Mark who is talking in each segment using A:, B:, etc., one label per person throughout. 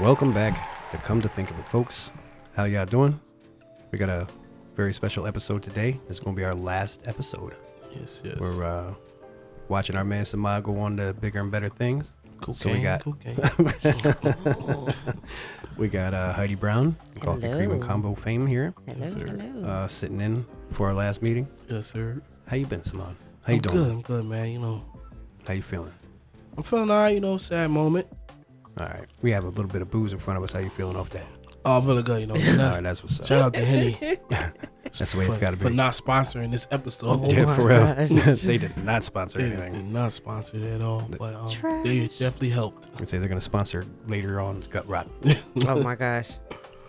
A: Welcome back to Come to Think of It, folks. How y'all doing? We got a very special episode today. This is going to be our last episode.
B: Yes, yes.
A: We're uh, watching our man Samad go on to bigger and better things.
B: cocaine,
A: so we got-
B: cocaine.
A: We got uh, Heidi Brown, Coffee Cream and
C: Hello. Hmm.
A: Combo fame here,
C: Hello,
B: Yes, sir.
C: hello.
A: uh, sitting in for our last meeting.
B: yes, sir.
A: How you been, Samad? How you
B: I'm
A: doing?
B: good. I'm good, man. You know,
A: How you feeling?
B: I'm feeling all right. You know, sad moment.
A: All right. We have a little bit of booze in front of us. How you feeling off that?
B: Oh, I'm feeling good. You know,
A: All
B: Nah,
A: right, that's what's
B: shout
A: up.
B: out to Henny
A: That's the way
B: for,
A: it's got to be.
B: for not sponsoring this episode.
A: yeah,
C: my
A: for real.
C: gosh.
A: they did not sponsor
B: They
A: anything.
B: did not sponsored at all, but um, they
C: Trash.
B: definitely helped.
A: I say they're going to sponsor later on Gut Rot.
C: oh my gosh.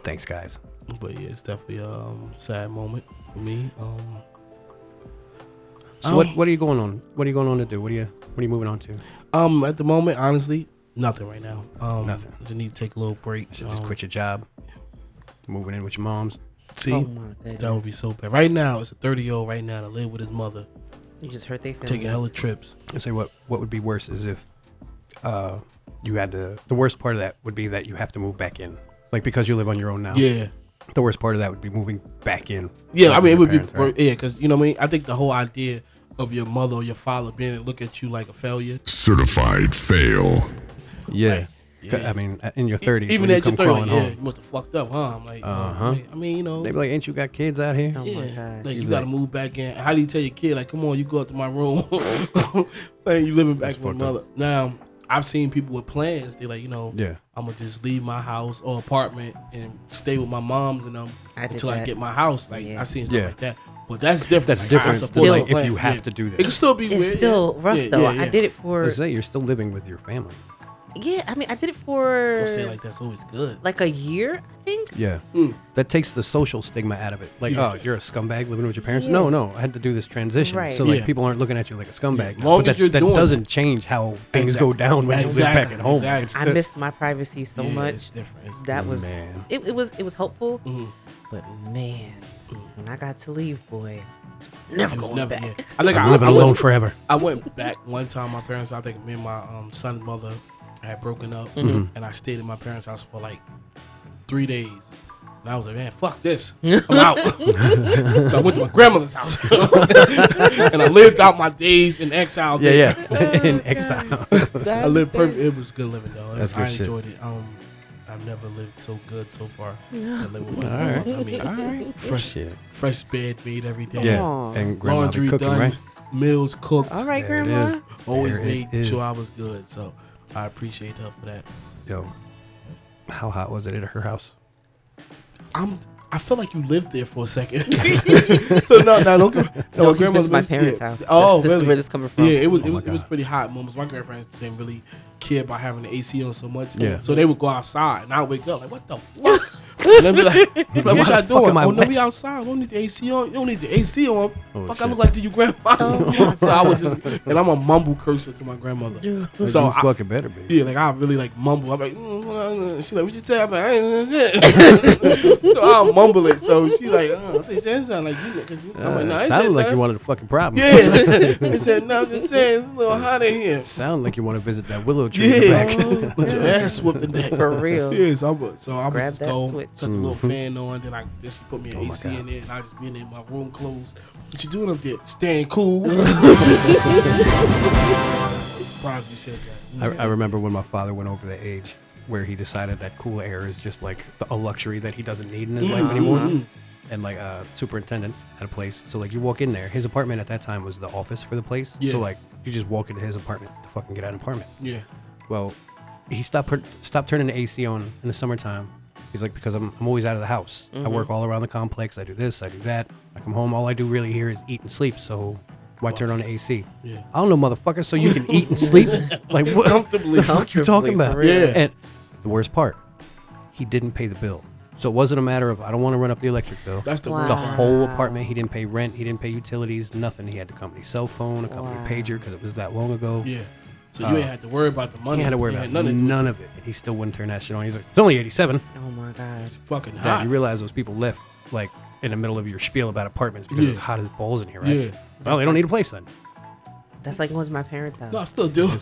A: Thanks, guys.
B: But yeah, it's definitely a um, sad moment for me. Um,
A: So
B: um,
A: what what are you going on? What are you going on to do? What are you what are you moving on to?
B: Um, at the moment, honestly, nothing right now. Um,
A: Nothing.
B: Just need to take a little break.
A: Should just
B: Um,
A: quit your job, moving in with your mom's.
B: See,
C: oh my goodness.
B: that would be so bad. Right now, it's a 30 year old right now that live with his mother,
C: you just hurt they feelings.
B: taking hella trips.
A: I say what what would be worse is if uh you had to the worst part of that would be that you have to move back in. Like because you live on your own now.
B: Yeah.
A: The worst part of that would be moving back in.
B: Yeah,
A: Like
B: I mean,
A: your
B: it would be,
A: parents,
B: bur-
A: right?
B: yeah, because, you know what I mean? I think the whole idea of your mother or your father being able to look at you like a failure.
D: Certified fail.
A: Yeah.
B: Like,
A: C-
B: yeah. E,
A: I mean, in your 30s,
B: Even
A: when
B: at
A: you
B: your
A: come
B: 30, like,
A: crawling
B: yeah, you
A: home,
B: must have fucked up, huh? I'm like, oh,
A: Uh-huh.
B: I mean, you know.
A: they be like, "Ain't you got kids out here?"
C: Oh my
B: yeah,
C: gosh.
B: like you
A: He's
B: gotta
A: like-
B: move back in. How do you tell your kid like, come on, you go up to my room? like you living back
A: That's
B: with
A: fucked up.
B: mother. Now I've seen people with plans. They like, you know,
A: Yeah,
B: I'm gonna just leave my house or apartment and stay with my mom's and um
C: I did
B: until I
C: that.
B: get my house. Like
C: Yeah.
B: I seen stuff
A: Yeah.
B: like that, but that's different.
A: that's
B: Like, I
A: different.
B: support
A: than, like
B: your
A: if you
B: plan.
A: have
B: Yeah.
A: to do
B: it can
A: that,
B: still be.
C: It's
B: weird.
C: still
B: yeah.
C: rough
B: Yeah,
C: though.
B: yeah,
C: I
B: yeah.
C: did it for
A: Let's say you're still living with your family.
C: yeah. I mean, I did it for
B: Don't say like that's always good.
C: like a year, I think.
A: Yeah,
B: Mm.
A: that takes the social stigma out of it. Like,
B: Yeah.
A: oh, you're a scumbag living with your parents.
C: Yeah.
A: No, no, I had to do this transition,
C: Right.
A: so like
B: Yeah.
A: people aren't looking at you like a scumbag. now.
B: Long
A: but
B: as
A: that,
B: you're
A: that
B: doing
A: doesn't change how things
B: Exactly.
A: go down when you live
B: Exactly.
A: back at home.
B: Exactly.
A: It's-
C: I missed my privacy so
B: Yeah, It's
C: much.
B: different. It's
C: That was
A: Man.
C: it, it. Was it was helpful,
B: Mhm.
C: but man, when I got to leave, boy, never
B: It was
C: going
B: Mm-hmm. never,
C: back.
B: yeah. I think
A: I'm
B: I,
A: living
B: I went-
A: alone forever.
B: I went back one time. My parents, I think me and my um, son's mother had broken up,
C: Mm-hmm.
B: and I stayed in my parents' house for like three days. And I was like, man, fuck this. I'm out. so I went to my grandmother's house. and I lived out my days in exile.
A: Yeah,
B: there.
A: yeah, in exile.
B: I lived perfect. It was good living, though.
A: That's
B: I
A: good shit.
B: enjoyed it. Um, I've never lived so good so far. I live with my
A: All right.
B: grandma. I mean, fresh,
A: shit.
B: fresh bed made every day.
A: Yeah,
C: Aw.
A: and grandma
B: Laundry
A: be cooking,
B: done,
A: right?
B: meals cooked.
C: All right,
A: There it
C: Grandma.
A: is.
B: always
A: There it
B: made
A: is.
B: sure I was good. So I appreciate her for that.
A: Yo, how hot was it at her house?
B: I'm. I feel like you lived there for a second. so no, no, don't. give-
C: No,
B: my
C: he's been
B: grandmother
C: to my
B: was-
C: parents'
B: yeah.
C: house.
B: Oh,
C: this, this
B: really?
C: is where this coming from.
B: Yeah, it was
A: Oh
B: it
A: my
B: was, it was
A: God.
B: pretty hot moments. My grandparents didn't really care about having the AC on so much.
A: Yeah.
B: So they would go outside, and I would wake up like, "What the fuck?" and I'd be like, like,
A: Why
B: "What
A: the
B: y'all
A: fuck
B: doing?"
A: am I
B: Oh no,
A: wet?"
B: we outside. We don't need the AC on. You don't need the AC on.
A: Oh,
B: fuck, I
A: shit.
B: look like to you, grandma.
C: Oh,
B: so I would just, and I'm a mumble cursor to my grandmother. So
A: you
B: I,
A: fucking better be.
B: yeah, like I really like mumble. I'm like, mm, uh, uh," she like, what you say? I'm like, I ain't saying shit. so I'll mumble it. So she like, uh, I think that sound like you. Cause you I'm
A: Uh,
B: like, nah, I ain't
A: sounded
B: said
A: like
B: nothing."
A: you wanted a fucking problem.
B: Yeah, I said, no, I'm just saying it's a little hot in here.
A: Sound like you want to visit that willow tree in the back.
B: Yeah, let your ass whoop the deck.
C: For real.
B: Yeah, so I'm so I'm
C: Grab
B: just
C: that
B: go
C: switch.
B: put the little fan on, then I then she put me an
A: Mm-hmm. Oh my
B: AC
A: God.
B: in there, and I just been in my room clothes. What you doing up there? Staying cool. Surprised you said that.
A: I, I remember when my father went over the age where he decided that cool air is just like the, a luxury that he doesn't need in his
B: Mm-hmm.
A: life anymore. And like uh, superintendent at a place, so like you walk in there. His apartment at that time was the office for the place.
B: Yeah.
A: So like you just walk into his apartment to fucking get out of apartment.
B: Yeah.
A: Well, he stopped per- stopped turning the AC on in the summertime. He's like because I'm, I'm always out of the
B: Mm-hmm.
A: house. I work all around the complex. I do this. I do that. I come home. All I do really here is eat and sleep. So Why turn on the AC?
B: Yeah.
A: I don't know, motherfucker. So you can eat and sleep? Like, what
B: Comfortably.
A: the fuck you
C: Comfortably,
A: talking
C: for
A: about?
B: real. Yeah.
A: And the worst part, he didn't pay the bill. So it wasn't a matter of, I don't want to run up the electric bill.
B: That's the
C: Wow.
A: the
B: worst. part.
A: whole apartment. He didn't pay rent. He didn't pay utilities. Nothing. He had the company cell phone, a company
C: Wow.
A: pager because it was that long ago.
B: Yeah. So
A: Uh,
B: you ain't had to worry about the money.
A: He had to worry
B: You
A: about
B: had
A: none,
B: none
A: of,
B: of it.
A: it. And he still wouldn't turn that shit on. He's like, it's only 87.
C: Oh my god.
B: It's fucking
A: Dad,
B: hot.
A: you realize those people left like in the middle of your spiel about apartments because
B: Yeah.
A: it's hot as balls in here, right?
B: Yeah.
A: Well, they don't need a place then.
C: That's like going to my parents' house.
B: No, I still do.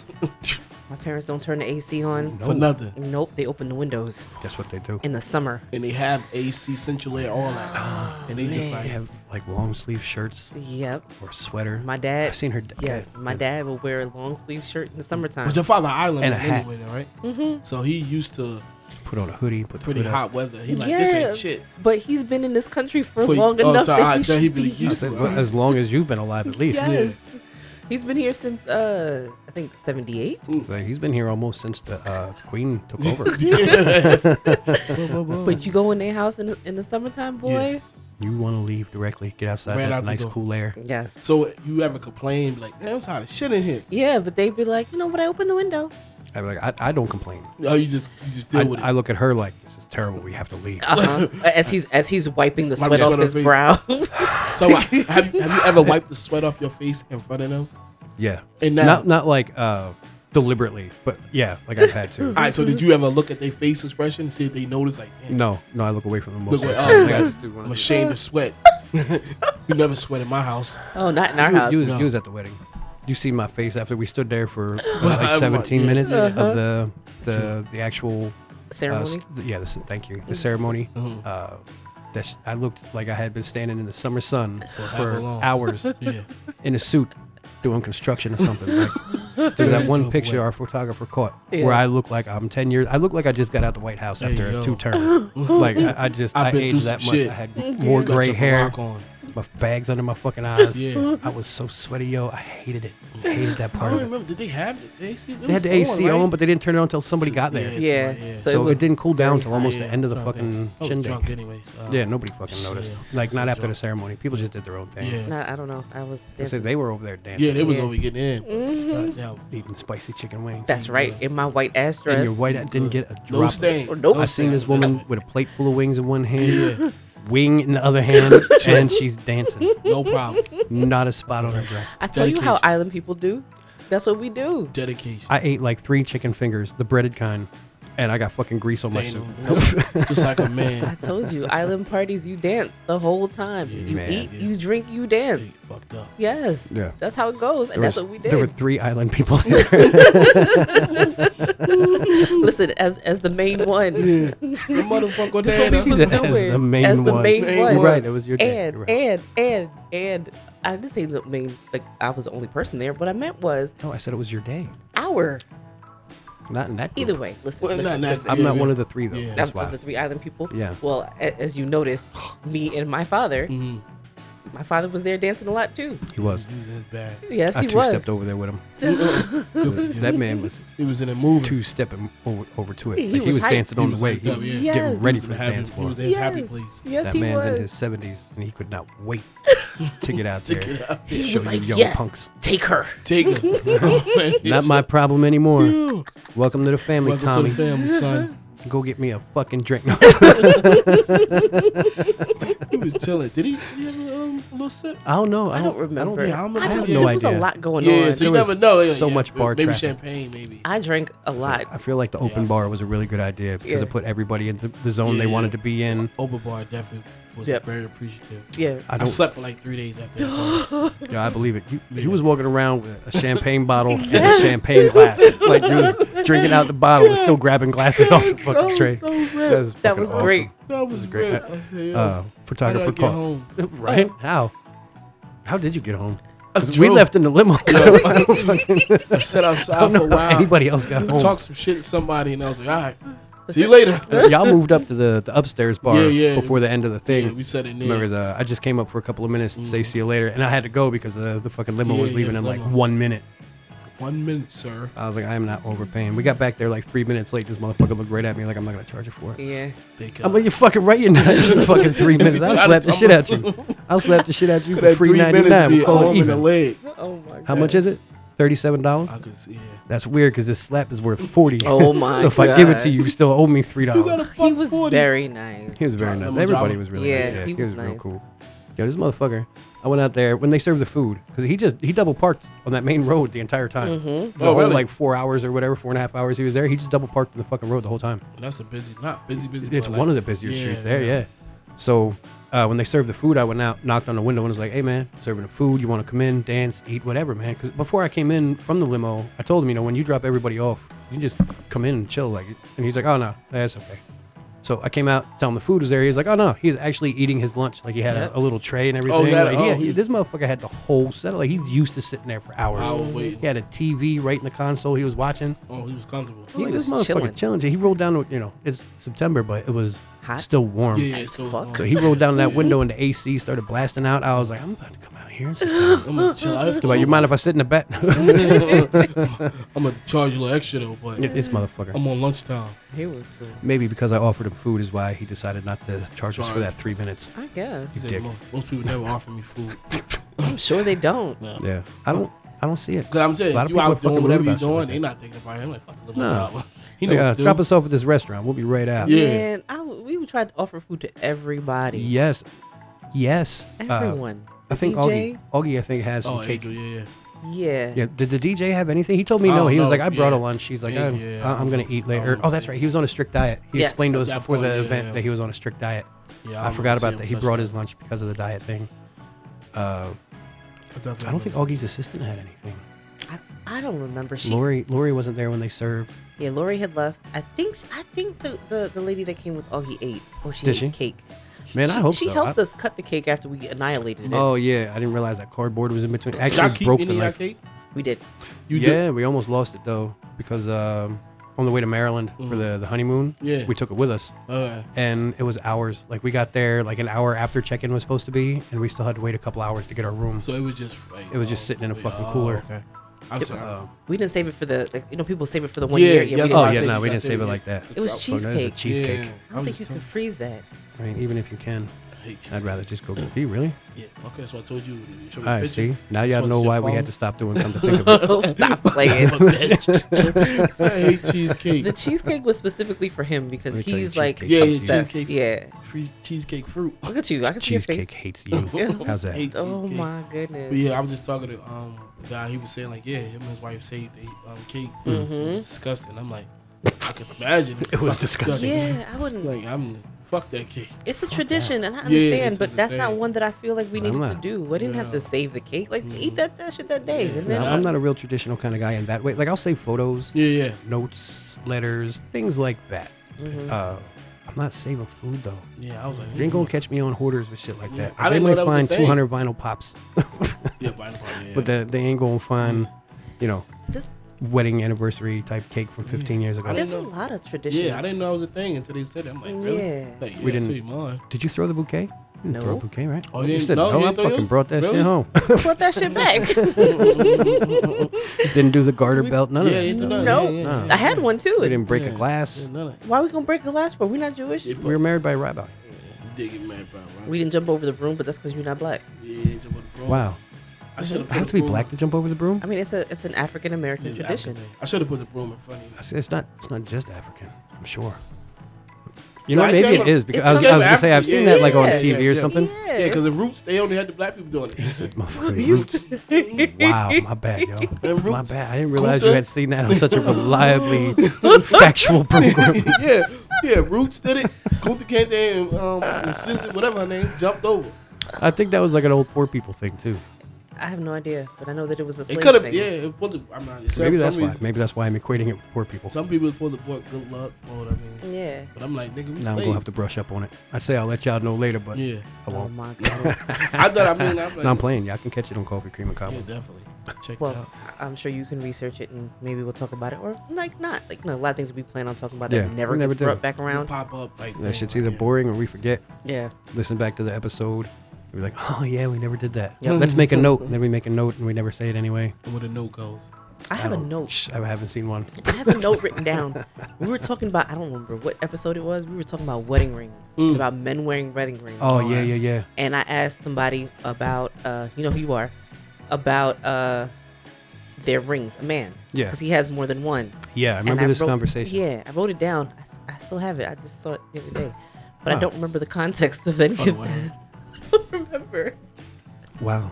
C: My parents don't turn the AC on.
A: No.
B: For nothing.
C: Nope, they open the windows
A: Guess what they do?
C: in the summer.
B: And they have AC, central air, all
A: Oh,
B: that. And they just
A: They
B: like,
A: have like long sleeve shirts
C: Yep.
A: or a sweater.
C: My dad.
A: I've seen her. d-
C: Yes,
A: okay.
C: my dad would wear a long sleeve shirt in the summertime.
B: but your father island
A: And a hat.
B: anyway, though, right? Mm-hmm. So he used to
A: put on a hoodie. Put the
B: pretty
A: hood up.
B: hot weather. He like, this
C: Yeah.
B: ain't shit.
C: But he's been in this country for,
B: For-
C: long
B: oh,
C: enough
B: so I-
C: that he
B: that
C: should
B: he'd be
C: be
B: used
A: I
C: used
A: said,
B: to
C: to
A: well,
B: it.
A: As long as you've been alive, at least.
C: Yes. He's been here since uh I think 78.
A: So he's been here almost since the uh, Queen took over.
C: But you go in their house in the, in the summertime, boy.
A: you want to leave directly, get outside
B: Right
A: that
B: out the
A: nice
B: door.
A: cool air.
C: Yes.
B: So you ever complain like, damn, it's hot as shit in here?
C: Yeah, but they'd be like, you know what? I opened the window.
A: I'd be like, I, I don't complain.
B: Oh, you just you just deal
A: I,
B: with it.
A: I look at her like this is terrible. We have to leave.
C: Uh-huh. as he's as he's wiping the
B: Wipe
C: sweat
B: the
C: off
B: sweat off
C: his
B: me.
C: brow.
B: so uh, have, you- have you ever wiped the sweat off your face in front of them?
A: Yeah,
B: And now,
A: not not like uh, deliberately, but yeah, like I've had to.
B: all right. So did you ever look at their face expression and see if they notice like, damn,
A: no, no, I look away from them most.
B: Look
A: of the
B: away.
A: time.
B: Oh,
A: Like, I
B: okay.
A: just do one of
B: I'm
A: these.
B: ashamed to sweat. you never sweat in my house.
C: oh, not in our house.
A: You was,
B: No.
A: you was at the wedding. You see my face after we stood there for uh,
B: I'm
A: like
B: like,
A: 17
B: yeah.
A: minutes
C: Uh-huh.
A: of the the the actual uh,
C: Ceremony.
A: s- th- yeah, this, thank you. The ceremony.
B: Mhm.
A: Uh, that sh- I looked like I had been standing in the summer sun for
B: however long.
A: hours
B: Yeah.
A: in a suit doing construction or something. Like, there's that one
B: Enjoyable.
A: picture our photographer caught
C: Yeah.
A: where I look like I'm 10 years. I look like I just got out the White House
B: There
A: after
B: you
A: a
B: go.
A: two term. like I, I just I
B: I've been through
A: aged
B: some
A: that much.
B: shit.
A: I had more
B: You got
A: gray
B: your
A: hair,
B: Barack on.
A: my bags under my fucking eyes.
B: Yeah.
A: I was so sweaty, yo. I hated it. I hated that
B: I
A: part
B: don't
A: of it.
B: remember. Did they have the AC? It
A: They had the
B: was
A: AC on,
B: right?
A: but they didn't turn it on until somebody got there.
B: Yeah.
C: yeah.
B: Yeah.
A: So,
B: So it
A: it,
C: was
A: didn't cool down
C: very
A: till almost
B: Yeah,
A: the end of the
B: drunk.
A: fucking
B: I was
A: shindig.
B: drunk anyways. Uh,
A: Yeah, nobody fucking noticed.
B: Yeah.
A: Like
B: So
A: not after the
B: drunk.
A: ceremony. People just did their own thing.
B: Yeah.
C: Not, I don't know. I was.
A: uh, They said
C: dancing.
A: they were over there dancing,
B: Yeah, they was
C: Yeah.
B: over getting in.
C: Mhm.
B: Goddamn.
A: eating spicy chicken wings.
C: That's right. In my white ass
A: and
C: dress.
A: your white hat didn't get a drop.
B: No
A: of it.
B: stains.
C: Nope.
B: No
A: I seen
B: stains.
A: this woman with a plate full of wings in one hand, wing in the other hand, and she's dancing.
B: No problem.
A: Not a spot on her dress.
C: I tell you how
B: Dedication.
C: island people do. That's what we do.
B: Dedication.
A: I ate like three chicken fingers, the breaded kind, and I got fucking grease on my
B: Stain
A: suit.
B: on them. Just like a
C: I
B: man.
C: told you, island parties, you dance the whole time.
B: Yeah,
C: you
A: man.
C: eat,
B: Yeah.
C: you drink, you
B: They
C: dance.
B: fucked up.
C: Yes.
A: Yeah.
C: That's how it goes. And
A: There
C: that's
A: was-
C: what we
A: There were
C: did.
A: three island people there.
C: Listen, as as the main one.
B: The motherfucker
C: That's
B: dad.
C: what we
B: huh?
C: was
A: Jesus,
C: doing
A: as the main
C: as the
A: one.
C: main
B: Main
C: one.
B: one.
A: Right, it was your day.
C: and
A: You're right.
C: and and and I didn't say the main like I was the only person there. What I meant was
A: no, I said it was your day. our
C: our.
A: Not in that. Group.
C: Either way, listen.
B: Well,
C: listen,
B: not- not-
C: listen.
A: I'm
B: Yeah,
A: not
B: yeah.
A: one of the three though.
B: Yeah.
A: That's
C: Of-
A: why.
C: of the three island people.
A: Yeah.
C: Well, a- as you noticed, me and my father,
A: Mm-hmm.
B: Mhm.
C: my father was there dancing a lot too.
A: He was.
B: He was as bad.
C: Yes,
A: I
C: he
A: two
C: was.
A: stepped over there with him.
B: Good for you.
A: That man was
B: He was in a movie.
A: two stepping over, over to it.
C: He
A: Like, He,
C: was
A: was,
C: hyped.
A: dancing
B: He
A: on
B: was
A: the way.
B: hyped
A: He
B: up,
A: was
B: yeah.
A: getting
C: Yes.
A: ready
B: He
A: for
B: was
A: the
B: in happy-
A: dance
B: He
A: floor.
B: was in his happy place.
C: Yes,
A: that
C: he
A: man's
C: was.
A: in his 70s and he could not wait to get out there.
B: Get out.
C: he
A: Show
C: was
A: you
C: like,
A: young
C: yes,
A: punks.
C: take her.
B: Take it. Oh, man, he
A: Not
B: was
A: my
B: like,
A: problem anymore.
B: "Ew."
A: Welcome to the family,
B: Welcome
A: Tommy.
B: to the family, son.
A: Go get me a fucking drink. No,
B: He was chilling. Did he, did he have a, um, a little sip?
A: I don't know.
C: I don't remember.
B: yeah, I don't remember.
C: I don't.
A: I had Oh, no
C: there was a
A: idea.
C: lot going
B: yeah,
C: on.
B: so you
A: There was
B: never know. Yeah,
A: so
B: yeah.
A: much bar
B: Maybe
A: traffic.
B: champagne, maybe.
C: I drank a lot.
A: I feel like the open
B: Yeah.
A: bar was a really good idea because
C: Yeah.
A: it put everybody into the zone they
B: Yeah.
A: wanted to be in.
B: Oberbar definitely was
C: Yep.
B: very appreciative.
C: yeah.
A: I
B: I,
A: don't.
B: slept for like three days after that. bar.
A: Yeah, I believe it. You,
B: Yeah.
A: He was walking around with a champagne bottle and a champagne glass. Like he was drinking out the bottle and still grabbing glasses off the fucking tray. That was,
C: That
A: fucking
C: was
A: awesome.
C: great.
B: that was
A: great.
B: great. I said, yo,
A: Uh,
B: how did I
A: photographer
B: get
A: caught.
B: home?
A: Right? How? How did you get home?
B: I
A: 'Cause We
B: drove.
A: left in the limo. I don't fucking-
B: I sat
A: I
B: outside
A: don't
B: for a
A: know
B: while.
A: how anybody else got home.
B: Talked some shit to somebody, and I was like, all right, see you later.
A: Y'all moved up to the, the upstairs bar
B: Yeah, yeah.
A: before the end of the thing.
B: yeah, we said it
A: Remember,
B: there. Mm.
A: uh, I just came up for a couple of minutes to say see you later, and I had to go because the, the fucking limo
B: Yeah,
A: was
B: yeah,
A: leaving in like
B: limo.
A: one minute.
B: One minute, sir.
A: I was like, I am not overpaying. We got back there like three minutes late. This motherfucker looked right at me like I'm not gonna charge you for it.
C: Yeah.
B: Thank
A: I'm
B: God.
A: like, you're fucking right. You're not. It's fucking three minutes. I'll slap the shit at you. I'll slap the shit at you for
B: That
A: free
B: three
A: ninety
B: minutes
A: nine.
B: be
A: We'll
B: a
A: call it
B: arm and a
A: even.
B: leg.
C: Oh my
A: How much is it? Thirty-seven dollars.
B: I could see. Yeah.
A: That's weird because this slap is worth forty.
E: Oh my
A: so if I give it to
E: God.
A: you, you still owe me three dollars.
C: He was very nice.
A: He was very
B: Drop
A: nice.
B: them, drop
A: Everybody
B: them.
A: was really
C: Yeah,
A: nice.
C: he was
A: real
C: nice.
A: cool. Yo, this motherfucker. I went out there when they served the food because he just he double parked on that main road the entire time.
C: Mm-hmm.
B: Oh,
A: The whole,
B: really?
A: like four hours or whatever, four and a half hours he was there. He just double parked in the fucking road the whole time.
B: That's a busy, not busy, busy.
A: It's
B: but
A: one of
B: like-
A: the busier
B: Yeah,
A: streets there, yeah. So uh, when they served the food, I went out, knocked on the window, and was like, "Hey, man, serving the food. You want to come in, dance, eat, whatever, man?" Because before I came in from the limo, I told him, you know, when you drop everybody off, you just come in and chill, like. And he's like, "Oh no, that's okay." So I came out, tell him the food was there. He's like, "Oh no, he's actually eating his lunch. Like he had
E: Yep.
A: a, a little tray and everything.
B: yeah,
A: like,
B: oh,
A: yeah,
B: he-
A: he- this motherfucker had the whole set. Like he's used to sitting there for hours.
B: Hour waiting.
A: He had a TV right in the console he was watching.
B: Oh, he was comfortable.
A: He
E: he
A: was
E: was
A: motherfucking chilling.
E: chilling.
A: He rolled down, to- you know, it's September, but it was
C: Hot?
A: still warm.
B: Yeah, yeah.
E: As
B: So, um,
E: fuck.
A: So he rolled down that window and the AC started blasting out. I was like, I'm about to come out here and sit down.
B: I'm gonna chill out.
A: He's like, you mind if I sit in the back?
B: I'm gonna charge you a little extra though, but
A: this motherfucker.
B: I'm on lunchtime.
C: He was good.
A: Maybe because I offered him food is why he decided not to charge us for
B: Charge.
A: that three minutes.
C: I guess.
B: He said,
A: Dick.
B: "Mo- most people never offer me food.
C: I'm sure they don't.
A: Yeah, I don't, I don't see it.
B: Cause I'm saying
A: A lot of
B: you
A: people are
B: out
A: fucking
B: doing
A: rude
B: whatever you're
A: about shit
B: doing,
A: like
B: they not thinking about it. I'm like, fuck the
A: Nah.
B: little job. He know
A: Like, uh,
B: what to do.
A: drop us off at this restaurant. We'll be right out.
B: Yeah.
C: Man, I w- we would try to offer food to everybody.
A: Yes, yes. Uh,
C: Everyone.
A: I think
C: DJ?
A: Augie, Augie, I think has some
B: Oh,
A: cake.
B: Angel, yeah, yeah.
C: Yeah.
A: Yeah, did the DJ have anything? He told me
B: I
A: no.
B: don't
A: He was
B: know.
A: like, I brought a
B: Oh, Yeah.
A: lunch. He's like,
B: Yeah,
A: I'm,
B: yeah,
A: I'm gonna eat
B: I don't
A: later.
B: know.
A: Oh, that's right. He was on a strict diet. He
C: Yes.
A: explained to us
B: Yeah,
A: before
B: yeah,
A: the
B: yeah,
A: event
B: yeah.
A: that he was on a strict diet.
B: yeah
A: I, forgot about that. He brought his lunch because of the diet thing. Uh, I don't think Augie's assistant had anything.
C: I, I don't remember. She
A: Lori, Lori wasn't there when they served.
C: Yeah, Lori had left. I think I think the, the, the lady that came with all he ate, or she
A: Did
C: ate
A: she?
C: cake.
A: Man,
C: she,
A: I hope
C: she
A: so.
C: helped
A: I-
C: us cut the cake after we annihilated it.
A: Oh yeah, I didn't realize that cardboard was in between.
B: Did y'all
A: Actually,
B: keep
A: broke
B: any
A: the
B: of y'all
A: knife.
B: cake?
C: we did.
B: You
A: yeah, we almost lost it though because um, on the way to Maryland for
B: Mhm.
A: the, the honeymoon,
B: Yeah.
A: we took it with us.
B: did. Uh,
A: and it was hours. Like we got there like an hour after check-in was supposed to be, and we still had to wait a couple hours to get our room.
B: so it was just. Like,
A: It was just sitting in a
B: wait,
A: fucking
B: oh,
A: cooler.
B: Okay. I'm sorry.
A: Uh,
C: We didn't save it for the like, you know people save it for the one
B: Yeah,
C: year. Yeah,
B: yes,
C: we
A: oh
B: why I
C: didn't.
A: yeah,
B: said
A: no,
B: you
A: we
B: gotta
A: didn't
B: save
A: save
B: it.
A: it like that.
C: It was
A: So that is Oh, a
C: cheesecake.
A: cheesecake.
B: Yeah,
C: I don't
B: was
C: think you
B: just
C: could freeze that.
A: I mean, even if you can,
B: telling- I hate cheesecake.
A: I'd rather just go get B. Really?
B: Yeah, okay, that's what I told you. you showed me the
A: I
B: picture.
A: see. Now
B: This
A: y'all
B: one's
A: know
B: your
A: why we
B: phone.
A: had to stop doing. Come to think of it.
C: Stop playing.
B: I'm a bitch. I hate cheesecake.
C: the cheesecake was specifically for him because
A: Let me tell you,
C: he's like
A: cheesecake
B: Yeah,
A: hates you.
C: obsessed.
B: cheesecake.
C: Yeah.
B: Free cheesecake fruit.
C: Look at you. I can see your face.
A: Cheesecake hates you. How's that?
B: Hate
C: Oh
B: cheesecake.
C: my goodness.
B: But yeah, I was just talking to um the guy. He was saying like, yeah, him and his wife saved the um, cake.
C: Mm-hmm.
B: It was disgusting. I'm like, I could imagine.
A: It was disgusting.
C: Yeah, I wouldn't.
B: Like I'm fuck that cake.
C: it's a tradition, and I
B: Yeah,
C: understand,
B: this is
C: but
B: the
C: that's not
B: thing.
C: one that I feel like we
A: I'm
C: needed to
A: not-
C: do. I didn't have to
B: Yeah.
C: save the cake. Like eat that, that shit that day,
B: Yeah.
C: and
A: No,
C: then uh,
A: I'm not a real traditional kind of guy in that way. Like I'll save photos,
B: Yeah, yeah.
A: notes, letters, things like that.
C: Mm-hmm.
A: Uh, I'm not saving food though.
B: Yeah, I was like,
A: You ain't gonna catch me on hoarders with shit like
B: Yeah,
A: that.
B: Mm-hmm. Mm. I
A: they
B: didn't know
A: might
B: that was a
A: find
B: thing.
A: 200 vinyl pops,
B: yeah, by the way, yeah.
A: but they, they ain't gonna find, you know,
C: This-
A: wedding anniversary type cake from 15 years ago.
B: I
C: There's
B: didn't
C: a
B: know.
C: lot of traditions.
B: yeah, I didn't know it was a thing until they said it. I'm like, really?
C: Yeah.
B: Like, yeah
A: We
B: we
A: didn't-
B: didn't see mine.
A: Did you throw the bouquet? You didn't throw a
C: No.
A: bouquet, right?
B: Oh, you didn't-
A: said
B: no, you
A: I
B: didn't throw
A: fucking
B: yours?
A: brought that
B: Really?
A: shit home.
C: Put that shit back.
A: didn't do the garter belt, none
B: Yeah,
A: of that
B: you
A: stuff.
B: didn't know.
C: No.
B: Yeah, yeah,
A: No.
B: yeah.
C: I had one too.
A: We didn't break
B: Yeah.
A: a glass.
B: None of that.
C: Why we gonna break the glass for? We not Jewish.
B: Yeah,
A: We were married by a rabbi.
B: You did get mad, bro. right?
C: We didn't jump over the broom, but that's because you're not black.
B: Yeah, jump on the broom.
A: Wow.
B: I should
A: I have to be black to jump over the broom?
C: I mean, it's a it's an African American tradition.
B: I should have put the broom in front of you.
A: It's- It's not. It's not just African. I'm sure. You know,
B: I
A: maybe
B: think-
A: it is because
C: It's
A: I was,
C: just
A: I was gonna say I've
B: African,
A: seen
B: yeah,
A: that like on
C: yeah,
A: TV
B: yeah, yeah.
A: or something.
B: Yeah, because the roots, they only had the black people doing it.
A: Said motherfucking roots. wow, my bad, yo.
B: And
A: My
B: Roots.
A: bad. I didn't realize you
B: Kunta.
A: had seen that on such a reliably factual program.
B: yeah, yeah. Roots did it. Kunta came there and um, and Sissy, whatever her name, jumped over.
A: I think that was like an old poor people thing too.
C: I have no idea, but I know that it was a
B: It
C: slave
B: could have,
C: thing.
B: yeah. It was, I'm not.
A: So
B: some
A: maybe that's why.
B: reason-
A: Maybe that's why I'm equating it with poor people.
B: Some people supposed to bought good luck. Know what I mean?
C: Yeah.
B: But I'm like, nigga, we
A: Now I'm gonna have to brush up on it. I say I'll let y'all know later, but
B: Yeah,
A: I
C: Oh
A: won't.
C: my god.
B: I thought I mean, I'm like,
A: No, I'm playing. Y'all can catch it on Coffee Cream and
B: yeah,
A: Cobbler.
B: definitely. Check it
C: well,
B: out.
C: I'm sure you can research it and maybe we'll talk about it, or like not. Like no, a lot of things we plan on talking about
A: Yeah,
C: that never,
A: we never
C: gets
A: do.
C: brought back around.
B: Pop up like
A: That shit's either boring or we forget.
C: Yeah.
A: Listen back to the episode. We're like, oh yeah, we never did that. Yeah, let's make a note. And then we make a note and we never say it anyway.
B: Where the note goes.
C: I have a
A: don't-
C: note.
A: Shh, I haven't seen one.
C: I have a note written down. We were talking about I don't remember what episode it was. We were talking about wedding rings, about men wearing wedding rings.
A: Oh yeah, yeah, yeah.
C: And I asked somebody about uh, you know who you are, about uh their rings. A man,
A: Yeah.
C: because he has more than one.
A: Yeah, I
C: And
A: remember this
C: wrote-
A: conversation.
C: Yeah, I wrote it down. I s- I, still have it. I just saw it the other day, but I
A: Wow.
C: don't remember the context of any
B: Oh,
C: of
B: wow.
C: that. I don't remember.
A: Wow.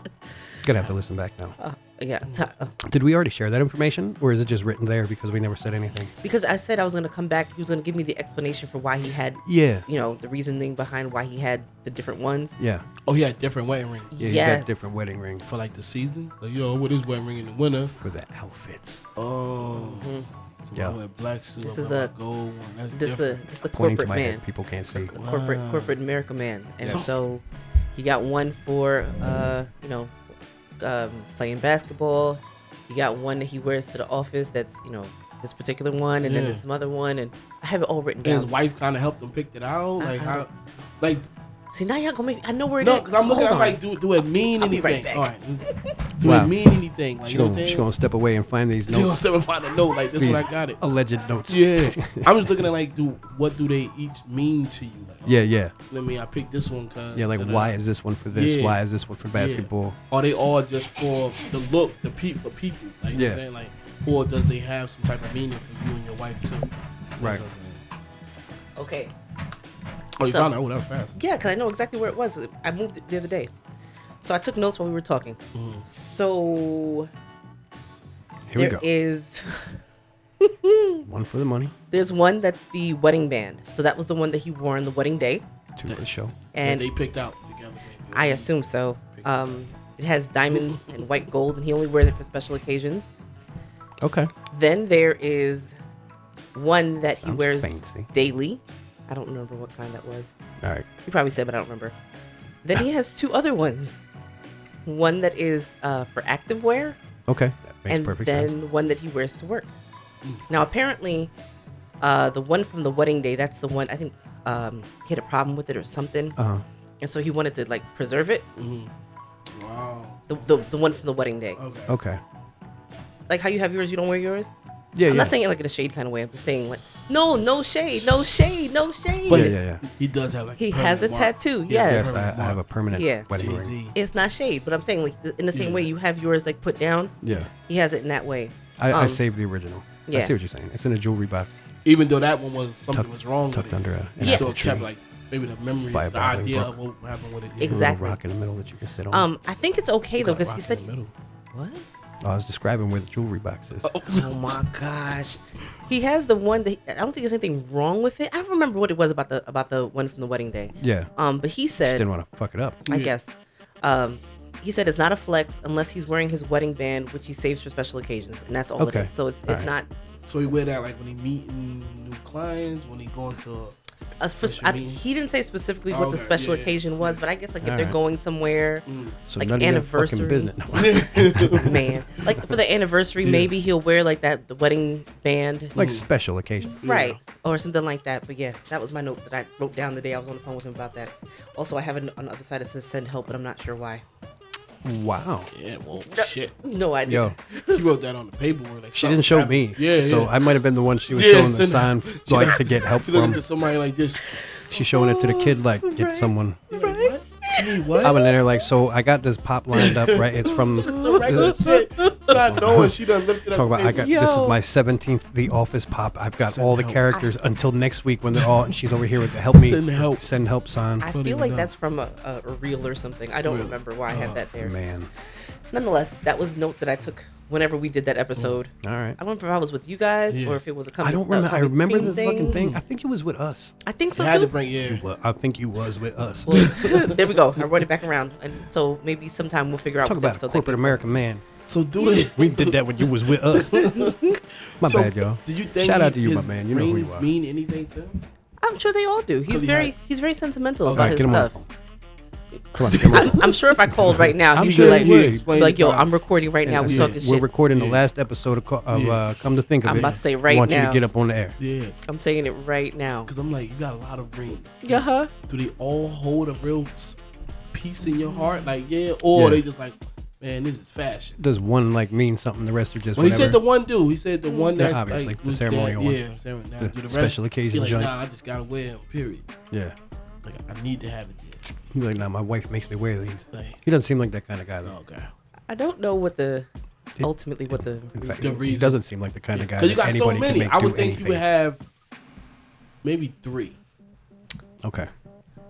A: Gonna have to listen back now.
C: Uh, yeah, t- uh,
A: Did we already share that information, or is it just written there because we never said anything?
C: because I said I was gonna come back. He was gonna give me the explanation for why he had,
A: Yeah.
C: you know, the reasoning behind why he had the different ones.
A: Yeah.
B: Oh, he had different wedding rings
A: Yeah. He's
C: yes.
A: got different wedding rings
B: for like the season. So you know, with his wedding ring in the winter.
A: for the outfits.
B: Oh,
C: Mhm.
B: so
A: Yeah.
B: I wear black suit.
C: This
B: I
C: is
B: wear
C: a-
B: my gold one. That's
C: This
B: different.
C: is this the
A: Pointing
C: corporate
A: to my
C: man,
A: head, people can't see.
C: the corporate
B: Wow.
C: corporate America man, and
A: Yes.
C: so he got one for, uh, you know, um, playing basketball. He got one that he wears to the office. That's you know this particular one, and then
B: Yeah.
C: there's some other one, and I have it all written
B: And his
C: down.
B: wife kind of helped him pick it out. Like
C: I
B: how, like
C: See now y'all gonna make I know where it
B: no,
C: at.
B: because I'm looking.
C: Hold
B: I'm
C: on.
B: like, do do it mean
C: I'll be
B: anything?
C: right back.
B: All right, this- do
A: Wow.
B: it mean anything? Like
A: She
B: you know what I'm
A: gonna, she
B: saying?
A: gonna step away and find these
B: She gonna
A: notes. Oh.
B: step and find a note. Like this
A: These
B: when I got it.
A: Alleged notes.
B: Yeah, I'm just looking at like, do what do they each mean to you? Like,
A: yeah, yeah.
B: I mean, I picked this one because
A: Yeah, like why is this one for this?
B: Yeah.
A: Why is this one for basketball?
B: Are Oh, they all just for the look, the peep for people? Like, you know what
A: Yeah.
B: I'm saying? like, or does they have some type of meaning for you and your wife too? That's
A: Right.
B: what I'm saying.
C: Okay.
B: Oh, you
C: So-
B: found out? Oh, that was fast.
C: Yeah, because I know exactly where it was. I moved it the other day. So I took notes while we were talking.
B: Mhm.
C: So
A: Here we
C: there
A: go.
C: is
A: one for the money,
C: there's one that's the wedding band. So that was the one that he wore on the wedding day.
A: two for the show.
B: And
C: And
B: they picked out together. Maybe.
C: I assume so. Um it has diamonds and white gold and he only wears it for special occasions.
A: Okay.
C: Then there is one that he
A: Sounds
C: wears
A: fancy.
C: daily. I don't remember what kind that was.
A: All right.
C: He probably said, but I don't remember. Then he has two other ones. One that is uh, for active wear,
A: Okay. That makes
C: and
A: perfect
C: then
A: sense.
C: one that he wears to work. Now, apparently, uh, the one from the wedding day, that's the one I think um, he had a problem with it or something.
A: Uh huh.
C: And so he wanted to like preserve it,
B: Mhm. Wow. Oh.
C: the, the, the one from the wedding day.
B: Okay.
A: Okay.
C: Like how you have yours, you don't wear yours?
A: Yeah,
C: I'm
A: yeah.
C: not saying it like in a shade kind of way. I'm just saying like, no, no shade, no shade, no shade.
A: yeah,
B: But-
A: yeah, yeah.
B: He does have like.
C: He has a tattoo,
A: Yes,
C: yes.
A: I, I have a permanent
C: Yeah.
A: wedding
B: Jay
A: ring.
B: Z.
C: it's not shade, but I'm saying like in the same
B: Yeah.
C: way you have yours like put down,
A: Yeah.
C: he has it in that way.
A: I, I
C: Um,
A: saved the original. I
C: yeah.
A: see what you're saying. It's in a jewelry box
B: Even though that one was something
A: Tucked-
B: was wrong with
A: tucked
B: it,
A: under a, an
B: he
A: apple
B: still
A: tree.
B: kept like maybe the memory,
A: By a
B: the
A: babbling
B: idea
A: brook.
B: of what happened with it.
A: a
C: Exactly.
A: little rock in the middle that you can sit on.
C: Um, I think it's okay though
B: Oh. Got a
C: because
B: rock
C: he
B: in
C: said
B: the middle.
C: what?
A: Oh, I was describing where the jewelry box is.
C: Oh my gosh, he has the one that I don't think there's anything wrong with it. I don't remember what it was about the about the one from the wedding day.
A: Yeah.
C: Um, but he
A: Just
C: said,
A: didn't want to fuck it up.
C: I
B: Yeah.
C: guess, um, he said it's not a flex unless he's wearing his wedding band, which he saves for special occasions, and that's all
A: Okay.
C: it is. So it's
A: All
C: it's
A: right.
C: not
B: So he wear that like when he meeting new clients, when he going to.
C: a spec-
B: Special
C: I-
B: meeting.
C: he didn't say specifically
B: Oh,
C: what the
B: okay.
C: special
B: Yeah, Mm. yeah.
C: occasion was, but I guess like if
A: All
C: they're
A: right.
C: going somewhere.
A: So
C: Like
A: none of your fucking
C: anniversary.
A: business.
C: man. Like for the anniversary, maybe he'll wear like that the wedding band,
A: like special occasions.
C: right, or something like that. But yeah, that was my note that I wrote down the day I was on the phone with him about that. Also, I have an, on the other side it says send help, but I'm not sure why.
A: Wow.
B: Yeah, well, shit.
C: No idea.
A: Yo,
B: She wrote that on the paperwork. Like
A: she didn't show me.
B: Yeah, yeah.
A: So I might have been the one she was
B: Yeah,
A: showing the
B: send-
A: sign like to get help
B: She looking
A: from.
B: to somebody like this.
A: She's showing it to the kid like get someone.
B: Right? You mean what?
A: I'm in there like so I got this pop lined up right. It's from
B: The regular shit. Not knowing she done lifted up.
A: talk about I got this
C: Yo.
A: is my 17th The Office pop. I've got
B: Send
A: all the
B: help.
A: characters until next week when they're all and she's over here with the help me
B: Send help.
A: send help sign.
C: I
B: Don't
C: feel
B: even
C: like
B: know.
C: that's from a, a, a reel or something. I don't
B: Reel.
C: remember why I have
A: uh,
C: that there.
A: Man.
C: Nonetheless, that was notes that I took whenever we did that episode.
A: Oh, All right.
C: I don't remember if I was with you guys
B: Yeah.
C: or if it was a company.
A: I don't
C: a
A: remember. I
C: Coffee
A: remember
C: Cream
A: the fucking thing. I think it was with us.
C: I think so
B: I had to
C: too.
B: bring yeah.
A: Well, I think you was with us.
C: Well, there we go. I wrote it back around, and so maybe sometime we'll figure out.
A: Talk
C: which
A: about a
C: episode that
A: corporate
C: came
A: American man.
B: So do it.
A: We did that when you was with us. my
B: So,
A: bad, y'all.
B: Do you think
A: Shout out to
B: he-
A: you, my
B: his
A: man. You know who you
B: rings
A: are.
B: mean anything to him?
C: I'm sure they all do. He's
B: 'Cause he
C: very
B: has-
C: he's very sentimental
A: All right,
C: about his
A: get him on the
C: stuff.
A: phone. Come on, get him on the
C: I'm, I'm sure if I called right now,
A: I'm
C: he'd
A: sure
C: be like,
A: he would.
C: be
B: Explain
C: like,
B: the
C: yo,
B: problem.
C: I'm recording right now.
A: And
C: We're
A: yeah,
C: talking
A: We're
C: shit.
A: recording the
B: Yeah.
A: last episode of, co- of
B: Yeah.
A: uh, Come to Think of
C: I'm
A: It.
C: about to say right
A: want you
C: now.
A: to get up on the air.
B: Yeah,
C: I'm saying it right now.
B: because I'm like, you got a lot of rings.
C: Yeah, huh?
B: Do they all hold a real s- piece in your heart? Like yeah, or
A: Yeah.
B: they just like, man, this is fashion.
A: Does one like mean something? The rest are just.
B: Well, he said
A: whatever.
B: the one dude. He said the one
A: Yeah,
B: that
A: obviously,
B: like,
A: the
B: was
A: ceremonial
B: that,
A: one.
B: Yeah, ceremony. Now
A: The
B: do the
A: special
B: rest. He
A: occasion
B: Like,
A: joint.
B: nah, I just gotta wear them. Period.
A: Yeah.
B: Like I need to have it.
A: He's like, nah, my wife makes me wear these.
B: There. Like
A: He doesn't seem like that kind of guy though.
B: oh god.
C: I don't know what the ultimately what the
A: In fact,
B: The
A: he
B: reason.
A: doesn't seem like the kind of guy
B: Because you
A: that
B: got so many.
A: anybody can make
B: I would
A: do
B: think
A: anything.
B: you would have maybe three.
A: okay,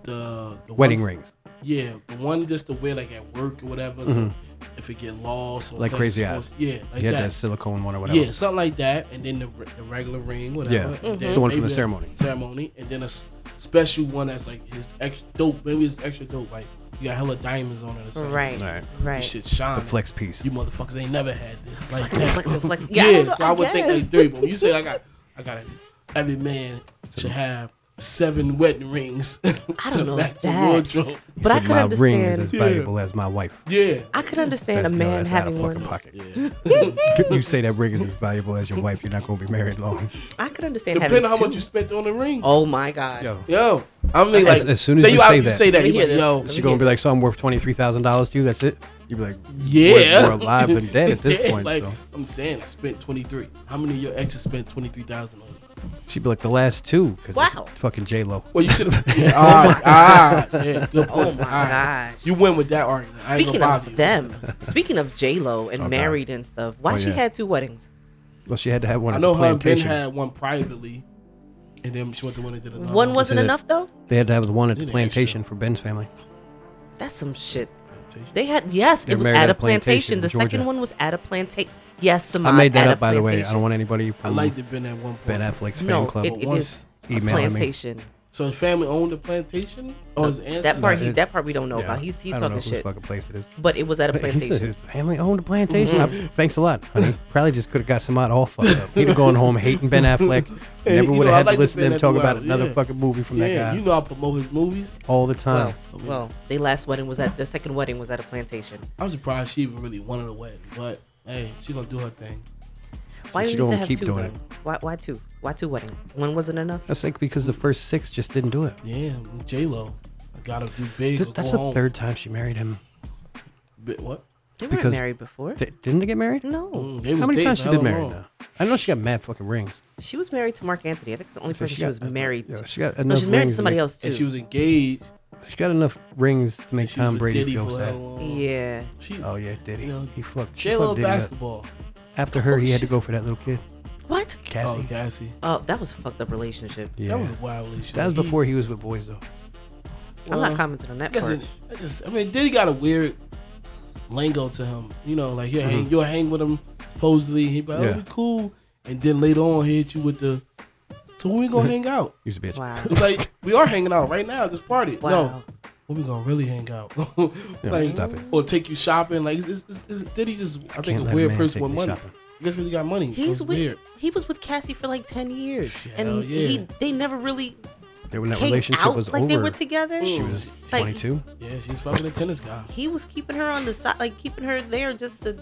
B: The, the
A: wedding
B: one,
A: rings.
B: Yeah, the one just to wear like at work or whatever. so if it get lost or
A: Mm-hmm. Like
B: if
A: Crazy
B: it's
A: Eyes.
B: supposed- Yeah, like
A: yeah,
B: that.
A: that silicone one or whatever.
B: Yeah, something like that, and then the, re- the regular ring, whatever.
A: Yeah,
C: Mm-hmm.
B: and then
A: the one from
B: maybe
A: the
B: a
A: ceremony.
B: Ceremony, and then a s- special one that's like his extra dope. Maybe it's extra dope. Like you got hella diamonds on it. Or something.
C: right,
A: All right.
B: This
C: right.
B: shit shine.
A: The flex piece.
B: You motherfuckers ain't never had this. Like
C: Flex and flex.
B: Yeah,
C: Yeah, I don't know,
B: so I would think
C: guess.
B: like three. But when you said I got, I got it. Every man should have seven wedding rings
C: I
B: to
C: don't know
B: match the
C: that.
B: wardrobe.
A: He
C: But I
A: said,
C: could
A: my ring is
C: understand-
A: as
B: Yeah.
A: valuable as my wife.
B: Yeah.
C: I could understand
A: That's-
C: a
A: no,
C: man
A: that's
C: having
A: out of fucking
C: one.
A: pocket. you say that ring is as valuable as your wife, you're not gonna be married long.
C: I could understand
B: Depending on
C: having
B: how
C: two.
B: much you spent on the ring.
C: Oh my god.
A: Yo,
B: Yo, I mean, like,
A: As- as soon as
B: say
A: you
B: you, out-
A: say
B: you
A: that-
B: say that,
C: Let me
B: you like,
C: hear this.
B: yo,
C: Let me
A: she gonna be like, so I'm worth twenty three thousand dollars to you. That's it. You'd be like,
B: Yeah,
A: we're, we're alive and dead at this
B: Yeah,
A: point.
B: Like,
A: so
B: I'm saying, I spent 23. How many of your exes spent 23,000 on? it?
A: she'd be like, the last two, because
C: Wow.
A: fucking J Lo.
B: Well, you should have. Yeah, all right, all right, yeah, good
C: Oh
B: point.
C: my
B: all right.
C: gosh.
B: You win with that argument. I ain't
C: Speaking
B: gonna bother
C: of
B: you.
C: them, speaking of J Lo and
A: Okay.
C: married and stuff, why
A: Oh,
C: she
A: yeah.
C: had two weddings?
A: Well, she had to have one.
B: I
A: at
B: know
A: the
B: her and Ben
A: plantation.
B: had one privately, and then she went to one and did another.
C: One wasn't
A: that-
C: enough though.
A: They had to have the one at the
B: Didn't
A: plantation for Ben's family.
C: That's some shit.
B: Plantation.
C: They had yes,
A: They're
C: it was
A: married at
C: at a
A: a plantation
C: plantation.
A: in
C: The second
A: Georgia.
C: one was at a plantation. Yes, Samad,
A: I made that
C: Hmm. at
A: up
C: a
A: by the way. I
C: plantation.
A: don't want anybody
B: I
A: from
B: like the Ben at one point.
A: Ben Affleck's fan
C: No,
A: club.
C: it, it
B: Once
C: is a
A: emailing me.
C: plantation.
B: So his family owned the plantation, or his ancestors?
C: That part,
A: No,
C: he,
A: it-
C: that part we don't know
A: Yeah.
C: about. Oh, He's
A: I
C: he's
A: don't
C: talking
A: know whose
C: shit,
A: fucking place it is.
C: but it was at a
A: He said
C: plantation. Mm-hmm.
A: his family owned a plantation. I- Thanks a lot. honey. Probably just could have got some out all fucked up. He'd have gone home hating Ben Affleck.
B: Hey,
A: Never
B: you
A: would
B: know,
A: have
B: I
A: had
B: like
A: to listen to
B: Ben
A: him talk
B: Affleck,
A: about another
B: yeah.
A: fucking movie from that
B: Yeah,
A: guy
B: you know I promote his movies.
A: all the time.
C: well, well, their last wedding was at the second wedding was at a plantation.
B: I'm surprised she even really wanted a wedding, but hey, she gonna do her thing.
C: Why
A: she
C: do you need to
A: gonna
C: have
A: keep
C: two?
A: doing Uh,
C: though? Why why two? Why two weddings? One wasn't enough.
A: That's like because the first six just didn't do it.
B: Yeah, J Lo, gotta do big.
A: Th-
B: or
A: that's
B: go
A: the
B: home.
A: third time she married him.
B: Bit- what?
C: They weren't
A: Because-
C: married before.
A: Th- didn't they get married?
C: no,
B: Mm, they was
A: How many
B: dating
A: times she
B: for
A: been
B: hella
A: married
B: long.
A: now? I know she got mad fucking rings.
C: she was married to Mark Anthony. I think it's the only
A: So
C: person she,
A: got-
C: was married.
A: Yeah,
C: to.
A: she got
C: No,
A: enough
C: she's married to
A: rings
C: somebody
A: make-
C: else too.
B: And she was engaged.
A: She got enough rings to make
B: And she
A: Tom
B: was with
A: Brady
B: Diddy
A: feel
B: for
A: sad.
B: hella long.
C: yeah,
B: She,
A: Oh yeah, Diddy.
B: You know,
A: he fucked. she
B: J Lo
A: fucked Diddy up.
B: basketball.
A: After her, he had to
C: shit.
A: go for that little kid,
C: what?
A: Cassie.
B: Oh, Cassie.
C: Oh, that was a fucked up relationship.
A: Yeah.
B: That was a wild relationship.
A: That was before he was with boys though.
C: I'm
B: Well,
C: not commenting on that
B: I, guess
C: part.
B: it, I, just, I mean, Diddy got a weird lingo to him. You know, like you hang, you'll hang with him supposedly. He be like, oh,
A: Mm-hmm. Yeah.
B: we cool, and then later on he hit you with the. So when we gonna hang out?
A: He's a bitch.
C: Wow.
B: It's like we are hanging out right now at this party. No,
C: Wow.
B: when we gonna really hang out?
A: stop it.
B: Or take you shopping? Like, is, is, is, did he just? I,
A: can't
B: think
A: let
B: a
A: a
B: weird
A: man
B: person
A: take
B: with
A: me
B: money.
A: shopping.
B: That's because he got money. so
C: He's
B: it's
C: with
B: weird.
C: he was with Cassie for like ten years,
B: Hell
C: and
B: yeah.
C: he they never really
A: Yeah, when that
C: came
A: relationship
C: out
A: was
C: like
A: over,
C: they were together.
A: she was
C: Like-
A: 22.
B: Yeah, she's fucking a tennis guy.
C: He was keeping her on the side, like keeping her there just to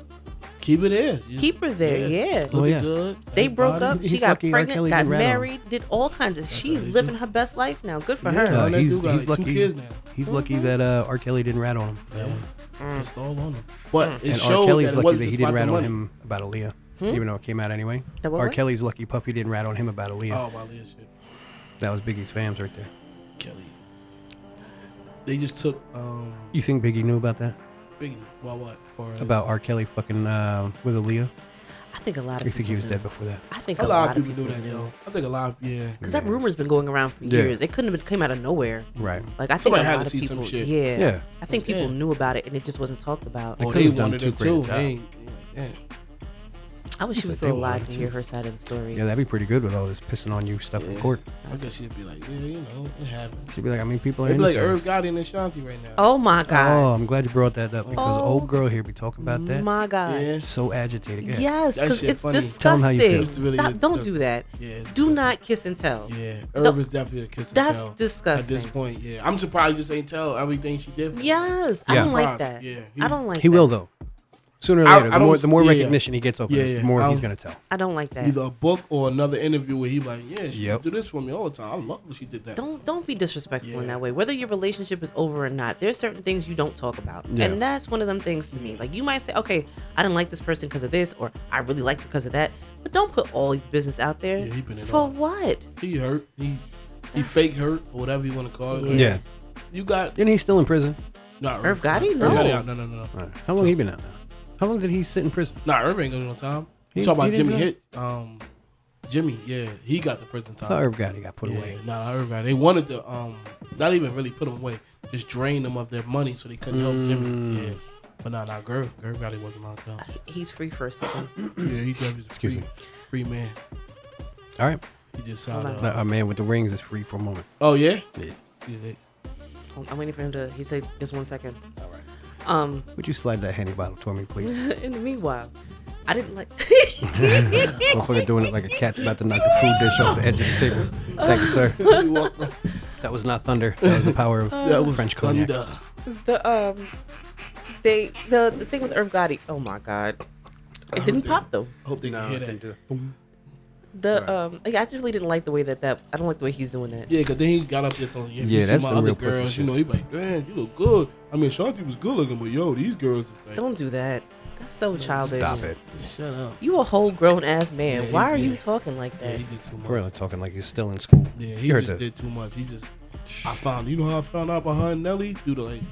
B: Keep it is. You-
C: keep her there. Yeah,
A: Oh,
B: Looking
A: yeah.
B: good.
C: they
B: Nice
C: broke
B: body.
C: up. She
A: He's
C: got
A: lucky R.
C: pregnant,
A: Kelly
C: got
A: didn't rat on him.
C: married, did all kinds of.
B: how
C: She's
B: they do.
C: living her best life now. Good for
B: Yeah,
C: her.
A: Uh,
B: that
A: he's,
B: dude got
A: he's
B: like
A: lucky.
B: two kids now.
A: He's lucky that uh, R. Kelly didn't rat on him.
B: Yeah. Pissed all on him. But it
A: Mm. And R.
B: showed
A: Kelly's
B: that it
A: lucky
B: wasn't
A: that he
B: just
A: didn't
B: about
A: rat
B: the
A: on
B: money.
A: him about Aaliyah, even though it came out anyway.
C: That Hmm? what,
A: R.
C: what?
A: Kelly's lucky Puffy didn't rat on him about Aaliyah.
B: Oh my leadership,
A: That was Biggie's fams right there.
B: Kelly. They just took um
A: You think Biggie knew about that?
B: Big well what for us.
A: About R. Kelly fucking uh, with Aaliyah?
C: I think a lot of.
A: You think
C: people
A: he was
C: do.
A: dead before that?
C: I think
B: a lot of people knew that, yo. I think a lot of yeah.
C: Because that rumor's been going around for
A: Yeah.
C: years. It couldn't have been, came out of nowhere.
A: Right.
C: Like I think
B: Somebody
C: a
B: had
C: lot
B: to
C: of
B: see some
C: people,
B: shit.
C: yeah,
A: Yeah.
C: I think people
B: Yeah.
C: knew about it and it just wasn't talked about.
B: Well,
A: could've
B: Oh, they
A: done
B: wanted
A: too
B: it
A: great a
B: too.
A: job.
B: They ain't, they ain't-
C: I wish she was
A: They
C: still
A: wanted
C: alive to
A: to.
C: hear her side of the story.
A: Yeah, that'd be pretty good with all this pissing on you stuff in
B: Yeah.
A: court.
B: yeah. I guess she'd be like, yeah, you know, it happened.
A: She'd be like, I mean, people are
B: It'd be like
A: into
B: Irv Gotti and Ashanti right now.
C: Oh my
A: Oh,
C: god.
A: I'm glad you brought that up because
C: Oh.
A: old girl here be talking about that.
C: My god.
B: yeah,
A: so agitated. Yeah.
C: Yes,
B: That
C: because
B: shit
C: it's
B: funny.
A: Tell 'em how you feel.
C: disgusting.
B: It's really-
C: Stop,
B: it's
C: don't
B: the-
C: do that.
B: yeah. it's
C: Do
B: good.
C: not kiss and tell.
B: Yeah,
C: No,
B: Irv is definitely a kiss. and
C: that's
B: tell At this
C: disgusting.
B: point, yeah, I'm surprised you just ain't tell everything she did. for him.
C: Yes, I
A: Yeah.
C: don't like
B: Surprised,
C: that.
B: yeah.
C: I don't like.
A: He
C: that.
A: will though. Sooner or
B: I-
A: later,
B: I
A: the more
B: don't
A: the more
B: s- yeah, yeah.
A: recognition he gets over
B: Yeah,
A: this,
B: yeah.
A: the more
B: I
A: he's
B: don't-
A: gonna tell.
C: I don't like that.
B: either a book or another interview where he like, yeah, she
A: Yep.
B: do this for me all the time. I love when she did that.
C: Don't don't be disrespectful in
B: Yeah.
C: that way. Whether your relationship is over or not, there's certain things you don't talk about,
A: Yeah.
C: and that's one of them things to me. Like you might say, okay, I didn't like this person because of this, or I really liked it because of that, but don't put all your business out there.
B: Yeah, he put it
C: for
B: on.
C: what?
B: He hurt. He he
C: That's-
B: fake hurt or whatever you want to call it.
C: Yeah. Yeah.
B: You got
A: And he's still in prison.
B: not
C: Irv Gotti?
B: Irv
C: No.
B: Gotti out. No, no, no. no.
A: All right. How long he been out now? How long did he sit in prison?
B: Nah, Irv ain't go to no time.
A: He-
B: You talk about
A: he didn't
B: Jimmy
A: do
B: Hit. Um, Jimmy, yeah, he got the prison
A: I thought
B: time.
A: Irv got it got put
B: Yeah,
A: away.
B: nah, Irv got. it. They wanted to um, not even really put him away, just drain them of their money so they couldn't help
A: Mm.
B: Jimmy. Yeah, but nah, nah, Irv, Irv got it wasn't long time.
C: He's free for a second.
B: Yeah, he definitely a
A: Excuse
B: free, free
A: me.
B: man.
A: All right.
B: He just signed.
C: Hold
A: Now,
B: Uh,
A: Our man with the rings is free for a moment.
B: oh yeah,
A: Yeah.
B: yeah.
C: Hold- I'm waiting for him to. He said just one second. All right. Um.
A: Would you slide that handy bottle to me, please?
C: In the meanwhile, I didn't like.
A: Motherfucker doing it like a cat's about to knock the food dish off the edge of the table. Thank you, sir.
B: He walked by-
A: That was not thunder. That was the power of
B: that was
A: French cognac.
B: thunder.
C: the um, they the the thing with Irv Gotti. Oh my God, it didn't
A: Uh-huh.
C: pop though.
B: I hope they
A: No,
B: can hear
A: it
B: that.
A: didn't do that.
C: The um, like, I actually didn't like the way that that. I don't like the way he's doing that.
B: Yeah, cause then he got up there telling yeah,
A: Yeah,
B: you see
A: that's
B: my
A: some
B: other
A: real pussy
B: girls, you
A: shit.
B: know, he be like, damn, you look good. I mean, Shanti was good looking, but yo, these girls is like,
C: Don't do that. That's so childish.
A: Stop it.
B: shut up.
C: You a whole grown ass man.
B: Yeah,
C: Why are
B: yeah.
C: you talking like
B: Yeah,
C: that?
B: he did too much.
A: We're like talking like he's still in school.
B: Yeah, he
A: You heard
B: just
A: that.
B: did too much. He just, I found, you know how I found out behind Nelly? Dude, like,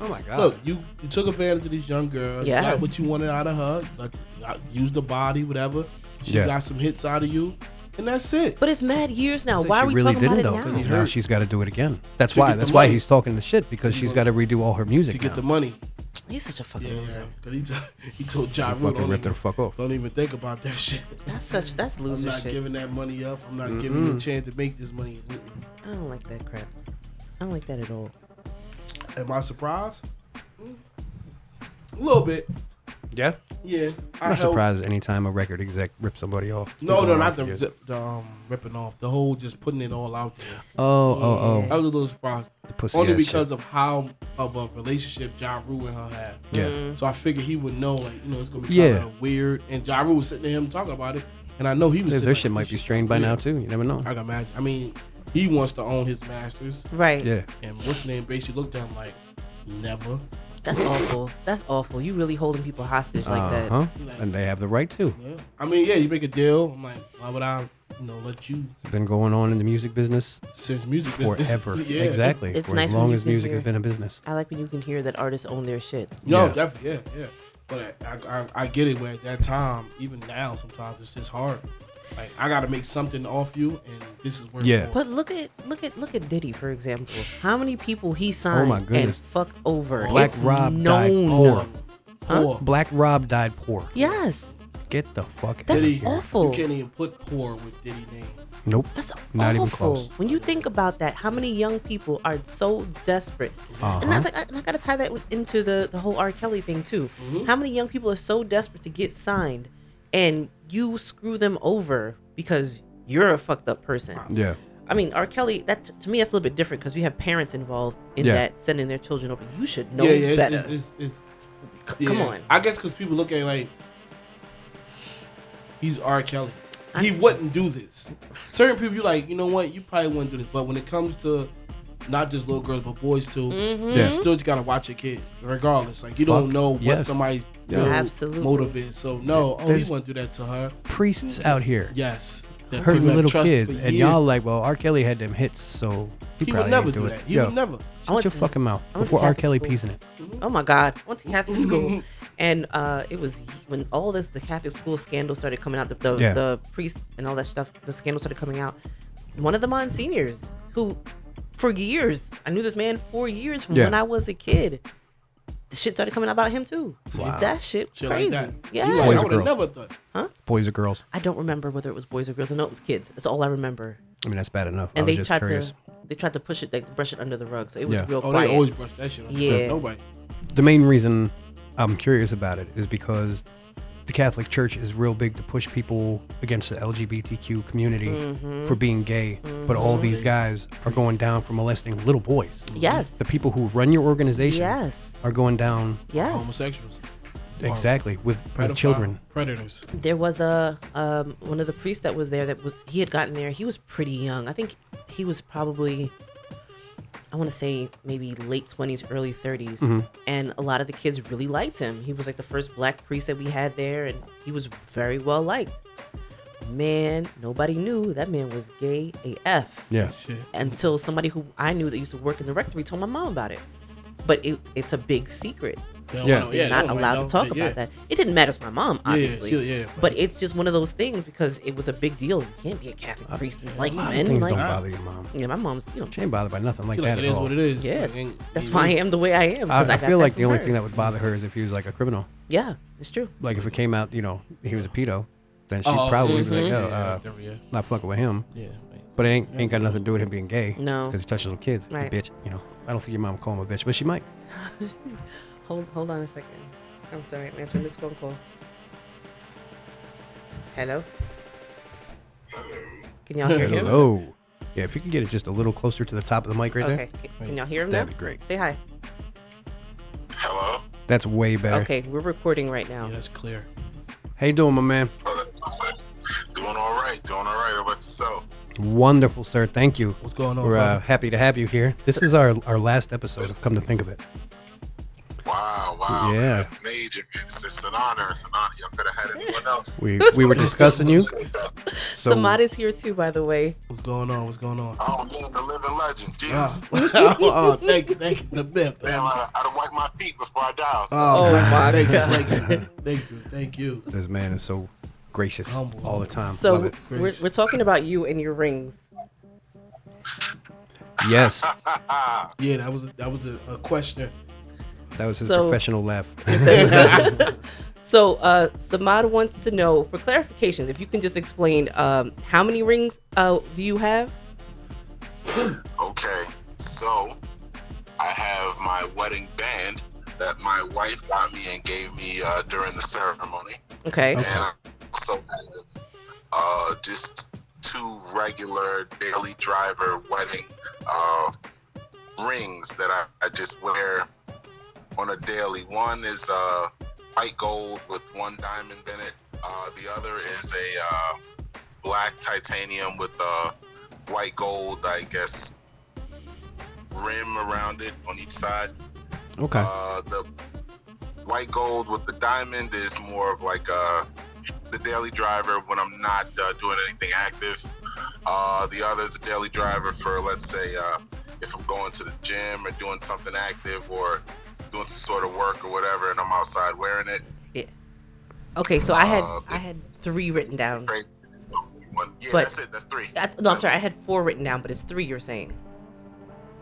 A: Oh my god.
B: look, you, you took advantage of this young girl. You got
C: Yes.
B: what you wanted out of her. Like, I used the body, whatever. She
A: Yeah.
B: got some hits out of you, and that's it.
C: But it's mad years now.
A: Like,
C: Why
A: she
C: are we
A: really
C: talking
A: didn't
C: about
A: though.
C: it
A: 'cause
C: now?
B: He's
A: now
B: hurt.
A: she's got to do it again. That's
B: To
A: why.
B: get the
A: That's why
B: money.
A: he's talking the shit because
B: He
A: she's got
B: wanna-
A: to redo all her music
B: To get
A: now.
B: the money.
C: He's such a fucking
B: Yeah,
C: loser.
B: because he, just- he told Ja
A: He
B: Rule,
A: fucking
B: don't,
A: ripped her
B: even-
A: the fuck off.
B: don't even think about that shit.
C: That's such. That's
B: I'm
C: loser
B: not
C: shit.
B: giving that money up. I'm not giving you a chance to make this money.
C: I don't like that crap. I don't like that at all.
B: Am I surprised? Mm. A little bit.
A: Yeah.
B: Yeah. I
A: I'm not
B: held-
A: surprised anytime a record exec rips somebody off.
B: No,
A: Go
B: no,
A: on,
B: not the,
A: yeah.
B: the, the um, ripping off. The whole just putting it all out there.
A: Oh, oh,
B: I was a little surprised.
A: oh. The pussy
B: Only
A: ass shit.
B: because of how of a relationship Ja Rule and her had.
A: Yeah.
B: So I figured he would know, like, you know, it's going to be
A: Yeah.
B: kind of weird. And Ja Rule was sitting to him talking about it. And I know he was
A: Their
B: sitting like,
A: shit might be strained by
B: yeah.
A: now too. You never know.
B: I can imagine. I mean, he wants to own his masters.
C: Right.
A: Yeah.
B: And what's the name? Basically looked at him like, never.
C: That's awful. That's awful. You really holding people hostage like
A: Uh
C: that.
A: huh. And they have the right to.
B: Yeah. I mean, yeah, you make a deal. I'm like, why would I, you know, let you
A: It's been going on in the music business
B: since music business?
A: forever.
B: yeah.
A: Exactly.
C: It's
A: For
C: nice
A: as
C: when
A: long
C: you
A: as
C: can
A: music has
C: hear-
A: been a business.
C: I like when you can hear that artists own their shit.
B: No,
A: Yeah.
B: definitely, yeah, yeah. But I, I, I, I get it. Where at that time, even now, sometimes it's just hard. Like I got to make something off you, and this is where.
A: Yeah.
C: But look at look at look at Diddy for example. How many people he
A: Oh
C: signed
A: my
C: and
A: goodness.
C: fucked over?
A: Black
C: It's
A: Rob died
C: known.
A: poor.
C: Huh?
B: Poor.
A: Black Rob died poor.
C: Yes,
A: Get the fuck
C: That's
A: out
B: Diddy,
A: of here.
C: awful.
B: You can't even put poor with Diddy name.
A: Nope.
C: that's
A: Not
C: awful.
A: even close.
C: When you think about that, how many young people are so desperate?
A: Uh-huh.
C: And that's like I, and I gotta tie that with, into the the whole R. Kelly thing too.
A: Mm-hmm.
C: How many young people are so desperate to get signed, and you screw them over because you're a fucked up person.
A: Yeah.
C: I mean, R. Kelly. That to me, that's a little bit different because we have parents involved in
A: Yeah.
C: that sending their children over. You should know
B: yeah, yeah. It's,
C: better.
B: it's, it's, it's,
C: C- Come
B: yeah.
C: on.
B: I guess because people look at it like he's R. Kelly.
C: I
B: He
C: just-
B: wouldn't do this. Certain people, you like, you know what? You probably wouldn't do this. But when it comes to not just little girls, but boys too,
C: Mm-hmm.
A: Yeah.
B: you still just gotta watch your kid, regardless. Like you don't
A: Fuck,
B: know what
A: yes.
B: somebody's
A: Yeah.
B: real
C: Absolutely.
B: motive is. So no, oh,
A: There's-
B: he wouldn't do that to her.
A: Priests out here
B: Yes, that
A: hurting
B: people have
A: little
B: trusted
A: kids,
B: for
A: and
B: years.
A: y'all like, well, R. Kelly had them hits, so he,
B: He would
A: probably
B: never
A: ain't
B: do
A: doing
B: that.
A: it.
B: He
A: Yo,
B: would never.
C: I went
A: Shut your
C: to-
A: fucking mouth
C: I went to
A: before R.
C: Catholic
A: Kelly
C: school.
A: pees in it.
C: Oh my God! I went to Catholic school, and uh, it was when all this the Catholic school scandal started coming out. The the,
A: Yeah.
C: the priest and all that stuff. The scandal started coming out. One of the monsignors who, for years, I knew this man for years from
A: Yeah.
C: when I was a kid. The shit started coming out about him too. That shit,
B: Shit
C: crazy.
B: like that.
C: Yeah.
B: You like,
A: Boys
B: I
A: or
B: would have
A: girls?
B: never thought.
A: Boys or girls?
C: I don't remember whether it was boys or girls. I know it was kids. That's all I remember.
A: I mean, that's bad enough. I
C: and
A: was
C: they
A: just
C: tried
A: curious.
C: to they tried to push it, like brush it under the rug. So it was
A: Yeah.
C: real
B: Oh,
C: quiet.
B: they always brush that shit. under the
C: Yeah.
B: rug. Nobody.
A: The main reason I'm curious about it is because the Catholic Church is real big to push people against the LGBTQ community
C: Mm-hmm.
A: for being gay, but all these guys are going down for molesting little boys.
C: yes,
A: The people who run your organization
C: yes,
A: are going down
C: yes.
B: Homosexuals.
A: exactly with, with
B: Pedophile-
A: children.
B: Predators.
C: There was a um, one of the priests that was there that was he had gotten there. He was pretty young. I think he was probably I want to say maybe late twenties, early 30s and a lot of the kids really liked him. He was like the first black priest that we had there, and he was very well liked. Man, nobody knew that man was gay AF.
A: Yeah.
B: Shit.
C: until somebody who I knew that used to work in the rectory told my mom about it. but it, it's a big secret.
B: They don't
A: Yeah.
B: wanna-
C: They're
B: they
C: not
B: don't
C: allowed
B: wanna
C: to talk
B: know.
C: about
B: Oh, Yeah,
C: that. It didn't matter to my mom,
B: yeah,
C: obviously.
B: she- yeah,
C: but it's just one of those things because it was a big deal. You can't be a Catholic priest and like
A: a lot of
C: men.
A: things
C: Like,
A: don't bother your mom.
C: yeah, my mom's, you know,
A: She ain't bothered by nothing like
B: She
A: that
B: like, it
A: at
B: is
A: all.
B: what it is.
C: yeah.
B: Like, ain't-
C: That's
B: you
C: why I
B: ain't-
C: am the way I am.
A: I,
C: 'cause
A: I,
C: got
A: feel
C: that
A: like the
C: from
A: only
C: her.
A: thing that would bother her is if he was like a criminal.
C: Yeah, it's true.
A: Like if it came out, you know, he was a pedo, then she'd
B: Oh,
A: probably be
C: mm-hmm.
B: mhm.
A: like, no,
B: yeah,
A: uh,
B: yeah, yeah,
A: not fucking with him.
B: yeah, like,
A: But it ain't, ain't got nothing to do with him being gay.
C: No.
A: Because he touches little kids. you
C: Right.
A: Bitch, you know. I don't think your mom would call him a bitch, but she might.
C: Hold hold on a second. I'm sorry, I'm answering this phone call. Hello? Can y'all hear him?
A: Hello. Yeah, if you can get it just a little closer to the top of the mic right
C: Okay. Can y'all hear him
A: That'd
C: now?
A: be great.
C: Say hi.
E: Hello?
A: there, that's way better.
C: Okay, we're recording right now.
B: yeah, that's clear.
A: How you doing, my man?
E: Doing all right, doing all right. How about yourself?
A: Wonderful, sir. Thank you.
B: What's going on,
A: We're uh,
B: brother?
A: happy to have you here. This is our, our last episode, I've come to think of it.
E: Wow, wow.
A: Yeah.
E: That's major. It's, it's an honor. It's an honor. Y'all could have had anyone else.
A: We, we were discussing you. So,
C: Samad is here too, by the way.
B: What's going on? What's going on?
E: Oh, man, the living
A: Ah.
E: legend. Jesus.
B: oh, oh, thank you, thank you, the myth.
E: Damn, I, I'd have wiped my feet before I dive.
B: Oh,
C: Oh, my
B: thank
C: God.
B: You, thank you, thank you, thank you.
A: this man is so gracious
B: Humble.
A: all the time. Love
C: So
A: it.
C: we're, we're talking about you and your rings.
A: Yes, Ah.
B: Yeah, that was a, that was a, a question.
A: that was his
C: So-
A: professional laugh.
C: So uh, Samad wants to know for clarification if you can just explain um, how many rings uh, do you have?
E: Okay, so I have my wedding band that my wife got me and gave me uh, during the ceremony.
C: Okay.
E: And I also have uh, just two regular daily driver wedding uh, rings that I, I just wear on a daily. One is uh, white gold with one diamond in it, uh, the other is a uh, black titanium with uh, white gold, I guess, rim around it on each side.
A: Okay.
E: Uh, the white gold with the diamond is more of like uh, the daily driver when I'm not uh, doing anything active. Uh, the other is a daily driver for, let's say, uh, if I'm going to the gym or doing something active or doing some sort of work or whatever and I'm outside wearing it.
C: Okay. So I had
E: Uh,
C: I had three written down.
E: Great. Yeah,
C: But-
E: that's it. That's three.
C: I, no, I'm sorry. I had four written down, but it's three. You're saying.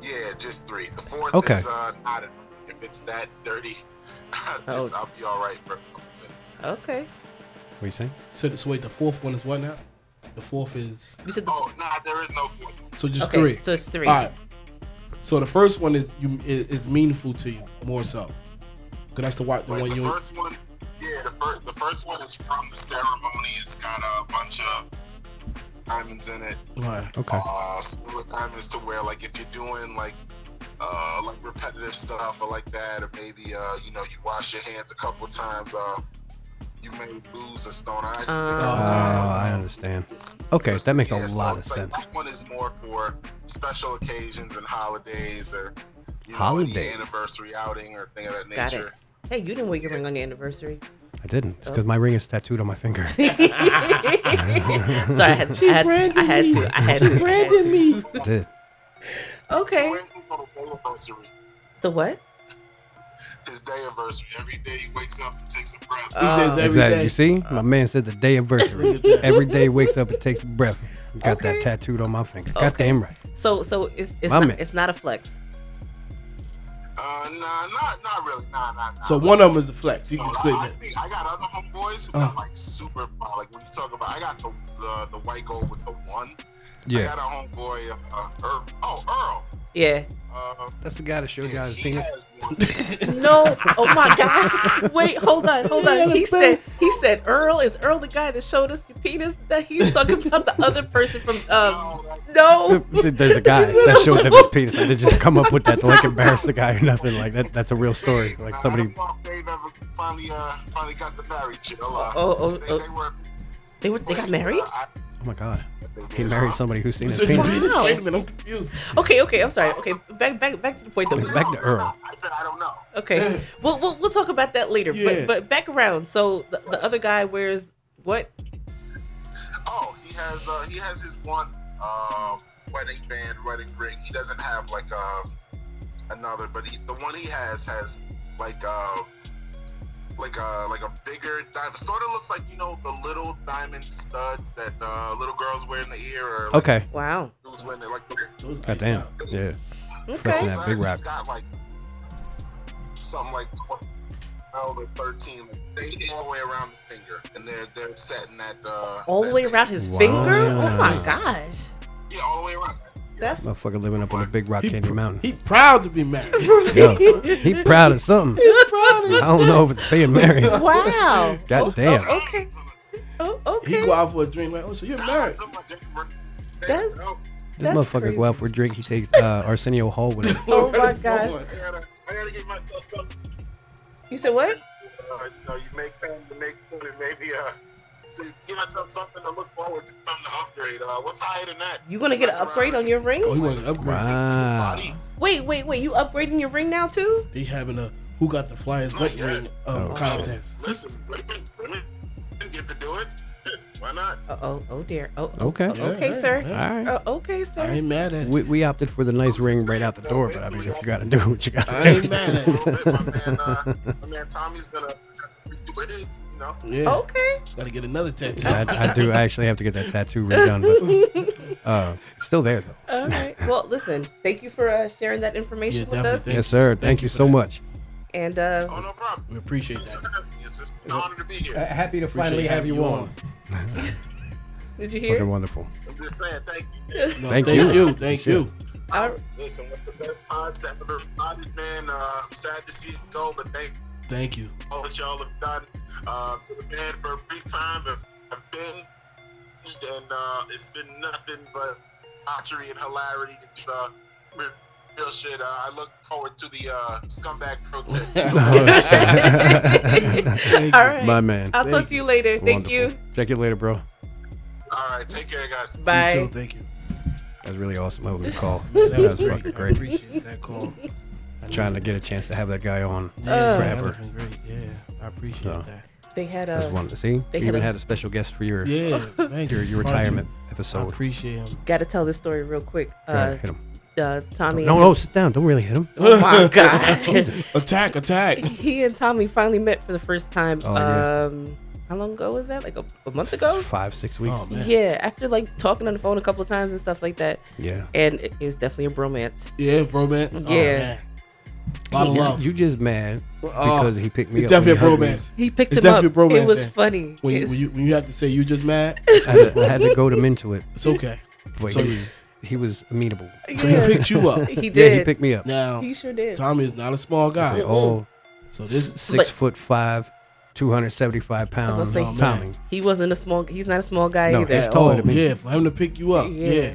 E: Yeah, just three. The fourth
A: Okay.
E: is uh, not. If it's that dirty, just
C: Oh.
E: I'll be all right for a couple minutes.
C: Okay.
A: what are you saying?
B: So, so wait, the fourth one is what now? The fourth is
C: You said the.
E: Oh, nah, there is no fourth.
B: so just
C: okay.
B: three.
C: So it's three.
B: All right. So the first one is you is, is meaningful to you more so. Cause that's the white the
E: Like
B: one
E: the
B: you.
E: first one, yeah, the first the first one is from the ceremony. It's got a bunch of diamonds in it.
B: Right.
A: Okay.
E: Uh, smaller diamonds to wear. Like if you're doing like uh like repetitive stuff or like that, or maybe uh you know you wash your hands a couple times. Uh, you may lose a stone. I actually think
A: Oh,
B: Uh,
C: Um,
E: I lost
A: I understand.
E: this-
A: Okay,
E: this-
A: that makes a
E: yeah, so
A: lot of
E: it's like
A: sense.
E: That one is more for special occasions and holidays or you know,
A: Holidays.
E: any anniversary outing or thing of that
C: Got it.
E: nature.
C: hey, you didn't wear your ring on your anniversary.
A: I didn't. It's because my ring is tattooed on my finger.
C: sorry, I had, I had, I had to. I had to. I had to.
B: me.
A: I did.
C: Okay.
E: Where's his little day anniversary?
C: The what?
E: His day anniversary. Every day he wakes up and takes a breath.
B: He says
C: Oh.
B: every
A: Exactly.
B: day.
A: You see? My man said the day anniversary.
B: Look at that.
A: Every day wakes up and takes a breath. Got
C: Okay.
A: that tattooed on my finger.
C: Okay.
A: Goddamn right.
C: So, so it's it's
A: My
C: not,
A: man.
C: it's not a flex.
E: Uh, nah, not not really. Nah, nah, nah.
B: So one of them is the flex. You
E: No,
B: can
E: nah,
B: split
E: I,
B: that.
E: speak, I got other homeboys who
B: Uh.
E: got like super fly. Like when you talk about, I got the the, the white gold with the one. I
A: Yeah.
E: got a homeboy, uh, Earl. Oh,
C: Yeah.
E: Earl. Uh,
A: That's the guy that showed
E: yeah,
A: y'all his
E: he
A: penis.
E: has one.
C: No. Oh my God. Wait. Hold on. Hold on. He said. He said. Earl is Earl the guy that showed us your penis. That he's talking about the other person from. Um.
E: No, that's-
C: No.
A: See, There's a guy that showed them his penis. I didn't just come up with that to like embarrass the guy or nothing. Like that. That's a real story. Like
E: Nah, I
A: somebody.
E: don't know if they've ever finally uh finally got the married chill. Uh,
C: Oh, oh,
E: they, they
C: oh.
E: were uh,
C: They were. They got married.
E: I,
A: Oh my god.
E: I think
A: He
E: they-
A: married somebody who's seen his
B: Wait a
A: penis.
B: minute,
C: Wow.
B: Wait a minute, I'm confused.
C: Okay. Okay. I'm sorry. Okay. Back. Back. Back to the point.
E: Oh,
C: That
A: It's
C: we,
E: no,
A: back to
E: no,
A: Earl.
E: no, I said I don't know.
C: okay. We'll, we'll we'll talk about that later.
B: Yeah.
C: But but back around. So the, the other guy wears what?
E: Oh, he has um, uh, he has his one uh, wedding band, wedding ring. He doesn't have like a another, but he, the one he has has like uh like a like a bigger diamond. Sort of looks like you know the little diamond studs that uh, little girls wear in the ear, or like
A: Okay.
C: Wow.
E: dudes wear in the, like the
B: Those
A: God
B: iced
A: damn.
B: out.
A: Yeah.
C: Okay.
A: that big
E: Besides,
A: rock.
E: He's got like something like 12 or 13. They all the way around the finger, and they're they're setting that uh,
C: All the
E: that
C: way
E: thing.
C: around his
A: Wow.
C: finger? Oh my
A: Wow.
C: gosh.
E: Yeah, all the way around.
C: That's
A: Motherfucker living up on a big rock
B: He
A: candy
B: pr-
A: mountain.
B: He proud to be married.
A: Yo, he proud of something.
B: proud
A: I don't know if it's being married.
C: wow.
A: God damn.
C: Okay. Oh,
B: He
C: okay.
B: go out for a drink like, oh, so you're married.
C: That's-
E: That's
A: This
C: That's
A: motherfucker
C: crazy.
A: go out for a drink. He takes uh, Arsenio Hall with him.
C: Oh my
B: Where's
C: gosh.
B: Bowen?
E: I gotta, I gotta get myself up.
C: You said what?
E: Uh, you know, you make time to make food and maybe uh, to give myself something to look forward to, something to upgrade. Uh, what's higher than that?
C: You gonna get an upgrade on your
B: Oh,
C: ring?
B: he wanted an upgrade.
A: Wow.
E: body?
C: Wait, wait, wait. You upgrading your ring now too?
B: They having a who got the flyest wet
E: Oh, yeah.
B: ring um,
A: Oh.
B: contest.
E: Listen, women, women get to do it. Why not?
C: Uh oh. Oh dear. Oh. oh,
A: Okay.
C: oh, okay, sir.
A: All
B: yeah.
A: right.
C: Oh, okay,
B: I
C: sir.
B: ain't mad at it.
A: We, we opted for the nice ring right out the door, but I mean, if you gotta do what you
B: I
A: gotta
B: ain't
A: do.
B: mad
E: A
B: at it.
E: little bit, my man. Uh, my man Tommy's gonna do what it is, you know.
B: Yeah,
C: Okay.
B: gotta get another tattoo.
A: I, I do actually have to get that tattoo redone, but uh, it's still there though.
C: All right. Well, listen. Thank you for uh, sharing that information
B: Yeah,
C: with us.
B: definitely.
A: Yes, sir. Thank, you
B: for
A: so
B: that.
A: much.
C: And uh,
E: Oh no problem.
B: We appreciate
E: It's
B: that.
E: an honor Uh, to be here.
A: happy to
B: Appreciate having you on.
C: did
A: Fucking
C: you hear?
A: wonderful.
E: I'm just saying, thank you.
B: No,
A: Thank
B: thank,
A: you.
B: you. Thank you.
C: All-
E: Listen, what's the best concept ever started, man? Uh, I'm sad to see it go, but thank
B: Thank you.
E: all that y'all have done uh, for the band for a brief time. I've, I've been, and uh, it's been nothing but archery and hilarity. It's uh, re- real shit. Uh, I look forward to the uh, scumbag pro tip.
B: Thank
C: All
B: you.
C: right.
A: My man.
C: I'll talk
B: Thank
C: to you later. Thank
A: Wonderful.
C: you.
A: Check it later, bro.
E: all right, take care, guys.
C: Bye.
B: You too. Thank you.
A: That's really awesome. That was a good call.
B: Man,
A: That was
B: great.
A: fucking
B: I
A: great.
B: appreciate that call. I
A: Trying to
B: needed
A: get a chance to have that guy on.
B: that. yeah,
A: forever.
B: that was Great. Yeah, I appreciate
A: So.
B: that.
C: They had uh,
A: That's
C: a
A: wonderful. See, you
C: they had
A: even
C: a-
A: had a special guest for your
B: Yeah, thank
A: your,
B: you.
A: your
B: Thank
A: retirement
B: you. I
A: episode.
B: appreciate him.
C: got to tell this story real quick.
A: Go ahead,
C: Uh,
A: hit him.
C: uh, Tommy.
A: No,
C: and-
A: no, sit down. Don't really hit him.
C: Oh my god.
B: Attack! Attack!
C: he and Tommy finally met for the first time.
A: Oh, yeah.
C: Um, how long ago was that? Like a, a month ago?
A: Five, six weeks.
B: Oh, man.
C: Yeah, after like talking on the phone a couple of times and stuff like that,
A: yeah.
C: and it is definitely a bromance.
B: Yeah, bro, man. Oh,
C: Yeah.
B: man. lot of
A: You-
B: love.
A: You just mad
B: Oh,
A: because he picked me
B: it's
A: up. and
B: definitely a
A: he hugged me.
B: bromance.
C: He picked
B: It's
C: him up.
B: definitely a bromance
C: it was
B: then.
C: funny.
B: When you,
C: It's-
B: when you when you have to say you just mad,
A: I had, to, I had to goad him into it,
B: it's okay.
A: but
B: So-
A: he was he was amenable.
B: So he
C: yeah,
B: picked you up.
C: he
A: Yeah, he
C: did.
A: picked me up.
B: Now
C: he sure did.
B: Tommy is not a small
A: Say,
B: guy,
A: oh,
B: so
A: this
B: this
A: six
C: But-
A: foot five, two hundred seventy five pounds.
C: say-
B: Oh,
A: Tommy.
B: man.
C: He wasn't a small. He's not a small guy
A: No,
C: either.
A: he's
B: yeah,
A: taller
B: oh,
A: than me.
B: yeah, for him to pick you up,
C: Yeah.
B: yeah,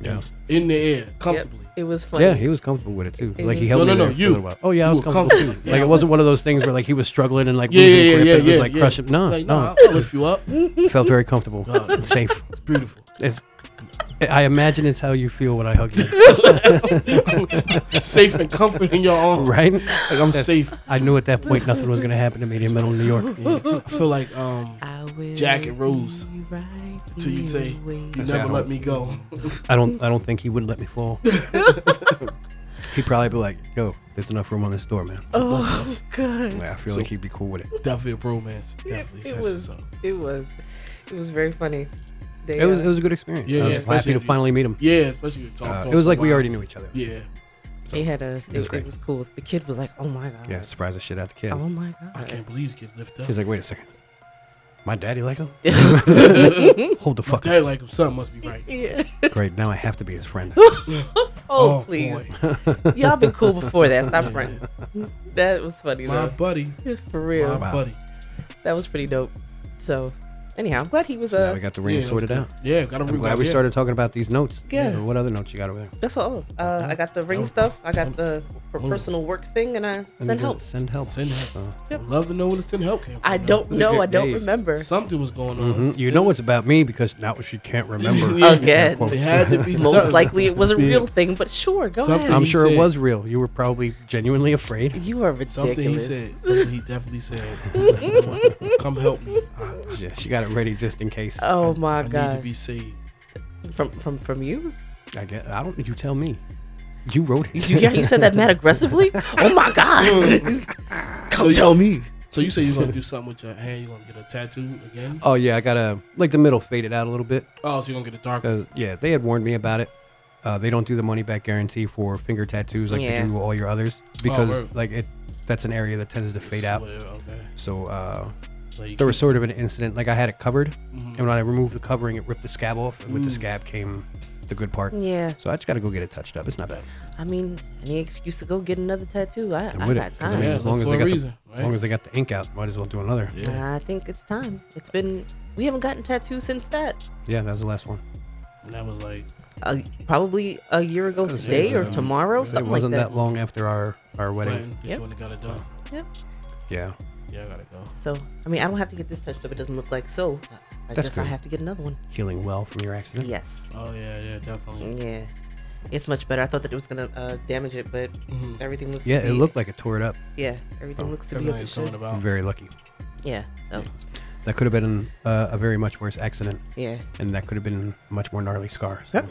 A: Yeah.
B: in the air comfortably.
C: It was funny.
A: Yeah, he was comfortable with it too.
C: It
A: like he
C: was-
A: held
B: No,
A: me
B: no,
A: there
B: no,
A: for a
B: you.
A: little while. Oh yeah, I
B: You
A: was
B: were
A: comfortable,
B: comfortable.
A: too.
B: Yeah,
A: Like
B: I
A: it wasn't one of those things where like he was struggling and like
B: Yeah,
A: losing
B: yeah,
A: grip
B: yeah,
A: and it was
B: yeah,
A: like
B: yeah.
A: crushing. No,
B: Like,
A: no,
B: no, I'll lift you up.
A: felt very comfortable,
B: God.
A: and safe.
B: It's beautiful.
A: It's, I imagine it's how you feel when I hug you,
B: safe and comfort in your arms.
A: right?
B: Like I'm safe.
A: I knew at that point nothing was gonna happen to me in middle of New York.
B: I feel like um,
C: I will
B: Jack and Rose.
C: be Right
B: Till you say-
C: here waiting.
B: you
A: That's how-
B: never let me go.
A: I don't. I don't think he would let me fall. He'd probably be like, "Yo, there's enough room on this door, man."
C: Oh god.
A: Like, I feel
B: So-
A: like he'd be cool with it.
B: Definitely a bromance.
C: It,
B: Definitely.
C: it
B: That's
C: was.
B: what's up.
C: It was. It was very funny. They,
A: It was.
C: uh,
A: It was a good experience.
B: Yeah,
A: I was
B: yeah,
A: happy
B: especially
A: to
B: if you-
A: finally meet him.
B: Yeah, especially with Tom.
A: Uh,
B: Tom
A: it was like we
B: Savine.
A: already knew each other.
B: Yeah,
C: They had a. It,
A: was
C: it
A: great.
C: was cool. The kid was like, "Oh my god."
A: Yeah, surprise the shit out the kid.
B: Uh-huh.
C: Oh my
B: I
C: god.
B: can't believe he's getting lifted up.
A: He's like, "Wait a second, my daddy liked him." Hold the
B: My
A: fuck
B: dad like him. Something must be right.
C: Yeah.
A: up. Great. Now I have to be his friend.
C: Oh,
B: Oh,
C: please.
B: boy.
C: Y'all been cool before that. Stop running. That was funny
B: My
C: though.
B: buddy.
C: For
B: My
C: real.
A: Wow.
B: buddy.
C: That was pretty dope. So, anyhow, I'm glad he was.
A: now
C: Uh,
A: we got the ring
B: yeah,
A: sorted
B: okay.
A: out.
B: Yeah, got a
A: I'm glad we started talking about these notes.
C: Yeah.
A: What other notes you got over there?
C: that's all. Uh, I got the ring
B: Oh.
C: stuff. I got the per-
B: Oh.
C: personal work thing, and I sent
A: Send-
C: help.
A: Send help. Uh,
B: Send help.
A: So-
C: Yep.
B: Love to know where the tin help came from.
C: I
B: man.
C: don't know. I don't
A: days.
C: remember.
B: Something was going on.
A: Mhm. You know it's about me because now she can't remember.
B: Yeah.
C: Again.
B: It had to be
C: Most
B: something.
C: likely it was a
B: Yeah.
C: real thing, but sure, go
B: Something-
A: I'm
B: He
A: sure it
B: said-
A: was real. You were probably genuinely afraid.
C: ahead. You are
B: Something
C: ridiculous.
B: he said. Something he definitely said. Come help me. I,
A: Uh, Yeah, she got it ready just in case.
C: Oh my
B: I need to
C: god!
B: be saved.
C: From from from you?
A: I guess I don't. You tell me. You wrote it.
C: You, yeah, you said that mad aggressively. Oh my god! Come tell me.
B: So you say you're gonna do something with your hand? You gonna get a tattoo again?
A: Oh yeah, I gotta like the middle faded out a little bit
B: Oh, so you're gonna get a dark?
A: because yeah, they had warned me about it. Uh, they don't do the money back guarantee for finger tattoos like
C: Yeah.
A: they do all your others because
B: word.
A: like it that's an area that tends to fade out.
B: Okay.
A: So uh,
B: So you
A: there was
B: keep-
A: sort of an incident. Like I had it covered,
B: Mhm.
A: and when I removed the covering, it ripped the scab off, and with the
B: Mm.
A: scab came the good part.
C: Yeah,
A: So I just gotta go get it touched up. It's not bad.
C: I mean, any excuse to go get another tattoo. I,
A: And
C: I
A: with
C: got
A: it, 'cause I
C: time.
A: mean,
B: Yeah,
A: as long
B: but
A: as
B: for
A: they
B: a
A: got the-
B: reason,
A: As long as they got the ink out, might as well do another. Yeah,
B: yeah.
C: I think it's time. It's been we haven't gotten tattoos since that.
A: that was the last one.
B: And that was like
C: Uh, probably a year ago
A: It was-
C: today or
A: um,
C: tomorrow,
B: it
A: It
C: something like
A: wasn't
C: that.
A: that long after our our wedding.
B: planning. Yep.
C: Yep.
B: You wanna got it done?
A: Yeah.
B: Yeah, I gotta go.
C: So I mean, I don't have to get this touched up. It doesn't look like so. I
A: That's
C: guess I
A: good.
C: have to get another one.
A: healing well from your accident.
C: Yes.
B: Oh yeah, yeah, definitely.
C: Yeah. It's much better. I thought that it was gonna uh, damage it, but
B: Mhm.
C: everything looks.
A: Mm-hmm. Yeah,
C: to
A: it
C: be-
A: looked Oh, like it tore it up.
C: Yeah, everything looks to be as it
B: Everything's coming
C: should.
A: I'm
B: about.
A: very lucky.
C: Yeah. So
A: That could have been uh, a very much worse accident,
C: yeah,
A: and that could have been a much more gnarly scar. So
B: Yeah,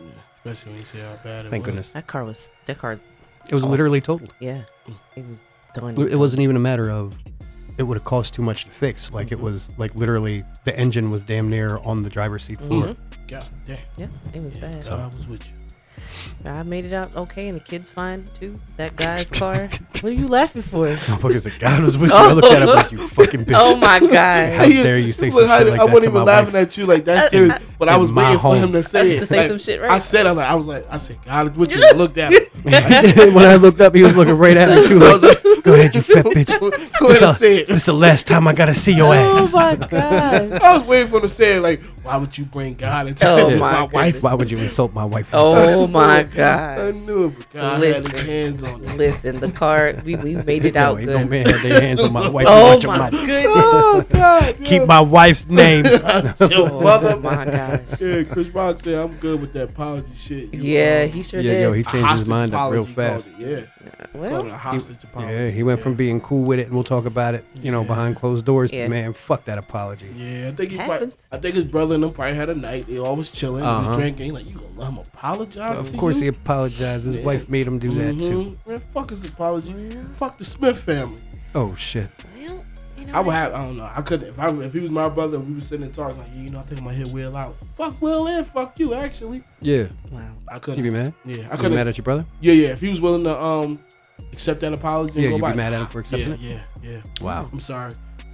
B: Especially when you see how bad it
A: thank
B: was.
A: goodness.
C: that car was that car.
A: It was literally totaled.
C: Yeah, it was done.
A: Mm. It wasn't even a matter of it would have cost too much to fix. Like it was like literally the engine was damn near on the driver's seat floor.
C: Mhm.
B: God damn.
C: Yeah, it was
B: Yeah,
C: bad.
B: God was with you.
C: I made it out okay, and the kid's fine too. That guy's car. what are you laughing for?
A: Motherfucker said, God was with you. I looked at him like, you fucking bitch.
C: Oh my
A: How
C: god.
A: dare you say
B: Look,
A: some
B: I,
A: shit like
B: I
A: that
B: wasn't
A: to
B: even
A: my
B: laughing
A: wife.
B: at you like
C: Uh,
B: that serious, but I
A: in
B: was
A: my
B: waiting
A: home.
B: for him to say it.
C: To say
B: Like,
C: some shit,
B: I
C: right?
B: said, I was like, I was like, I said, God is with you. I looked at him.
A: when I looked up, he was looking right at me too.
B: I
A: Like,
B: was like,
A: Go ahead, you fat bitch.
B: go
A: This
B: ahead and say
A: This
B: it.
A: the last time I gotta see your
C: Oh
A: ass.
C: my gosh.
B: I was waiting for him to say it. Like, why would you bring God into my,
C: Oh, my
B: my wife?
C: goodness.
A: Why would you insult my wife?
C: Oh my
B: I
C: gosh.
B: knew it, but God had his
C: Listen.
B: hands on it.
C: Listen, the car. We we made it out
A: No
C: good.
A: man had their hands on my wife.
C: Oh
A: Watch your
C: my
A: mouth.
C: goodness.
B: Oh God!
A: Keep my wife's name.
B: Your mother.
C: Oh my gosh.
B: Yeah, Chris Rock said I'm good with that apology shit. You,
C: Yeah,
B: um,
C: he sure
A: yeah,
C: did.
A: yo, he
B: a
A: changed his
B: hostage
A: mind up real
B: apology, called it,
A: fast.
B: Yeah, called it
C: well,
B: a hostage apology.
A: Yeah, he went from being cool with it, and we'll talk about it, you know,
B: Yeah.
A: behind closed doors.
C: Yeah.
A: Man, fuck that apology.
B: Yeah, I think he probably,
C: Happens.
B: I think his brother and them probably had a night. They all was chilling, they
A: Uh-huh.
B: was drinking. Like you gonna let him apologize?
A: Of course, he apologized. His
B: Yeah.
A: wife made him do that too.
B: Man, fuck his apology.
C: Mm-hmm.
B: Fuck the Smith family.
A: Oh shit.
C: well, you know
B: I would
C: what?
B: have. I don't know. I couldn't. If I if he was my brother, we were sitting and talking. Like you know, I think I'm gonna hit Will out. Fuck Will and fuck you. Actually,
A: Yeah.
C: Wow.
B: I
A: You be
B: couldn't.
A: mad?
B: Yeah, I
A: You be mad
B: couldn't.
A: at your brother?
B: Yeah, yeah. If he was willing to um accept that apology, and
A: Yeah,
B: go
A: you'd be
B: by-
A: mad at him for accepting
B: yeah,
A: it?
B: Yeah, yeah.
A: Wow.
B: I'm sorry.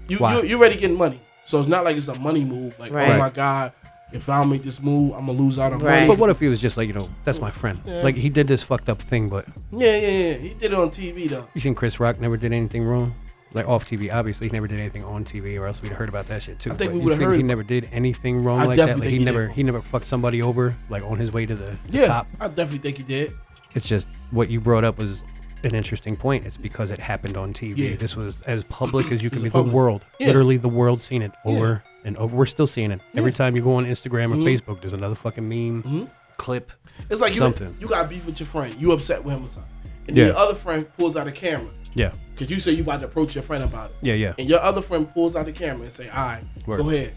B: You
A: Why?
B: you you already getting money, so it's not like it's a money move. Like oh
C: Right.
B: my god, if I don't make this move, I'm gonna lose out on
C: Right.
A: But
B: money.
A: what if he was just like, you know, that's my friend.
B: Yeah.
A: Like he did this fucked up thing, but
B: Yeah, yeah, yeah. He did it on TV though.
A: you think Chris Rock never did anything wrong? Like off TV, obviously he never did anything on TV, or else we'd heard about that shit too.
B: I think
A: But
B: we
A: you
B: would've
A: think He
B: heard.
A: never did anything wrong
B: I
A: like that.
B: definitely
A: Like
B: think
A: he,
B: he
A: never
B: did.
A: he never fucked somebody over like on his way to the, the
B: yeah,
A: top.
B: I definitely think he did.
A: It's just what you brought up was an interesting point. It's because it happened on TV.
B: Yeah.
A: This was as public as you can
B: was
A: be.
B: public.
A: The world,
B: Yeah.
A: literally, the world seen it
B: Yeah.
A: over and over. We're still seeing it every
B: Yeah.
A: time you go on Instagram or
B: Mhm.
A: Facebook. There's another fucking meme
B: Mhm.
A: clip.
B: It's like you,
A: Something.
B: you got beef with your friend. You upset with him or something. And
A: Yeah.
B: your other friend pulls out a camera
A: Yeah,
B: because you say you about to approach your friend about it.
A: yeah, yeah.
B: And your other friend pulls out the camera and say, "All right,
A: Word.
B: go ahead."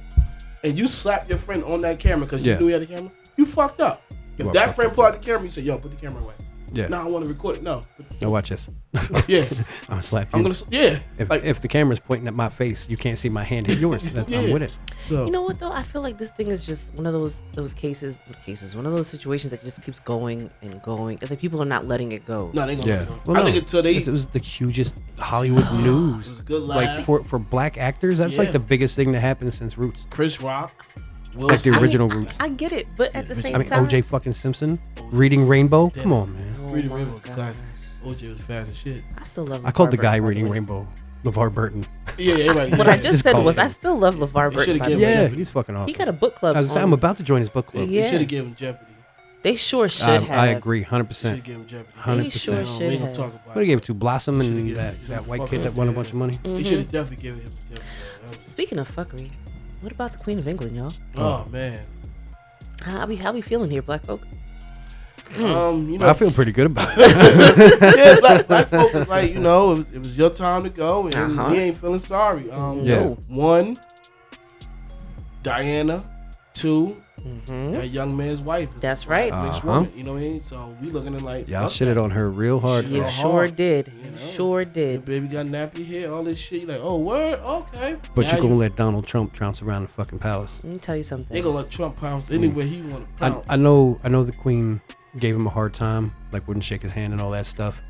B: And you slap your friend on that camera because you
A: Yeah.
B: knew he had a camera. You fucked up. If
A: You are
B: that
A: fucked
B: friend
A: up.
B: pulled out the camera, you say, "Yo, put the camera away."
A: Yeah.
B: No, I want to record it. No.
A: Now watch this.
B: Yeah.
A: I'm gonna slap you.
B: I'm gonna. Yeah.
A: if,
B: like,
A: if the camera's pointing at my face, you can't see my hand at yours. That- I'm
B: Yeah.
A: with it.
B: so,
C: You know what though? I feel like this thing is just one of those those cases cases one of those situations that just keeps going and going. It's like people are not letting it go.
B: no, they gonna.
A: Yeah.
B: let it go. I think until they.
A: it was the hugest Hollywood news.
B: it was a good
A: Like
B: laugh.
A: for, for black actors, that's
B: Yeah.
A: like the biggest thing that happened since Roots.
B: Chris Rock. Will
A: Like the
B: Smith,
A: original Roots.
C: I get it, but at the
B: but-
C: same
A: I mean,
C: time,
A: OJ fucking Simpson reading Rainbow. Come on, man.
C: Oh
B: Reading
C: my
B: Rainbow was a
C: gosh.
B: classic. OJ was fast as shit.
C: I still love.
A: I called the
C: LeVar
A: guy
C: Burton, by
A: reading
C: way.
A: Rainbow, LeVar Burton.
B: Yeah, everybody.
C: What
B: yeah.
C: I just
A: Just
C: said
A: call
C: was,
A: him.
C: I still love LeVar Burton.
B: should've
C: By the
B: gave
C: way.
B: him-
A: Yeah,
B: Jeff-
A: he's fucking awesome.
C: He got a book club.
A: I was, I'm
C: on-
A: about to join his book club.
C: Yeah.
B: They should have given him Jeopardy.
C: They sure should
A: I,
C: have.
A: I agree, hundred
B: Should have
A: percent.
B: given him Jeopardy.
A: 100%.
C: They sure
B: No,
C: should
B: we ain't gonna
C: have.
B: talk about
A: What he gave it to Blossom
C: Mm.
B: Should've
A: and
B: given
A: that,
B: him some
A: that white
B: fucking
A: kid that won a
B: Jeopardy.
A: bunch of money.
C: Mm-hmm.
B: They should have definitely given him Jeopardy. That was-
C: Speaking of fuckery, what about the Queen of England, y'all?
A: Mm.
B: Oh man.
C: How we how we feeling here, black folk? Mm.
B: Um, you know,
A: I feel pretty good about it.
B: yeah, black, black folk was like, you know, it was, it was your time to go, and
C: Uh-huh.
B: we ain't feeling sorry. Um,
A: Yeah.
B: one, Diana, Two,
C: Mm-hmm.
B: that young man's wife is
C: That's right.
A: Uh,
B: mixed
A: Uh-huh.
B: woman. You know what I mean? So we looking at like
A: Y'all
B: fuck
A: shitted
B: that.
A: on her real hard.
C: you
B: Yeah.
C: sure did.
B: You know.
C: You sure
B: Your
C: did.
B: baby got nappy hair, all this shit. You like, oh word, okay.
A: But
B: Now
A: you gonna let Donald Trump trounce around the fucking palace?
C: Let me tell you
B: they
C: something.
B: gonna let Trump pounce anywhere he want to
A: Mm. I,
B: pounce.
A: I know I know the Queen gave him a hard time, like wouldn't shake his hand and all that stuff.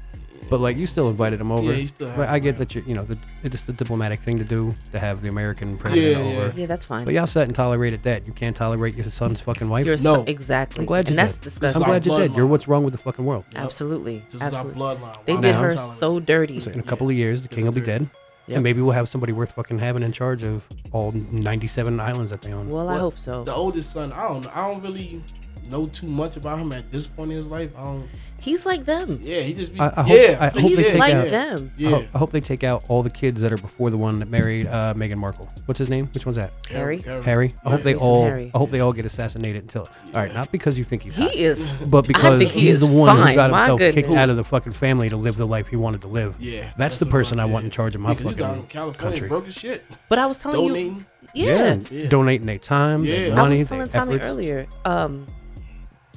A: But like you still invited him over.
B: Yeah, you still have
A: Right, I
B: him
A: get
B: around.
A: that you you know the, it's the diplomatic thing to do to have the American president
B: yeah.
A: over.
C: Yeah, that's fine.
A: But y'all sat and tolerated that. You can't tolerate your son's fucking wife.
C: You're
B: No.
C: so, exactly.
A: I'm glad you
C: and that's
A: said.
C: disgusting.
A: I'm glad you did.
B: bloodline.
A: You're what's wrong with the fucking world.
C: Absolutely.
B: This is
C: Absolutely.
B: our bloodline.
C: They
B: Why
C: did
B: not
C: her
B: tolerate
C: so dirty.
A: So in a couple of years, the king will be dead,
C: Yep.
A: and maybe we'll have somebody worth fucking having in charge of all 97 islands that they own.
C: Well, I
B: What?
C: hope so.
B: The oldest son, I don't, I don't really know too much about him at this point in his life. I don't.
C: He's like them.
B: Yeah, he just be.
A: I- I hope-
B: yeah,
A: I hope
B: he's
A: they
B: yeah,
A: take
C: like
A: out-
C: them.
A: I,
B: Yeah,
A: ho- I hope they take out all the kids that are before the one that married uh, Meghan Markle. What's his name? Which one's that?
C: Harry?
A: Harry. I hope
B: Yeah.
A: they
C: Jason
A: all.
C: Harry.
A: I hope they all get assassinated until. All right, not because you think he's hot,
C: He is.
A: but because
C: think he
A: he's
C: is
A: the one who
C: fine.
A: got
C: My
A: himself kicked
C: goodness.
A: out of the fucking family to live the life he wanted to live.
B: Yeah,
A: that's, the
B: what
A: person
B: I'm
A: I want
B: saying.
A: in charge of my
B: Because he's out in
A: fucking
B: California,
A: country.
B: broke as shit.
C: But I was telling you.
B: Donating.
C: Yeah.
B: Yeah.
A: donating their time,
B: Yeah.
A: their
B: I
C: I
A: money,
C: was
A: their
C: telling Tommy
A: efforts.
C: earlier. Um,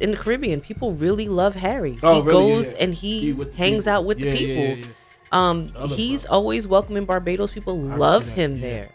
C: in the Caribbean, people really love Harry.
B: Oh,
C: he
B: really?
C: goes
B: Yeah.
C: and he,
B: with the
C: hangs
B: people.
C: out with
B: Yeah,
C: the people.
B: yeah, yeah, yeah.
C: Um,
B: Other
C: he's
B: brother.
C: always welcome in Barbados. People
B: I've
C: love
B: seen that,
C: him
B: yeah.
C: there.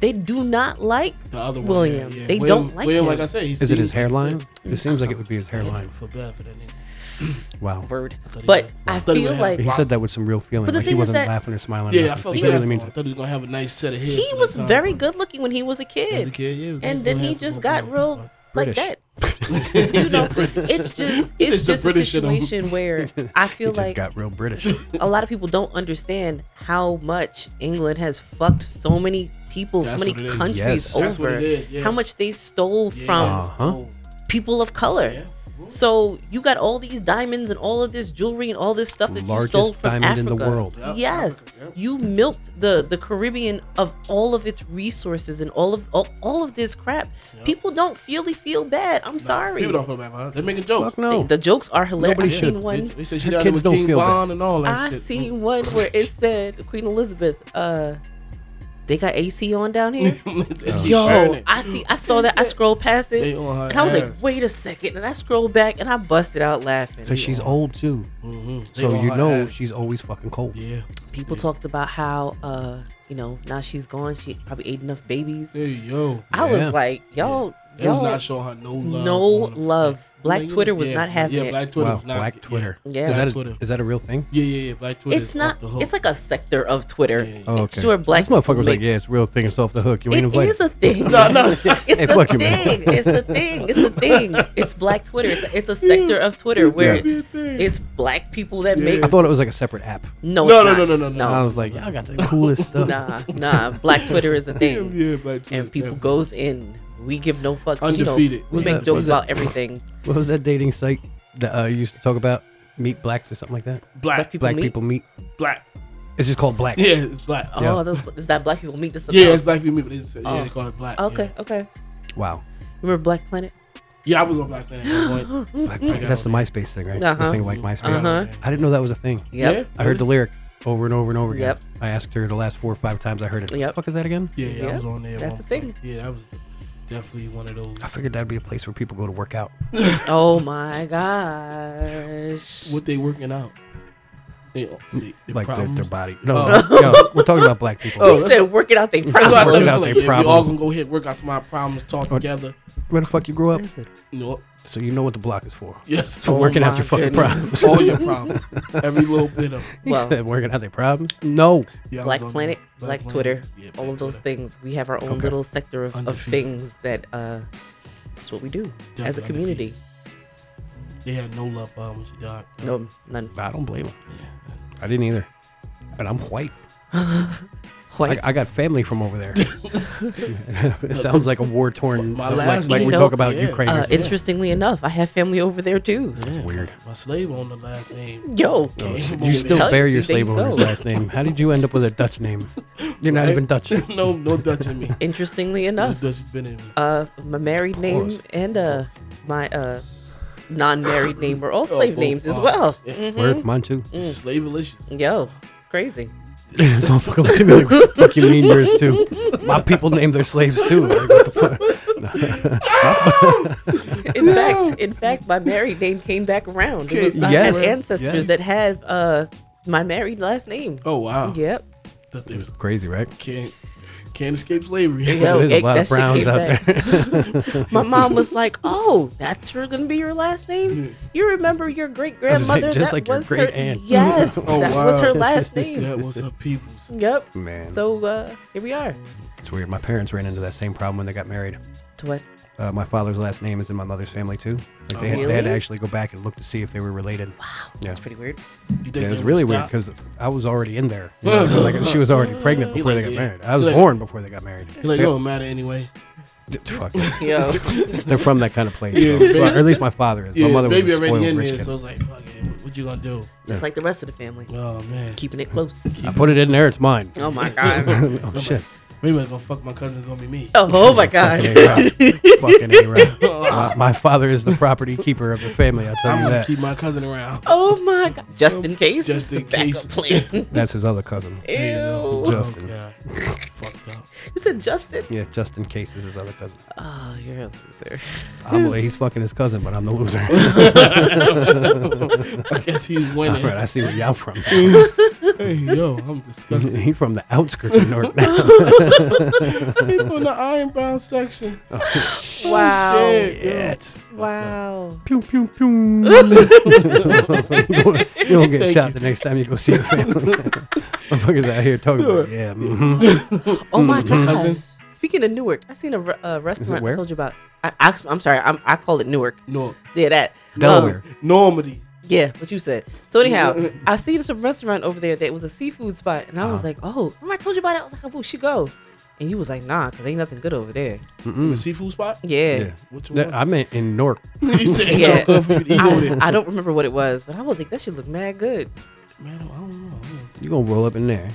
C: They do not like.
B: The other one,
C: William.
B: yeah, yeah.
C: They
B: William-
C: don't like
B: William,
C: him.
B: Like I said, he
A: Is it
B: seems
A: his
B: like
A: hairline?
B: shit.
A: It seems like it would be his hairline.
B: I feel bad for that nigga.
A: Wow.
C: Word.
B: I thought he
C: But
B: would-
C: I
B: thought he
C: feel
B: would have
C: like
A: He said that with some real feeling.
C: But the
A: like he
C: thing is
A: wasn't
C: that-
A: laughing or smiling. or
B: Yeah, I
A: nothing.
B: felt
A: He
B: bad.
A: really
B: for him.
A: means
B: I
A: it.
B: thought he was gonna have a nice set of hair.
C: he
B: for
C: was
B: that time.
C: very good looking when he was a
B: As a
C: kid,
B: kid, yeah, he was
C: and
B: a
C: then he
B: handsome
C: just
B: boy.
C: got real like
A: British.
C: that.
B: He
C: You know,
B: said British.
C: it's just
B: He said
C: it's
B: the
C: just a
B: British in him.
C: situation where I
A: He
C: feel
A: just
C: like
A: got real British.
C: a lot of people don't understand how much England has fucked so many people,
B: That's
C: so many
B: what it is.
C: countries
A: Yes.
C: over.
B: That's what it is, yeah.
C: How much they stole
B: Yeah.
C: from
A: Uh-huh.
B: Oh,
C: people of color.
B: yeah.
C: So you got all these diamonds and all of this jewelry and all this stuff that you
A: Largest
C: stole from
A: diamond in
C: Africa.
A: the world.
B: Yep,
C: Yes,
B: Africa, yep.
C: you milked the the Caribbean of all of its resources and all of all, all of this crap. People don't really feel bad. I'm sorry.
B: People don't feel bad for her. They're making jokes.
A: Fuck no.
C: The jokes are hilarious.
A: Nobody
C: I've
A: should.
C: seen one.
B: Oh. They, they said she
A: Her
B: down there
A: kids
B: with
A: don't
B: King
A: feel bad.
B: Von and all that
C: I
B: shit.
C: seen one where it said Queen Elizabeth. uh They got AC on down here. Yo, I see. I saw that. I scrolled past
B: They
C: it,
B: on her
C: and I was
B: ass.
C: like, "Wait a second. And I scrolled back, and I busted out laughing.
A: so she's old too.
B: Mhm. They
A: So
B: on
A: you
B: her
A: know
B: ass.
A: she's always fucking cold.
B: Yeah.
C: People talked about how, uh, you know, now she's gone. She probably ate enough babies.
B: Hey yo.
C: I was
A: Yeah.
C: like, y'all,
B: They was
C: y'all-
B: not showing her no love.
C: no
B: on the-
C: love. Black
B: Like,
C: Twitter was
B: yeah,
C: not having
B: Yeah,
C: it.
B: Black Twitter
A: Wow,
B: was not.
A: Black
B: yeah.
A: Twitter.
C: Yeah.
A: Is
B: Black
A: that a,
B: Twitter.
A: is that a real thing?
B: Yeah, yeah, yeah. Black Twitter.
C: it's
B: is
C: not.
B: Off the hook.
C: It's like a sector of Twitter.
B: Yeah.
A: Oh,
C: It's where black.
A: This motherfucker was like,
C: people
A: "Yeah, it's a real thing. It's off the hook. You ain't
C: make-
A: invited."
C: It is a thing.
B: No, no.
C: It's
A: Hey,
C: a
A: fuck you, man.
C: thing. It's a thing. It's a thing. It's black Twitter. It's a, it's a sector of Twitter where
B: gotta be a thing.
C: it's black people that make.
A: I thought it was like a separate app.
C: No,
B: No,
C: it's
B: no,
C: not.
B: no, no, no, no.
A: I was like, "Y'all got the coolest stuff."
C: Nah, nah. Black Twitter is a
B: yeah,
C: thing,
B: yeah, Black Twitter.
C: and people goes in. We give no fucks.
B: Undefeated.
C: You know, we
A: Was
C: make
A: that-
C: jokes
A: was that-
C: about everything.
A: What was that dating site that uh, you used to talk about? Meet blacks or something like that.
B: black,
C: People
A: black
C: meet?
A: people meet.
B: black.
A: It's just called black.
B: Yeah, it's black.
A: Yeah.
C: Oh, those, is that black people meet? This
B: yeah, it's black people. They said, yeah,
C: Oh.
B: they call it black.
C: Okay,
B: Yeah,
C: okay.
A: Wow.
C: Remember Black Planet?
B: yeah I was on Black Planet at one point.
A: Black, that's the MySpace thing, right?
C: Mm. Uh-huh.
A: The thing like MySpace.
C: Uh-huh.
A: I didn't know that was a thing.
C: Yep.
A: I heard the lyric over and over and over again.
C: Yep.
A: I asked her the last four or five times I heard it. What the
C: Yep.
A: fuck is that again?
B: Yeah, yeah, I
C: Yeah,
B: was on there. at
C: that's
B: one
C: a thing.
B: point. Yeah, that was definitely one of those.
A: I figured that'd be a place where people go to work out.
C: Oh my gosh.
B: What they working out? They, they, they
A: like their,
B: problems.
A: their body. No,
B: Oh.
A: no, no, we're talking about black people.
B: Oh.
C: he said, working out their
B: That's why I love
A: Working
C: problems.
B: it.
A: out
B: Like,
A: their
B: yeah, we all
A: problems.
B: gonna go hit work out some of our problems, talk
A: Or-
B: together.
A: Where the fuck you grew up?
B: No,
A: So you know what the block is for.
B: yes,
A: For
C: Oh
A: working out
C: my
A: your fucking problems.
C: goodness. Oh,
B: all your problems, every little bit of.
A: he
C: Well- Mm.
A: said working out their problems. No.
B: Yeah, I
C: Black
B: was on
C: Planet,
B: there.
C: Black,
B: Planet.
C: Twitter,
B: Yeah,
C: all
B: Black
C: of those
B: Twitter.
C: things. We have our own
A: Okay.
C: little sector of, of
B: Undefeated.
C: things that uh that's what we do as a
B: Definitely
C: community.
B: They had no love for her when she died.
C: No, none.
A: I don't blame him. I didn't either. But I'm white. I,
C: Quite.
A: I got family from over there. it sounds like a war torn.
B: My
A: Like,
B: last
A: like
C: name-
A: we
C: You know,
A: talk about
B: yeah.
A: Ukraine.
C: uh,
A: or something.
C: interestingly enough, I have family over there too.
B: Yeah,
A: weird.
B: My, my slave on the last name.
C: Yo,
A: Oh,
B: Yeah.
A: you still
C: Tell
A: bear
C: you,
A: your
C: there
A: slave
C: you
A: owner's
C: go.
A: last name. How did you end up with a Dutch name? You're not
B: Right?
A: even Dutch.
B: no, no Dutch in me.
C: interestingly
B: No
C: enough,
B: Dutch has been in me.
C: uh my married name
A: course.
C: and uh my uh non-married name were all
B: Oh,
C: slave
B: both
C: names as
B: are.
C: well
B: Yeah.
C: Mhm.
A: Word, mine too.
B: Slavelicious.
C: yo it's crazy
A: this motherfucker looked at me like, "Fuck you mean yours too? My people named their slaves too." Like, what the
C: In fact, in fact, my married name came back around. It was, I
A: Yes.
C: had ancestors
A: Yes.
C: that had uh, my married last name.
B: Oh wow.
C: Yep.
B: That they
A: fuck? Crazy, right?
B: can't can't escape slavery.
C: Yo,
A: There's
C: egg-
A: a lot of
C: that shit
A: browns
C: came
A: out
C: back.
A: there.
C: My mom was like, "Oh, that's sure gonna be your last name. You remember your great
A: was like,
C: grandmother?
A: Hmm. just
C: that
A: like your
C: was her.
A: great aunt."
C: Yes,
B: Oh,
C: that was
B: wow.
C: her last name.
B: that was her people's.
C: yep.
A: Man,
C: So uh, here we are.
A: it's weird. My parents ran into that same problem when they got married.
C: To what?
A: Uh, my father's last name is in my mother's family too. Like they, had, they had to
C: Really?
A: actually go back and look to see if they were related. Wow, yeah.
C: That's pretty weird.
B: You think
A: Yeah, it was
B: they
A: really
B: would
A: weird
B: stop?
A: because I was already in there. You know, like she was already pregnant before they got
B: Yeah.
A: married. I was
B: Like-
A: born before they got married.
B: like oh, it
A: They-
B: don't matter anyway.
A: Fuck it.
C: Yo,
A: They're from that kind of place.
B: Yeah,
A: so-
B: baby-
A: or at least my father is.
B: Yeah,
A: my mother was
B: baby
A: a spoiled
B: already in
A: rich
B: there,
A: kid.
B: so it's like, fuck it, what, what you gonna do?
C: just like the rest of the family,
B: Oh man,
C: keeping it close.
A: I put it in there. It's mine.
C: Oh my god.
A: oh shit.
B: maybe I'm gonna fuck my cousin. Gonna be me.
C: Oh, oh my
A: Fucking
C: god.
A: A right. Fucking A right. My, my father is the property keeper of the family. I tell
B: I'm
A: you
B: gonna
A: that.
B: keep my cousin around.
C: Oh my god. Just in case.
B: Just
C: it's a
B: in case.
C: backup plan.
A: That's his other cousin.
C: Ew.
A: Justin.
B: Oh, God. Fucked up.
C: You said Justin?
A: Yeah, Justin Case is his other cousin.
C: Oh, you're a loser.
A: I'm, he's fucking his cousin, but I'm the loser.
B: I guess he's
A: All
B: winning.
A: right, I see where y'all from.
B: Hey, yo, I'm disgusted.
A: He's from the outskirts of North now.
B: People in the ironbound section.
A: Oh,
C: Wow.
B: Shit, yo.
A: Yeah, it's-
C: Wow.
A: Pew, pew, pew. you don't- you don't get
B: Thank
A: shot
B: you.
A: the next time you go see your family. Motherfuckers out here talking about, yeah, mhm.
C: Oh my god.
B: Cousins?
C: Speaking of Newark, I seen a re- uh, restaurant I
A: where?
C: told you about. I, I, am sorry, I'm, I call it Newark.
B: No,
C: Yeah, that. Um,
A: Delaware.
B: Normandy.
C: Yeah, what you said. So anyhow, I see this restaurant over there that was a seafood spot, and I was like, "Oh, remember I told you about it?" I was like, "Oh, we should go," and you was like, "Nah, cause ain't nothing good over there."
B: The seafood spot.
C: Yeah,
B: Which
A: Hmm. That-
B: one?
A: I meant in North.
B: you said ain't
C: Yeah.
B: no good for you to eat over
C: I,
B: there.
C: I don't remember what it was, but I was like, "That should look mad good."
B: Man, I don't, I don't know.
A: You gonna roll up in there.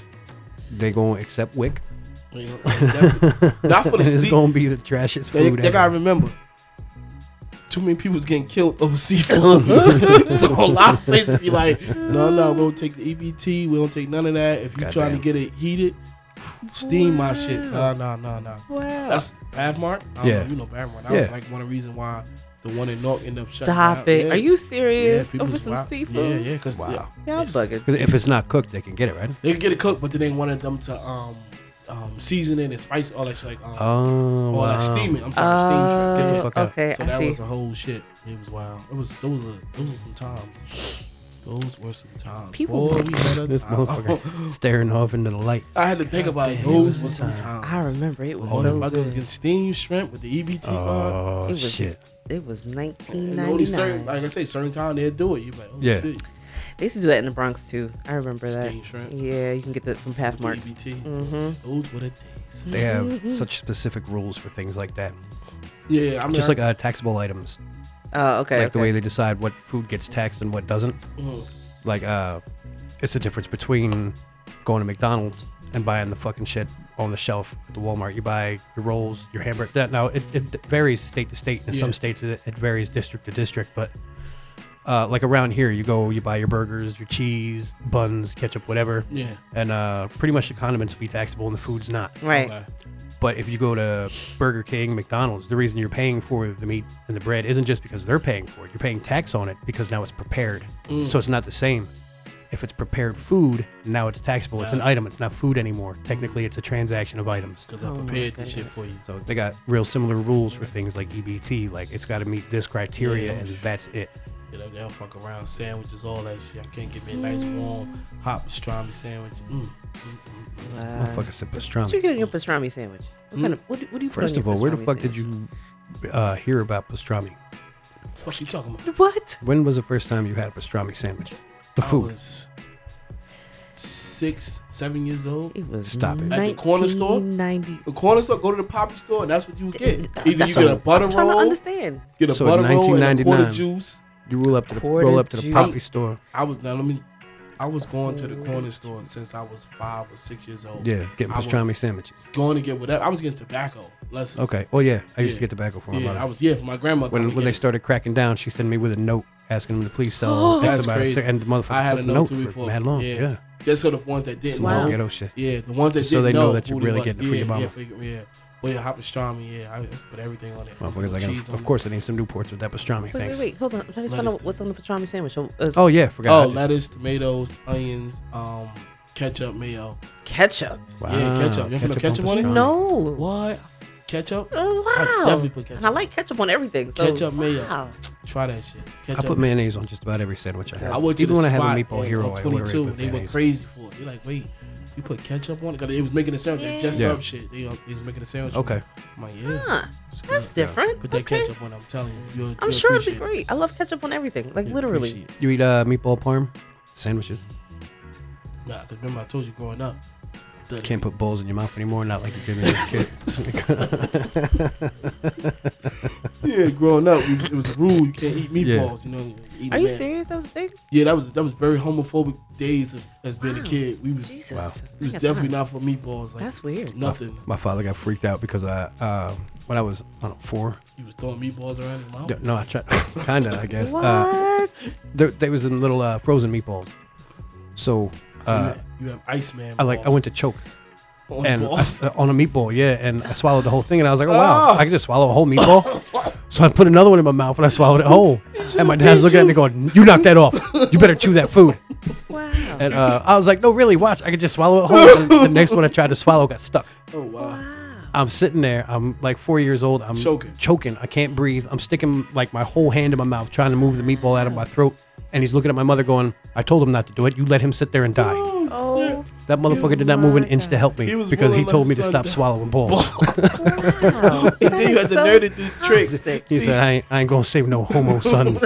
A: They gonna accept wick.
B: I don't know. That- Not for the
A: it's
B: sea.
A: gonna be the trashiest
B: They,
A: food.
B: they gotta
A: ever.
B: remember. Too many people's getting killed over seafood. so a lot of places be like, no, no, we don't take the EBT. We don't take none of that. If you're trying to
A: Goddamn.
B: get it heated, steam my shit. Nah, nah, nah, nah.
C: Wow.
B: That's Bavmark. I don't
A: Yeah.
B: know, you know Bavmark. That
A: Yeah.
B: was like one of the reason why the one in North ended up shutting
C: Stop
B: down.
C: it.
B: Yeah.
C: Are you
B: Yeah,
C: serious?
B: people
C: Over
B: was
C: some
B: wild.
C: seafood?
B: Yeah, yeah. Cause
A: Wow.
B: yeah,
C: Y'all bugging.
A: 'Cause if it's not cooked, they can get it right.
B: they could get it cooked, but then they wanted them to um, um season it and spice all that shit, like um,
A: Oh,
B: all
A: wow.
B: that steam it. I'm sorry, steam shrimp.
A: Get the
C: Oh,
A: fuck out.
C: okay,
B: So
C: I
B: that
C: see.
B: was uh, a whole shit. It was wild. It was those are those were some times. Those were some times.
C: People-
B: Boy, we had a
A: This
B: time.
A: motherfucker staring off into the light.
B: I had to think about it.
A: Goddamn,
B: Those
A: it
B: were
A: was
B: some
A: a time.
B: times.
C: I remember it was
B: All the
C: so
B: motherfuckers
C: good.
B: getting steamed shrimp with the E EBT card.
A: Oh
C: It was-
A: shit!
C: It was
B: And only certain,
C: 1999.
B: like I say, certain time they'll do it. You like, oh
A: Yeah.
B: shit,
C: They used to do that in the Bronx too. I remember that.
B: steamed shrimp.
C: Yeah, you can get that from Pathmark.
B: EBT.
C: Mm-hmm.
B: Those were the days.
A: They have such specific rules for things like that.
B: Yeah, I mean,
A: Just
B: I-
A: like uh, taxable items,
C: Oh, okay.
A: like
C: okay.
A: the way they decide what food gets taxed and what doesn't.
B: Mhm.
A: Like, uh, it's the difference between going to McDonald's and buying the fucking shit on the shelf at the Walmart. You buy your rolls, your hamburger. That, now it, it varies state to state. In some
B: Yeah.
A: states, it, it varies district to district. But uh, like around here, you go, you buy your burgers, your cheese, buns, ketchup, whatever,
B: yeah.
A: and uh, pretty much the condiments will be taxable and the food's not.
C: right.
B: Okay.
A: But if you go to Burger King, McDonald's, the reason you're paying for the meat and the bread isn't just because they're paying for it. You're paying tax on it because now it's prepared.
C: Mm.
A: So it's not the same. If it's prepared food, now it's taxable. It's an
B: Gotcha.
A: item. It's not food anymore. Technically, it's a transaction of items.
B: 'Cause
C: Oh
B: I
C: my
B: prepared this shit
C: goodness.
B: for you.
A: So they got real similar rules for things like EBT. Like it's got to meet this criteria
B: Yeah.
A: and that's it.
B: You know, they'll fuck around sandwiches, all that shit. I can't get me a nice
A: Mm.
B: warm hot pastrami sandwich. Mm.
C: Wow.
A: Motherfucker said
C: What you
A: pastrami.
C: get in your pastrami sandwich? What kind of? What do, what do you put
A: First
C: on
A: of
C: your
A: all, where the
C: pastrami
A: fuck did
C: sandwich?
A: you uh, hear about pastrami?
B: Fuck you talking about?
C: What?
A: When was the first time you had a pastrami sandwich? The
B: I
A: food.
B: was six, seven years old.
C: It was
A: Stop it.
B: At the corner store?
C: 1990.
B: The corner store, go to the poppy store, and that's what you would get.
C: Th-
B: Either
C: that's
B: you get a
A: what-
B: butter
C: I'm trying to
B: roll,
C: understand.
B: get a
A: So in
B: butter roll, and a quarter
A: 1999
B: juice.
A: You roll up to the
C: Porter
A: roll up to the
C: juice.
A: poppy store.
B: I was now. Let me. I was going to the corner store since I was five or six years old.
A: Yeah, getting
B: I was-
A: pastrami sandwiches.
B: Going to get whatever. I was getting tobacco lessons.
A: Okay. Oh yeah, I used
B: Yeah.
A: to get tobacco for my
B: Yeah,
A: mother.
B: I was yeah for my grandmother.
A: when
B: would
A: when they
B: get it.
A: started cracking down, she sent me with a note asking them to please sell X
B: That's
A: amount of
B: crazy.
A: sa- and the motherfucker
B: I had
A: took
B: a
A: the
B: note
A: note
B: too
A: for
B: before.
A: mad long.
B: Yeah.
A: Yeah.
B: Just so the ones that didn't
A: Some
C: Wow.
A: wow.
B: know.
A: ghetto shit.
B: Yeah, the ones that
A: Just so
B: didn't
A: they know that
B: who
A: you're
B: they
A: really
B: was.
A: getting free
B: yeah,
A: your
B: Yeah,
A: mama.
B: figure, yeah. Boy, your hot pastrami, yeah. I just put everything on it.
A: Motherfuckers, I
B: Cheese
A: got,
B: on
A: of
B: it.
A: course, I need some Newports with that pastrami.
C: Wait,
A: thanks.
C: wait, wait. Hold on. Let me just find
B: Lettuce
C: out what's on the pastrami sandwich. Oh,
A: Oh yeah, forgot.
B: Oh, lettuce, tomatoes, onions, um, ketchup, mayo.
C: ketchup.
B: yeah, ketchup. You don't put no ketchup on it?
A: pastrami.
C: No.
B: What? Ketchup?
C: Oh, wow.
B: I definitely put ketchup.
C: And I like ketchup on everything. So,
B: Ketchup, mayo.
C: Wow.
B: Try that shit.
A: I
B: Ketchup.
A: put mayonnaise on just about every sandwich I have.
B: I went to
A: Even
B: the
A: when I have
B: spot
A: a meatball
B: in-
A: hero,
B: on
A: I order
B: 22.
A: it with
B: they were
A: mayonnaise.
B: crazy for it. They like, wait, you put ketchup on it? 'Cause They was making a sandwich. They just
A: Yeah.
B: up shit. They, uh, they was making a sandwich.
A: Okay,
B: I'm like, yeah.
C: Huh.
B: it's good.
C: That's different.
B: Put that
C: Ah, okay.
B: ketchup on. it, I'm telling you. You'll,
C: I'm
B: you'll
C: sure it'd be
B: appreciate it.
C: great. I love ketchup on everything. Like,
B: You'll
C: literally.
B: appreciate
A: you eat uh, meatball parm sandwiches.
B: it. Nah, because remember I told you growing up. The,
A: Can't put bowls in your mouth anymore. Not like you did when you was a kid.
B: Yeah, growing up, we, it was a rule. You can't eat
A: Yeah.
B: meatballs. You know. eat
C: Are you
B: them in.
C: serious? That was a thing?
B: Yeah, that was that was very homophobic days of, as being a kid. We was
C: Jesus.
A: Wow.
B: we was
C: That's
B: definitely
C: not-
B: not for meatballs. Like
C: That's weird.
B: nothing.
A: My father got freaked out because I, uh, when I was I don't know, four,
B: You was throwing meatballs around your mouth.
A: d- no, I tried, kinda, I guess.
C: What?
A: Uh, there, there was in little uh, frozen meatballs. So uh,
B: you, have, you have Iceman.
A: I like I
B: balls.
A: went to choke
B: on
A: and I,
B: balls.
A: uh, on a meatball, yeah, and I swallowed the whole thing, and I was like, oh wow, I can just swallow a whole meatball. so I put another one in my mouth, and I swallowed it whole. And my dad's looking at me going, "You knocked that off. You better chew that food."
C: wow.
A: And uh, I was like, "No, really, watch. I could just swallow it whole." And the next one I tried to swallow got stuck.
B: oh wow.
C: wow.
A: I'm sitting there. I'm like four years old. I'm
B: Choking.
A: choking. I can't breathe. I'm sticking like my whole hand in my mouth, trying to move the meatball out of my throat. And he's looking at my mother, going, "I told him not to do it. You let him sit there and die."
C: Oh,
A: That motherfucker did not move an
C: my
A: inch to
C: God.
A: help me
B: He was
A: because he
B: willing to
A: told
B: let
A: me to
B: his son
A: stop
B: die.
A: swallowing balls.
C: wow.
B: and
C: That
B: then you
C: is
B: had the
C: so
B: nerdy to do tricks.
C: toxic.
A: He said, I ain't, I ain't gonna save no homo son.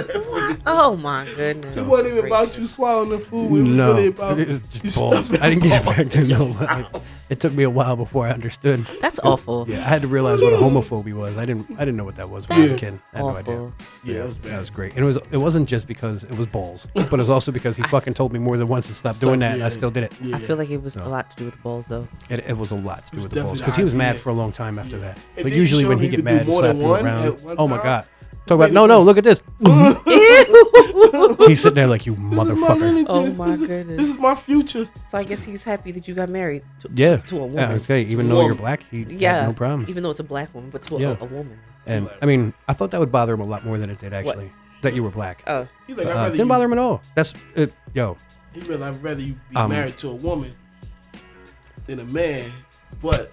C: Oh my goodness.
B: It wasn't even about you swallowing the food. It was
A: no,
B: really about
A: it was
B: you
A: just balls. I didn't get it back to no. like, It took me a while before I understood.
C: That's awful.
A: Yeah, I had to realize what a homophobia was. I didn't, I didn't know what that was when I was a
C: That's
A: kid. I had no
C: awful.
A: idea.
B: Yeah, that was bad.
A: That was great, and it was, it wasn't just because it was balls, but it was also because he fucking told me more than once to stop doing that, and I
B: yeah.
A: still did it.
B: Yeah.
C: I feel like it was a lot to do with the balls, though.
A: It, it was a lot to do
B: was
A: with the
B: definitely
A: balls because he was
B: idea.
A: mad for a long time after that.
B: And
A: But
B: then you
A: usually
B: showed
A: when
B: him
A: he
B: you
A: get
B: could do
A: mad, he
B: more
A: slap
B: than
A: you
B: one
A: around.
B: at one
A: Oh my
B: time.
A: god! Talk about no, no. Look at this. Mm-hmm. He's sitting there like you
B: This is my
A: motherfucker.
B: lineage.
C: Oh
B: this,
C: my
B: is,
C: goodness.
B: This is my future.
C: So I guess he's happy that you got married to,
A: Yeah,
C: to, to a
A: Yeah,
C: woman.
A: it's great. Even though you're
B: Woman.
A: black, he yeah,
C: Yeah,
A: no problem.
C: Even though it's a black woman, but to a,
A: Yeah.
C: a woman.
A: And I mean, I thought that would bother him a lot more than it did actually. That you were black.
C: Oh,
B: He's like, I'd
A: Uh,
B: rather
A: didn't
B: you,
A: bother him at all. That's it. Yo,
B: He really, I'd rather you be
A: Um,
B: married to a woman than a man. But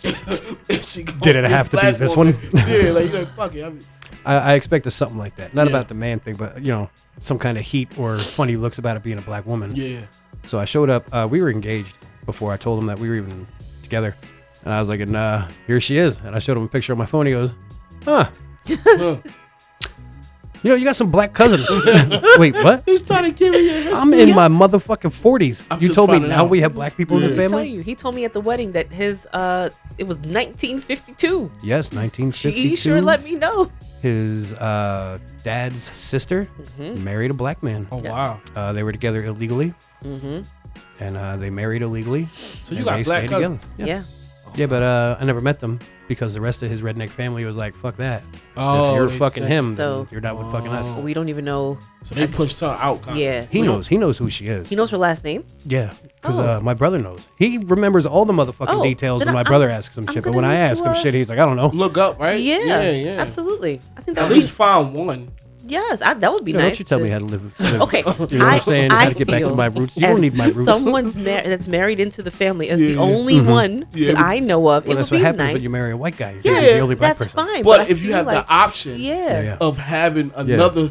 B: if she gonna
A: Did it have to be
B: black
A: this
B: woman,
A: one?
B: yeah, like you're like, fuck it. I mean,
A: I, I expected something like that. Not
B: Yeah.
A: about the man thing, but you know, some kind of heat or funny looks about it being a black woman.
B: yeah,
A: So I showed up. Uh, we were engaged before I told him that we were even together. And I was like, and uh, here she is. And I showed him a picture on my phone. He goes, huh.
B: huh.
A: You know, you got some black cousins. Wait, what?
B: he's trying to give me. A,
A: I'm in my motherfucking 40s.
B: I'm
A: you
B: just
A: told me
B: finding
A: now
B: out.
A: we have black people in the
B: Yeah.
C: I tell
A: family?
C: you, he told me at the wedding that his uh, it was 1952.
A: Yes, 1952.
C: She sure let me know.
A: His uh, dad's sister married a black man.
B: Mm-hmm. oh wow!
A: Uh, they were together illegally,
C: Mm-hmm.
A: and uh, they married illegally.
B: So you
A: and
B: got
A: they
B: black
A: stayed
B: cousins.
A: together.
C: Yeah.
A: Yeah, yeah, but uh, I never met them because the rest of his redneck family was like, "Fuck that! if you're
B: Oh, they
A: fucking
B: said-
A: him, then
C: So-
A: you're not with fucking us."
B: Oh.
C: We don't even know.
B: So they pushed her out. kinda.
C: Yeah. so
A: He
C: we don't-
A: knows. He knows who she is.
C: He knows her last name.
A: Yeah, because
C: Oh.
A: uh, my brother knows. He remembers all the motherfucking
C: Oh,
A: details
C: then
A: when
C: I-
A: my
C: I'm-
A: brother asks him
C: I'm
A: shit. But
C: gonna
A: when I
C: need to,
A: ask him
C: uh,
A: shit, he's like, "I don't know."
B: Look up, right?
C: Yeah.
B: yeah, yeah.
C: Absolutely. I think that
B: At
C: would
B: least
C: be,
B: find one.
C: yes. I, that would be
A: Yeah,
C: nice.
A: Don't you tell
C: to-
A: me how to live. live-
C: Okay,
A: You know what I'm saying?
C: I
A: How to get back to
C: feel
A: my roots. You don't
C: as
A: need my roots. Mm-hmm.
C: Someone's mar- that's married into the family is the
B: Yeah.
C: only one
B: Yeah.
C: that I know of.
A: Well,
C: it would
A: that's
C: be
A: what happens
C: nice.
A: when you marry a white guy. You're
C: yeah,
A: the only black
C: that's
A: person.
C: fine.
B: But,
C: I
B: if you
C: feel
B: have
C: like,
B: the option
C: yeah.
A: yeah.
B: of having another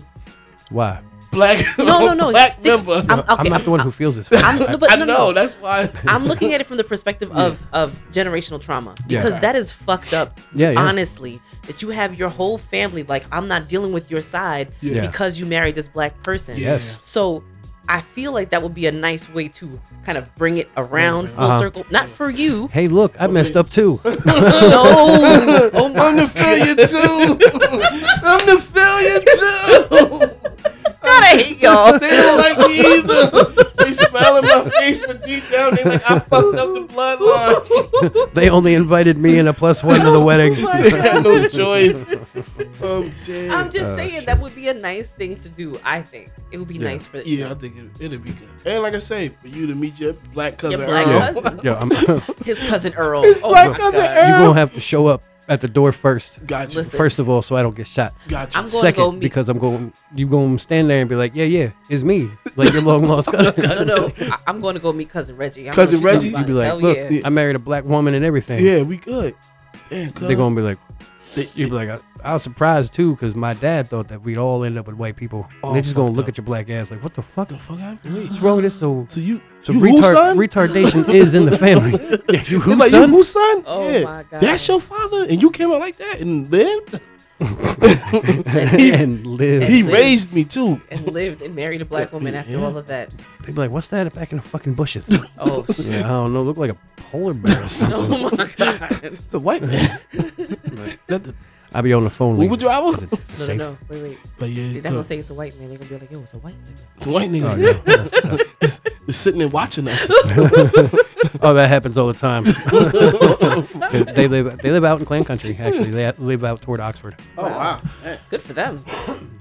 A: Why?
B: black
C: No, no, no.
B: black
C: Think-
B: member,
C: I'm, okay,
A: I'm not the one who feels this.
C: I'm, no, but
B: I
C: no,
B: know
C: no, no.
B: that's why.
C: I'm looking at it from the perspective of of generational trauma
A: Yeah.
C: because that is fucked up.
A: Yeah, yeah.
C: Honestly, that you have your whole family like I'm not dealing with your side
A: Yeah.
C: because you married this black person.
A: Yes.
C: So I feel like that would be a nice way to kind of bring it around full
A: Uh-huh.
C: circle. Not for you.
A: Hey, look, I messed up too.
C: no. Oh my.
B: I'm the failure too. I'm the failure too.
C: God, I hate y'all.
B: They don't like me either. They smile in my face, but deep down they like I fucked up the bloodline.
C: Oh
A: they only invited me and a plus one to the wedding.
B: They had no choice. I'm dead.
C: I'm just
A: Oh,
C: saying
A: shit.
C: that would be a nice thing to do. I think it would be nice for
B: yeah, I think it, it'd be good. And like I say, for you to meet your black cousin,
C: your black
B: Earl.
C: cousin,
A: Yo, I'm, you're
C: his cousin Earl. Oh
B: black
C: my
B: cousin
C: God.
B: Earl.
A: gonna have to show up at the door first.
B: Got you.
C: Listen.
A: First of all, so I don't get shot.
B: Got you.
C: I'm going
A: Second,
C: to go meet.
A: because I'm going, you gonna stand there and be like, yeah, yeah, it's me, like your long lost cousin.
C: no, no, I- I'm going to go meet cousin Reggie. I don't
B: Cousin
C: know what
B: Reggie?
C: you
A: You'd be like,
C: Hell
A: look,
C: yeah.
B: yeah.
A: I married a black woman and everything.
B: yeah, we good. Damn, cuz.
A: They're gonna be like,
B: They-
A: you'd be like, I, I was surprised too, because my dad thought that we'd all end up with white people.
B: Oh,
A: They're just gonna
B: fucked
A: look
B: up.
A: at your black ass like, what the fuck?
B: the fuck happened? Wait.
A: What's wrong with this? So,
B: So you,
A: so
B: you who,
A: retard,
B: son?
A: retardation is in the family. yeah,
B: They're
A: you who,
B: like,
A: son?
B: you who, son?
C: Oh
B: yeah.
C: my God.
B: That's your father? And you came out like that and lived?
A: and live.
C: And
B: He
C: lived.
B: raised me too.
C: and lived and married a black woman after
B: Yeah.
C: all of that.
A: They'd be like, what's that back in the fucking bushes?
C: Oh,
A: yeah, I don't know. Look like a polar bear or something.
C: oh my God.
B: It's a white man. That the-
A: I'd be on the phone.
B: Uber driver?
A: Is it- is it safe?
C: No, no, no. Wait, wait.
B: but yeah,
C: They're
B: it's
C: not gonna
B: good.
C: say it's a white man. They're gonna be like, yo, it's a white man.
B: It's a white
A: Oh,
B: niggas.
A: yeah.
B: They're sitting there watching us.
A: Oh, that happens all the time. 'Cause they live they live out in Clan Country. Actually, they live out toward Oxford.
B: Oh wow.
C: Good for them.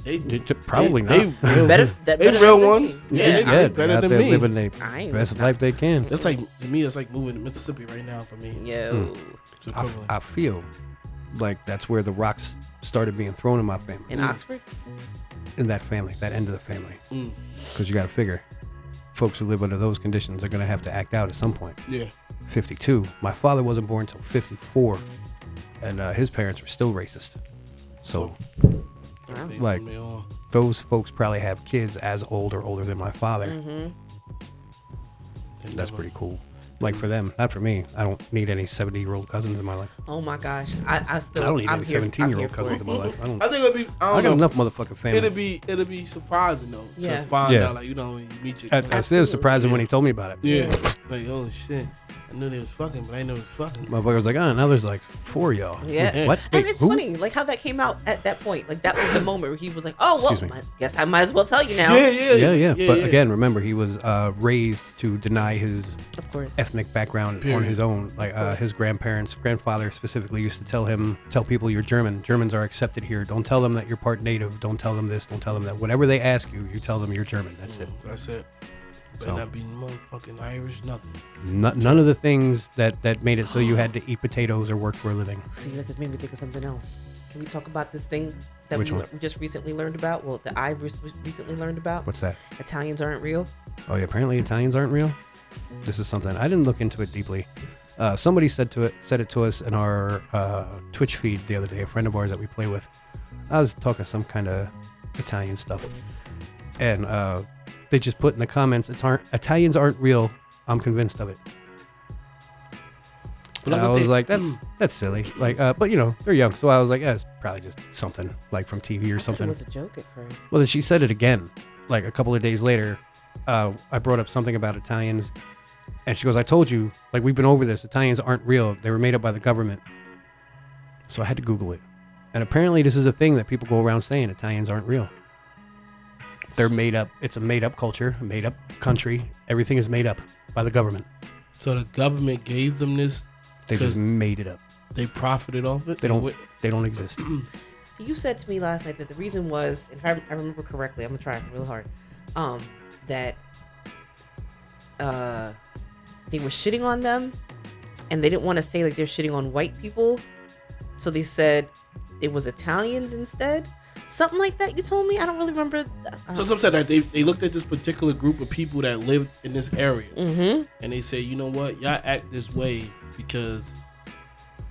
B: They,
A: J- j- Probably
B: they,
A: not.
B: They, real-
C: Better. That
B: they
C: better
B: real
C: than me.
B: ones.
C: Yeah.
B: Yeah,
A: yeah,
B: they better
A: out
B: than
A: there
B: me.
A: living their
C: I ain't
A: best life they can.
B: That's like to me. It's like moving to Mississippi right now for me.
C: Yo.
B: It's
A: I,
B: equivalent.
A: I feel like that's where the rocks started being thrown in my family,
C: In Oxford.
A: in that family, that end of the family.
B: Mm.
A: Because you got to figure, folks who live under those conditions are going to have to act out at some point.
B: yeah.
A: 52. My father wasn't born until 54, and uh, his parents were still racist. So
B: They-
A: Like-
B: they all-
A: those folks probably have kids as old or older than my father.
C: Mm-hmm.
B: they
A: That's
B: never-
A: pretty cool. Like for them, not for me. I don't need any 70 year old cousins in my life.
C: Oh my gosh. I, I still.
A: I don't need
C: I'm
A: any
C: here-
A: 17
C: I'm
A: year old
C: here
A: cousins
C: for
A: in
C: it.
A: my life. I don't.
B: I think it'll be. I
A: I
B: don't
A: got
B: know.
A: enough motherfucking family.
B: It'll be. It'll be surprising though
C: Yeah.
B: to find
A: Yeah.
B: out like you know when you meet your.
A: That- that's it was surprising when he told me about it.
B: yeah. Like oh shit, I knew they was fucking, but I didn't know it was fucking.
A: Motherfucker was like, oh, now there's like four of y'all.
C: Yeah.
A: What?
C: And
A: Wait,
C: it's
A: who?
C: funny, like how that came out at that point. Like that was the moment where he was like, "Oh well,
A: Excuse me.
C: I guess I might as well tell you now."
B: Yeah, yeah,
A: Yeah, yeah. but
B: yeah.
A: again, remember, he was uh, raised to deny his
C: Of course.
A: ethnic background on
B: Period.
A: his own. Like uh,
C: course.
A: his grandparents, grandfather specifically used to tell him, tell people you're German. Germans are accepted here. Don't tell them that you're part native. Don't tell them this. Don't tell them that. Whatever they ask you, you tell them you're German. That's it.
B: That's it. Better
A: So-
B: not be motherfucking Irish, nothing.
A: No, none of the things that, that made it so you had to eat potatoes or work for a living.
C: See, that just made me think of something else. Can we talk about this thing that
A: Which
C: we
A: one?
C: le- just recently learned about? Well, that I re- recently learned about.
A: What's that?
C: Italians aren't real.
A: Oh, yeah. Apparently, Italians aren't real. This is something I didn't look into it deeply. Uh, somebody said to it, said it to us in our uh, Twitch feed the other day. A friend of ours that we play with. I was talking some kind of Italian stuff, and uh, they just put in the comments, "Itar- "Italians aren't real." I'm convinced of it.
B: But
A: And
B: I
A: I was
B: think-
A: like, "That's that's silly." Like, uh, but you know, they're young, so I was like, "That's probably just something like from TV or
C: I thought
A: something."
C: it was a joke at first.
A: Well, then she said it again, like a couple of days later. Uh, I brought up something about Italians, and she goes, "I told you, like we've been over this. Italians aren't real. They were made up by the government." So I had to Google it, and apparently this is a thing that people go around saying Italians aren't real. They're made up. It's a made up culture, a made up country. Everything is made up by the government.
B: So the government gave them this.
A: They just
B: 'Cause-
A: made it up.
B: They profited off it.
A: They don't.
B: Wait,
A: They don't exist.
C: You said to me last night that the reason was, if I, I remember correctly, I'm gonna try real hard, um, that uh, they were shitting on them, and they didn't want to say like they're shitting on white people, so they said it was Italians instead, something like that. You told me I don't really remember. uh,
B: So some said that they, they looked at this particular group of people that lived in this area
C: mm-hmm.
B: and they said, you know what, y'all act this way because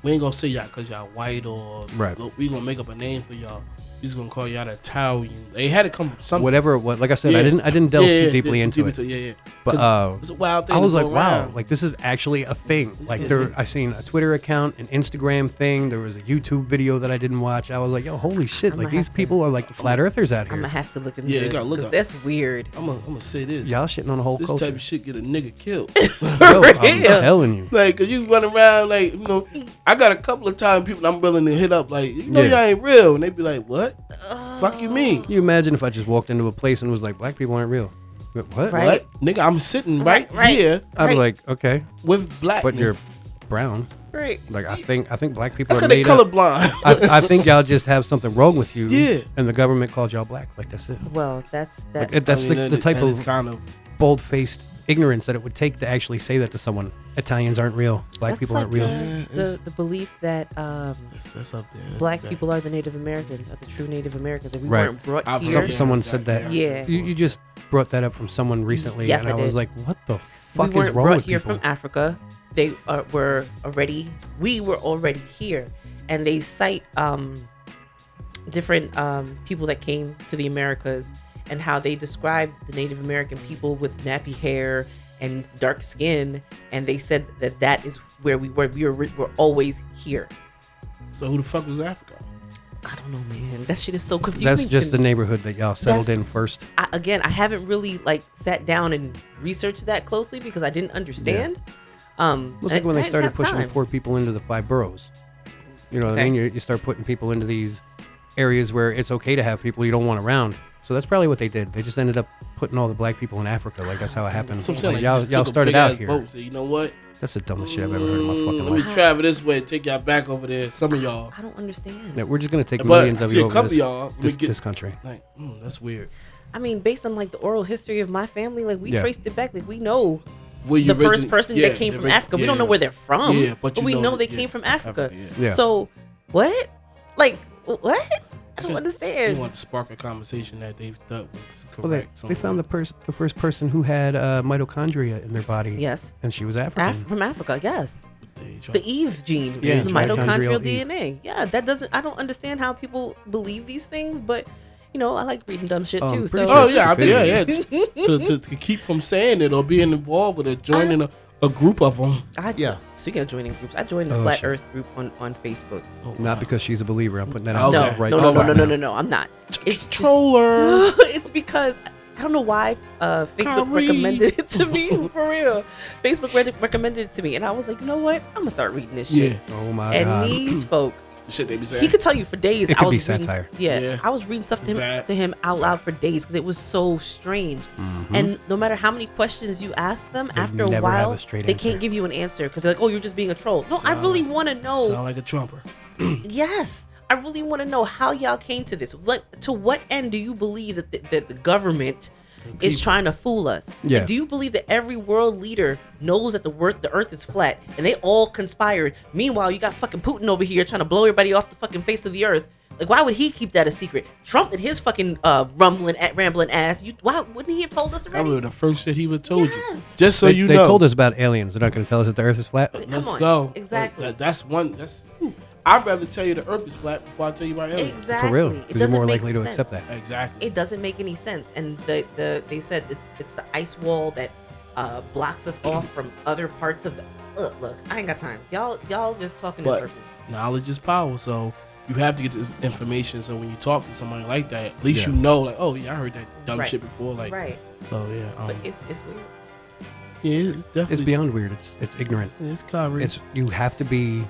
B: we ain't gonna say y'all because y'all white or
A: Right.
B: look, we gonna make up a name for y'all. We just gonna call y'all the Italian. They had to come up with something.
A: Whatever it was. Like I said, I
B: Yeah.
A: didn't. I didn't delve
B: Yeah, yeah,
A: too
B: yeah,
A: deeply
B: too
A: into
B: deep
A: it.
B: Yeah, yeah.
A: But
B: 'Cause
A: uh,
B: it's a wild thing.
A: I
B: to
A: was
B: go
A: like, wow,
B: around. Mm-hmm.
A: like this is actually a thing. Like
B: is
A: there, I seen a Twitter account, an Instagram thing. There was a YouTube video that I didn't watch. I was like, yo, holy shit!
C: I'ma
A: like these
C: have to-
A: people are like the flat earthers out
C: I'm
A: here.
C: gonna have to look into
B: Yeah, you
C: this
B: gotta look
C: 'cause
B: up.
C: that's weird.
B: I'm gonna I'm gonna say this.
A: Y'all shitting on the whole
B: this
A: culture.
B: type of shit get a nigga killed.
A: Yo, I'm
C: real.
A: telling you.
B: Like, cause you run around like, you know, I got a couple of times people I'm willing to hit up like, you know,
A: Yeah.
B: y'all ain't real, and they be like, what? Fuck you mean?
A: Can you imagine if I just walked into a place and was like, black people aren't real? Wait, What?
C: Oh, Right.
B: What? Nigga, I'm sitting right,
C: Right, right.
B: here
A: I'd be
C: Right.
A: like, okay,
B: with blackness.
A: but you're brown.
C: Right.
A: Like I think I think black people
B: That's
A: are
B: because they
A: made up.
B: colorblind.
A: I, I think y'all just have something wrong with you.
B: Yeah.
A: And the government called y'all black. Like that's it.
C: Well, that's that.
A: Like, it- that's
B: I mean,
A: the,
B: that
A: the
B: is-
A: type
B: that is
A: of
B: kind of
A: bold faced ignorance that it would take to actually say that to someone. Italians aren't real. Black
C: that's
A: people
C: like uh,
A: aren't real.
B: Yeah,
C: The,
B: it's-
C: the, the belief that um,
B: that's, that's up there. That's
C: black
B: up there.
C: people are the Native Americans, are the true Native Americans, and we
A: Right.
C: weren't brought
B: I've
C: here.
A: Some-
B: heard
A: someone
B: that.
A: said that.
C: Yeah.
A: You, you just brought that up from someone recently,
C: Yes,
A: and
C: I
A: I, was
C: did.
A: like, "What the fuck
C: we
A: is
C: weren't
A: wrong
C: brought
A: with
C: here
A: people?"
C: from Africa. They are, were already, we were already here, and they cite um, different um, people that came to the Americas and how they described the Native American people with nappy hair and dark skin, and they said that that is where we were. We were, were always here.
B: So who the fuck was Africa?
C: I don't know, man. That shit is so confusing.
A: That's
C: to
A: just the
C: me.
A: neighborhood that y'all settled
C: That's-
A: in first.
C: I, again, I haven't really like sat down and researched that closely because I didn't understand. Um,
A: It was like
C: and
A: when
C: I
A: they
C: didn't
A: started
C: have
A: pushing
C: time.
A: poor people into the five boroughs. You know what
C: Okay.
A: I mean? You, you start putting people into these areas where it's okay to have people you don't want around. So that's probably what they did. They just ended up putting all the black people in Africa. Like that's how it happened.
B: That's what I'm saying. Like,
A: Like,
B: you
A: y'all
B: just
A: y'all
B: took a
A: started
B: big
A: out
B: ass
A: here.
B: boat, so you know what?
A: That's the dumbest shit I've ever heard in my fucking
B: Mm, Let
A: life.
B: me travel this way and take y'all back over there. Some of y'all.
C: I don't understand.
A: Yeah, we're just gonna take
B: But
A: millions
B: I
A: of
B: see
A: you
B: a
A: over
B: couple of
A: this,
B: y'all. Let me
A: this,
B: get,
A: this country.
B: like, mm, that's weird.
C: I mean, based on like the oral history of my family, like we
A: Yeah.
C: traced it back. Like we know
B: Where you
C: the first
B: origin-
C: person
B: yeah,
C: that came
B: the
C: from
B: origin-
C: Africa. We don't
B: yeah.
C: know where they're from,
B: Yeah,
C: but,
B: but you
C: we know,
B: know
C: they
B: that- yeah,
C: came from Africa.
B: Africa,
A: yeah. Yeah.
C: So what? Like what? I don't
B: Because
C: understand.
B: You want to spark a conversation that they thought was correct.
A: Well, they, they
B: somewhere.
A: found the pers- the first person who had uh, mitochondria in their body.
C: yes,
A: And she was African.
C: Af- from Africa. Yes,
B: They tried-
C: the Eve gene,
B: Yeah,
C: the
A: mitochondrial
C: mitochondrial
A: Eve.
C: DNA. Yeah, that doesn't. I don't understand how people believe these things, but you know, I like reading dumb shit
A: Oh, I'm
C: too. So
A: pretty
B: Oh
A: sure
B: yeah, I mean, yeah, yeah.
A: Stupidity.
B: to, to, to keep from saying it or being involved with it, joining a, a group of them.
C: I,
F: Yeah.
C: Speaking of joining groups, I joined the
A: Oh,
C: Flat
A: shit.
C: Earth group on on Facebook.
A: Not because she's a believer. I'm putting that
B: Okay.
A: out
C: No,
A: there right
C: no, no, no,
A: now.
C: no, no, no, no. I'm not. It's just-
B: troller.
C: it's because I don't know why uh, Facebook
B: Kyrie.
C: recommended it to me for real. Facebook re- recommended it to me, and I was like, you know what? I'm gonna start reading this shit.
B: Yeah,
A: Oh my
C: And
A: god.
C: these folk,
B: shit they be saying.
C: he could tell you for days.
A: It
C: I
A: could
C: was
A: be
C: reading,
A: satire.
C: Yeah,
B: Yeah.
C: I was reading stuff to him,
B: Bad.
C: to him out loud for days because it was so strange. And no matter how many questions you ask them,
A: Mm-hmm. They
C: after a
A: never have
C: while,
A: a straight
C: they
A: answer.
C: can't give you an answer because they're like, oh, you're just being a troll. No, I
B: Sound-
C: really want to know.
B: Sound like a trumper.
C: Yes. I really want to know how y'all came to this. What to what end do you believe that the, that the government is
B: people.
C: trying to fool us?
A: Yeah.
C: And do you believe that every world leader knows that the worth the earth is flat and they all conspired? Meanwhile, you got fucking Putin over here trying to blow everybody off the fucking face of the earth. Like why would he keep that a secret? Trump and his fucking uh rumbling at rambling ass. You why wouldn't he have told us
B: That
C: already?
B: would the first shit he would told you.
C: Yes.
B: Just so
A: they,
B: you
A: they
B: know.
A: told us about aliens. They're not going to tell us that the Earth is flat.
C: Come
B: Let's
C: on.
B: go.
C: Exactly.
B: That- that's one. That's. I'd rather tell you the Earth is flat before I tell you my aliens.
C: exactly.
A: For real,
C: It
A: because you're
C: doesn't
A: more
C: make
A: likely to accept
C: sense.
A: that.
B: Exactly.
C: it doesn't make any sense. And the, the they said it's it's the ice wall that uh, blocks us off from other parts of the. Look, look, I ain't got time. Y'all y'all just talking
B: But-
C: in circles.
B: Knowledge is power, so you have to get this information. So when you talk to somebody like that, at least
A: Yeah.
B: you know, like, oh yeah, I heard that dumb
C: Right.
B: shit before. Like,
C: right,
B: so yeah, um,
C: but it's it's weird.
B: yeah, it's definitely
A: It's beyond weird. It's it's ignorant.
B: It's Kyrie.
A: It's you have to be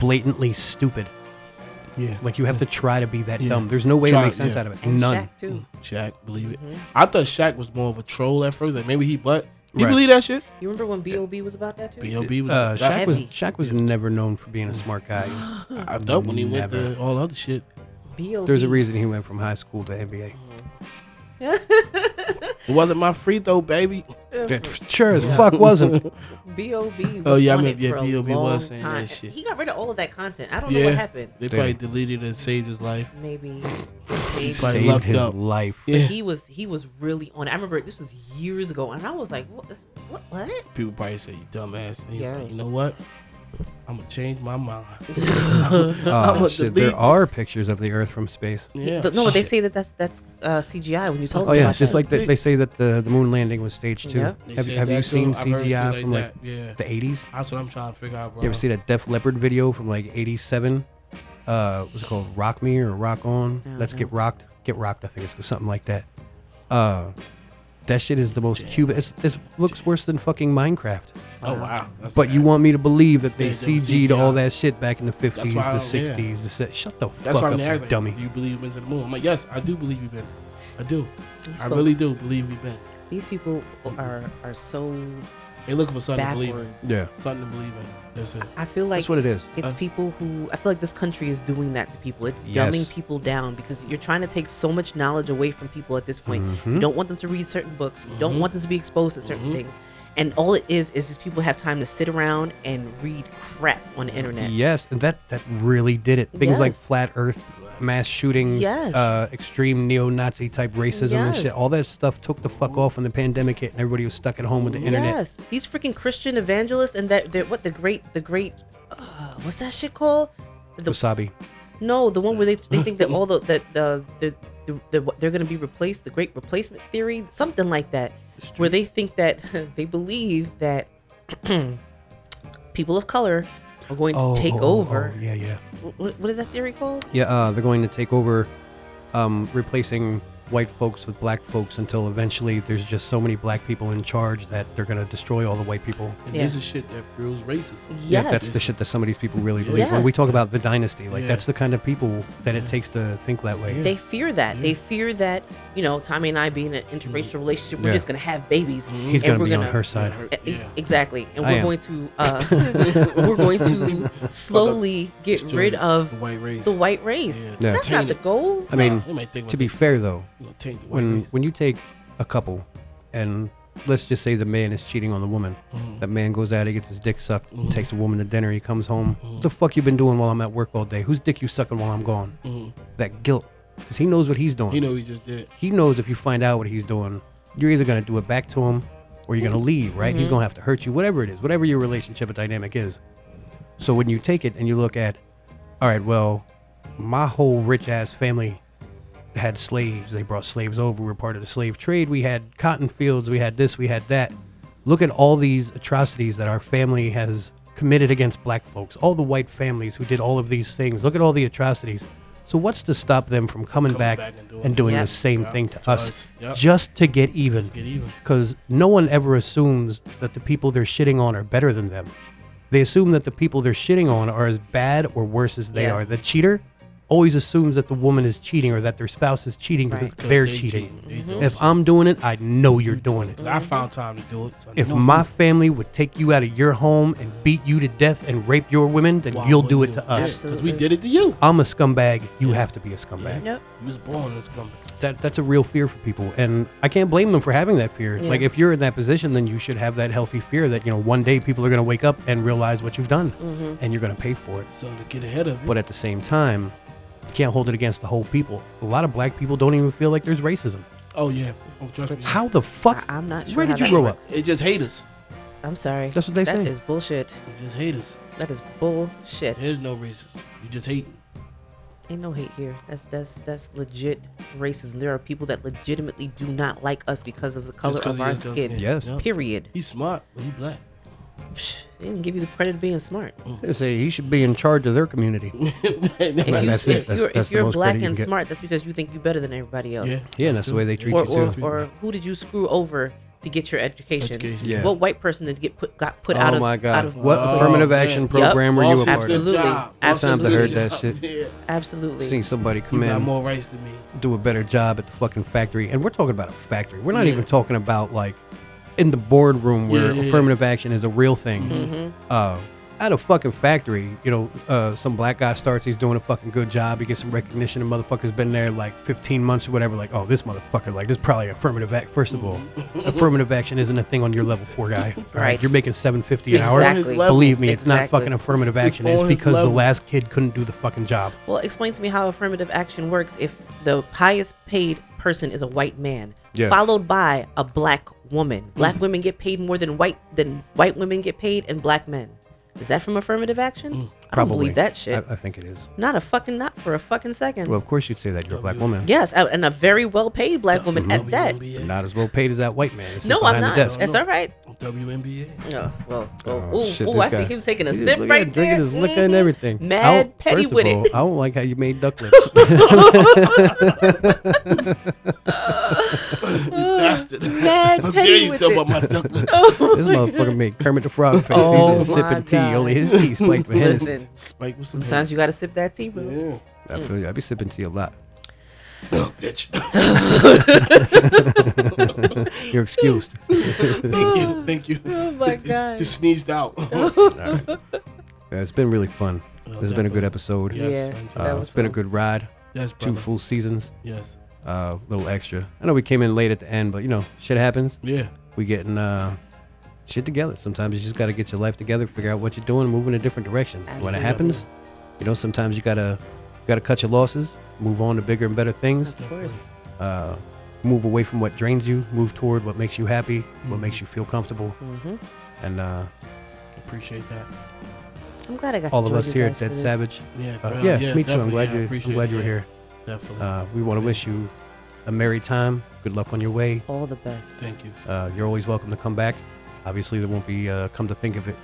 A: blatantly stupid.
B: yeah,
A: Like you have to try to be that
B: Yeah.
A: dumb. There's no way
B: Try-
A: to make sense
B: yeah.
A: out of it.
C: And
A: None.
C: Shaq too.
B: Shaq, believe it.
C: Mm-hmm.
B: I thought Shaq was more of a troll at first. Like maybe he, but you
A: Right.
B: believe that shit?
C: You remember when B.O.B. was about that too?
B: B.O.B. was.
A: Uh,
B: that-
A: Shaq was
C: heavy.
A: Shaq was never known for being a smart guy.
B: I thought when he went
A: Never.
B: to all the other shit.
C: B.O.B.
A: There's a reason he went from high school to NBA.
B: It wasn't my free throw, baby.
A: It sure as fuck wasn't.
C: B.O.B. Was
B: Oh, yeah, I
C: on
B: mean,
C: it
B: yeah,
C: for a
B: B.O.B. was
C: long
B: saying that
C: time.
B: shit.
C: He got rid of all of that content. I don't
B: yeah,
C: know what happened.
B: They
A: Damn.
B: probably deleted it and saved his life.
C: Maybe.
B: Like,
C: Maybe.
A: Saved
B: lucked
A: his
B: up.
A: life.
B: Yeah,
C: He was he was really on. it. I remember this was years ago, and I was like, "What? is- What? What?"
B: people probably say you dumbass. And he's
C: Yeah.
B: like, you know what? I'm gonna change my mind.
A: Oh,
B: I'ma
A: shit.
B: delete-
A: There are pictures of the Earth from space.
B: Yeah.
C: Th- no, they
B: shit.
C: say that that's that's uh, CGI when you told
A: Oh
C: them.
A: yeah,
C: about
A: it's just
C: that.
A: like they, they say that the, the moon landing was staged too.
C: Yeah.
B: They
A: Have,
B: said
A: have you
B: that,
A: seen
B: too. I've heard shit
A: CGI from like
B: that. yeah?
A: the 80s?
B: That's what I'm trying to figure out, bro.
A: You ever see that Def Leppard video from like '87? Uh, what's it called? Rock Me or Rock On?
C: don't
A: Let's
C: know.
A: get rocked. Get rocked. I think it's something like that. Uh, that shit is the most Cuban. It's, it looks worse than fucking Minecraft.
B: Oh wow. That's
A: But you
B: bad.
A: want me to believe that they
B: They- they were
A: CG'd all
B: CGI.
A: that shit back in the 50s,
B: why I
A: the
B: don't- yeah.
A: 60s, the set. Shut the
B: That's why I'm asking.
A: fuck up, you
B: Like,
A: dummy.
B: Do you believe you've been to the moon? I'm like, yes, I do believe we've been. I do.
C: These
B: I
C: folk-
B: really do believe we've been.
C: these people are are so
B: They looking for something to believe in.
C: backwards.
A: Yeah.
B: Something to believe in. That's it.
C: I feel like
A: That's what it is.
C: it's
B: Uh,
C: people who I feel like this country is doing that to people. It's
A: Yes.
C: dumbing people down because you're trying to take so much knowledge away from people at this point. You
A: Mhm.
C: don't want them to read certain books. You don't
A: Mm-hmm.
B: Mhm.
C: want them to be exposed to certain
B: Mhm.
C: things. And all it is is just people have time to sit around and read crap on the internet.
A: Yes, and that that really did it. Things like
C: Yes.
A: flat Earth, mass shootings,
C: Yes.
A: uh, extreme neo-Nazi type racism and
C: Yes.
A: shit. All that stuff took the fuck off when the pandemic hit, and everybody was stuck at home with the internet.
C: Yes, these freaking Christian evangelists and that they're, what the great the great uh, what's that shit called? The
A: Wasabi.
C: No, the one where they, they think that all the that uh, the, the, the they're going to be replaced, the great replacement theory, something like that, where they think that they believe that people of color are going to take
A: oh, oh,
C: over.
A: oh, yeah, yeah,
C: Wh- wh- what is that theory called?
A: yeah. Uh, they're going to take over, um, replacing white folks with black folks until eventually there's just so many black people in charge that they're gonna destroy all the white people.
B: And
C: Yeah.
B: this is shit that fuels racism.
C: Yes,
A: Yeah, that's the shit that some of these people really believe. When we
C: Yes.
A: talk about the dynasty, like
B: Yeah.
A: that's the kind of people that it takes to think that way.
C: they fear that.
B: Yeah.
C: They
A: Mm-hmm.
C: fear that you know Tommy and I being in an interracial relationship, we're
A: Yeah.
C: just going to have babies.
A: He's
C: and
A: gonna
C: we're
A: be on
C: gonna-
A: her side.
C: E- e-
B: Yeah.
C: Exactly, and
A: I
C: we're
A: am.
C: going to uh, we're going to slowly get
B: Destroy
C: rid of
B: the white race.
C: the white race.
B: Yeah.
A: Yeah.
C: That's not the goal.
A: I mean,
B: They might think
A: to
B: about
A: be
B: that.
A: fair though,
B: Gonna taint the white
A: when
B: race.
A: when you take a couple and let's just say the man is cheating on the woman, that man goes out, he gets his dick sucked,
B: Mhm.
A: takes a woman to dinner, he comes home. What the fuck you been doing while I'm at work all day? Whose dick you sucking while I'm gone?
B: Mhm.
A: That guilt, because he knows what he's doing.
B: You know, he just did.
A: he knows if you find out what he's doing, you're either gonna do it back to him or you're gonna leave, right? He's gonna have to hurt you, whatever it is, whatever your relationship dynamic is. So when you take it and you look at, all right, well, my whole rich ass family had slaves. They brought slaves over. We were part of the slave trade. We had cotton fields. We had this. We had that. Look at all these atrocities that our family has committed against black folks. All the white families who did all of these things. Look at all the atrocities. So what's to stop them from coming,
B: Coming
A: back,
B: back and doing
A: and doing
C: it.
A: the same
B: Yeah,
A: thing to,
B: to
A: us,
B: us. Yep.
A: just to get even?
B: Get even.
A: Because no one ever assumes that the people they're shitting on are better than them. They assume that the people they're shitting on are as bad or worse as they
C: Yeah.
A: are. The cheater always assumes that the woman is cheating or that their spouse is cheating
C: Right.
A: because
B: 'Cause
A: they're
B: they
A: cheating.
B: cheat. They
C: Mm-hmm.
B: do
A: If
B: it.
A: I'm doing it, I know you're doing it.
B: I found time to do it. So I
A: If
B: know
A: my
B: you-
A: family would take you out of your home and beat you to death and rape your women, then
B: why
A: you'll
B: wouldn't
A: do it
B: you?
A: to
B: Yeah,
A: us.
B: we did it to you.
A: I'm a scumbag. You have to be a scumbag.
C: Yep.
B: You was born this company.
A: That that's a real fear for people, and I can't blame them for having that fear.
C: Yeah.
A: Like if you're in that position, then you should have that healthy fear that you know one day people are going to wake up and realize what you've done,
C: Mm-hmm.
A: and you're going to pay for it.
B: So to get ahead of it.
A: But at the same time, you can't hold it against the whole people. A lot of black people don't even feel like there's racism.
B: oh yeah. Oh, trust me.
A: How the fuck?
C: I- I'm not sure.
A: Where
C: how
A: did you
C: that
A: grow
C: works.
B: It's just haters.
C: I'm sorry.
A: That's what they
C: That
A: say.
C: is bullshit.
B: It's just haters.
C: That is bullshit.
B: There's no racism. You just hate.
C: Ain't no hate here. That's that's that's legit racism. There are people that legitimately do not like us because of the color
B: 'cause
C: of
B: he
C: our
B: is dark
C: skin.
B: skin.
A: Yes.
B: Yep.
C: Period.
B: He's smart, but he black.
C: Psh, They didn't give you the credit of being smart.
B: Mm.
A: They say he should be in charge of their community.
C: If, you,
A: that's it.
C: if
A: That's-
C: you're,
A: that's
C: if
A: the
C: you're
A: most
C: black
A: credit you
C: and
A: can get.
C: smart, that's because you think you're better than everybody else.
A: Yeah, that's the way they treat
C: Or,
A: you
C: or,
A: too.
C: or who did you screw over to get your education?
B: Education.
A: Yeah. Oh
C: What white person did get put got put out of out of
A: What
B: Oh,
A: affirmative
B: man.
A: action
B: Yep.
A: program were you a
B: Boss
A: part
B: did
A: of?
B: the
C: Absolutely.
B: job. Boss did
A: Sometimes I
B: the
A: heard
B: job.
A: that shit.
B: Yeah.
C: Absolutely.
A: Seen somebody
B: You
A: come
B: got
A: in.
B: more rights than me.
A: do a better job at the fucking factory. And we're talking about a factory. We're not
B: Yeah.
A: even talking about like in the boardroom where
B: Yeah, yeah, yeah.
A: affirmative action is a real thing. Uh, at a fucking factory, you know, uh, some black guy starts, he's doing a fucking good job, he gets some recognition. The motherfucker's been there like 15 months or whatever. Like, oh, this motherfucker, like, this is probably affirmative act. First of all, affirmative action isn't a thing on your level, poor guy. All
C: Right.
A: You're making 750 an
C: Exactly.
A: hour. Believe me, it's not
C: Exactly.
A: fucking affirmative
B: It's
A: action. It's,
B: on his
A: because the
B: level.
A: last kid couldn't do the fucking job.
C: Well, explain to me how affirmative action works if the highest paid person is a white man,
A: Yeah. Mm.
C: followed by a black woman. Black women get paid more than white than white women get paid, and black men. Is that from affirmative action? I don't
A: Mm, Probably.
C: believe that shit.
A: I, I think it is.
C: not a fucking not for a fucking second.
A: Well, of course you'd say that you're a black woman.
C: yes, a- and a very well paid black woman at that.
B: WNBA.
A: But not as well paid as that white man. that's sitting
C: No, I'm
A: behind
C: not.
A: The desk.
C: That's all right.
B: WNBA.
C: No, well, oh,
A: Oh,
C: ooh,
A: shit,
C: ooh,
A: this
C: I
A: guy.
C: see him taking a
A: He's
C: sip
A: looking
C: right
A: at- drinking
C: there.
A: his liquor and
C: Mhm.
A: everything. I
C: Mad
A: don't-
C: petty
A: first of
C: with it.
A: all, I don't like how you made duck lips.
B: Bastard.
C: Mad
B: How dare
C: petty
B: you
C: with
B: tell
C: it.
B: about my duck lip?
A: this motherfucker made Kermit the Frog face.
C: Oh,
A: He's just
C: my
A: sipping tea.
C: God.
A: Only his tea spiked with his.
C: Listen,
B: Spike with some
C: sometimes you gotta sip that tea, bro.
B: Yeah.
A: I feel you. I be sipping tea a lot.
B: Look, bitch.
A: You're excused.
B: thank you, thank you.
C: Oh my God.
B: Just sneezed out. yes,
A: Yeah, it's been really fun.
B: No,
A: This has been a good
B: definitely.
A: episode.
B: Yeah, Yes,
C: Oh, yeah,
B: thank you.
A: Uh,
C: that
A: it's
C: was
A: been a
C: fun.
A: good ride. Two
B: brother.
A: full seasons. Uh,
B: Yes.
A: A little extra. I know we came in late at the end, but you know, shit happens.
B: Yeah.
A: We getting uh, shit together. Sometimes you just got to get your life together, figure out what you're doing, move in a different direction. When it
C: Absolutely.
A: happens, you know, sometimes you gotta you gotta cut your losses, move on to bigger and better things.
C: Of course.
A: Uh, move away from what drains you, move toward what makes you happy, what
B: Mhm.
A: makes you feel comfortable,
C: hmm
A: and uh,
B: Appreciate that.
C: I'm glad I got to
A: all of
C: join
A: us
C: you
A: here at
C: guys for
A: Dead
C: this.
A: Savage.
B: Yeah.
A: Uh,
B: bro,
A: yeah, me too. I'm
B: definitely.
A: glad
B: Yeah,
A: you. I'm
B: appreciate
A: glad
B: it.
A: you were
B: Yeah,
A: here.
B: Definitely.
A: Uh, we want to wish you a merry time. Good luck on your way.
C: All the best.
B: Thank you.
A: Uh, you're always welcome to come back. Obviously, there won't be uh, come to think of it,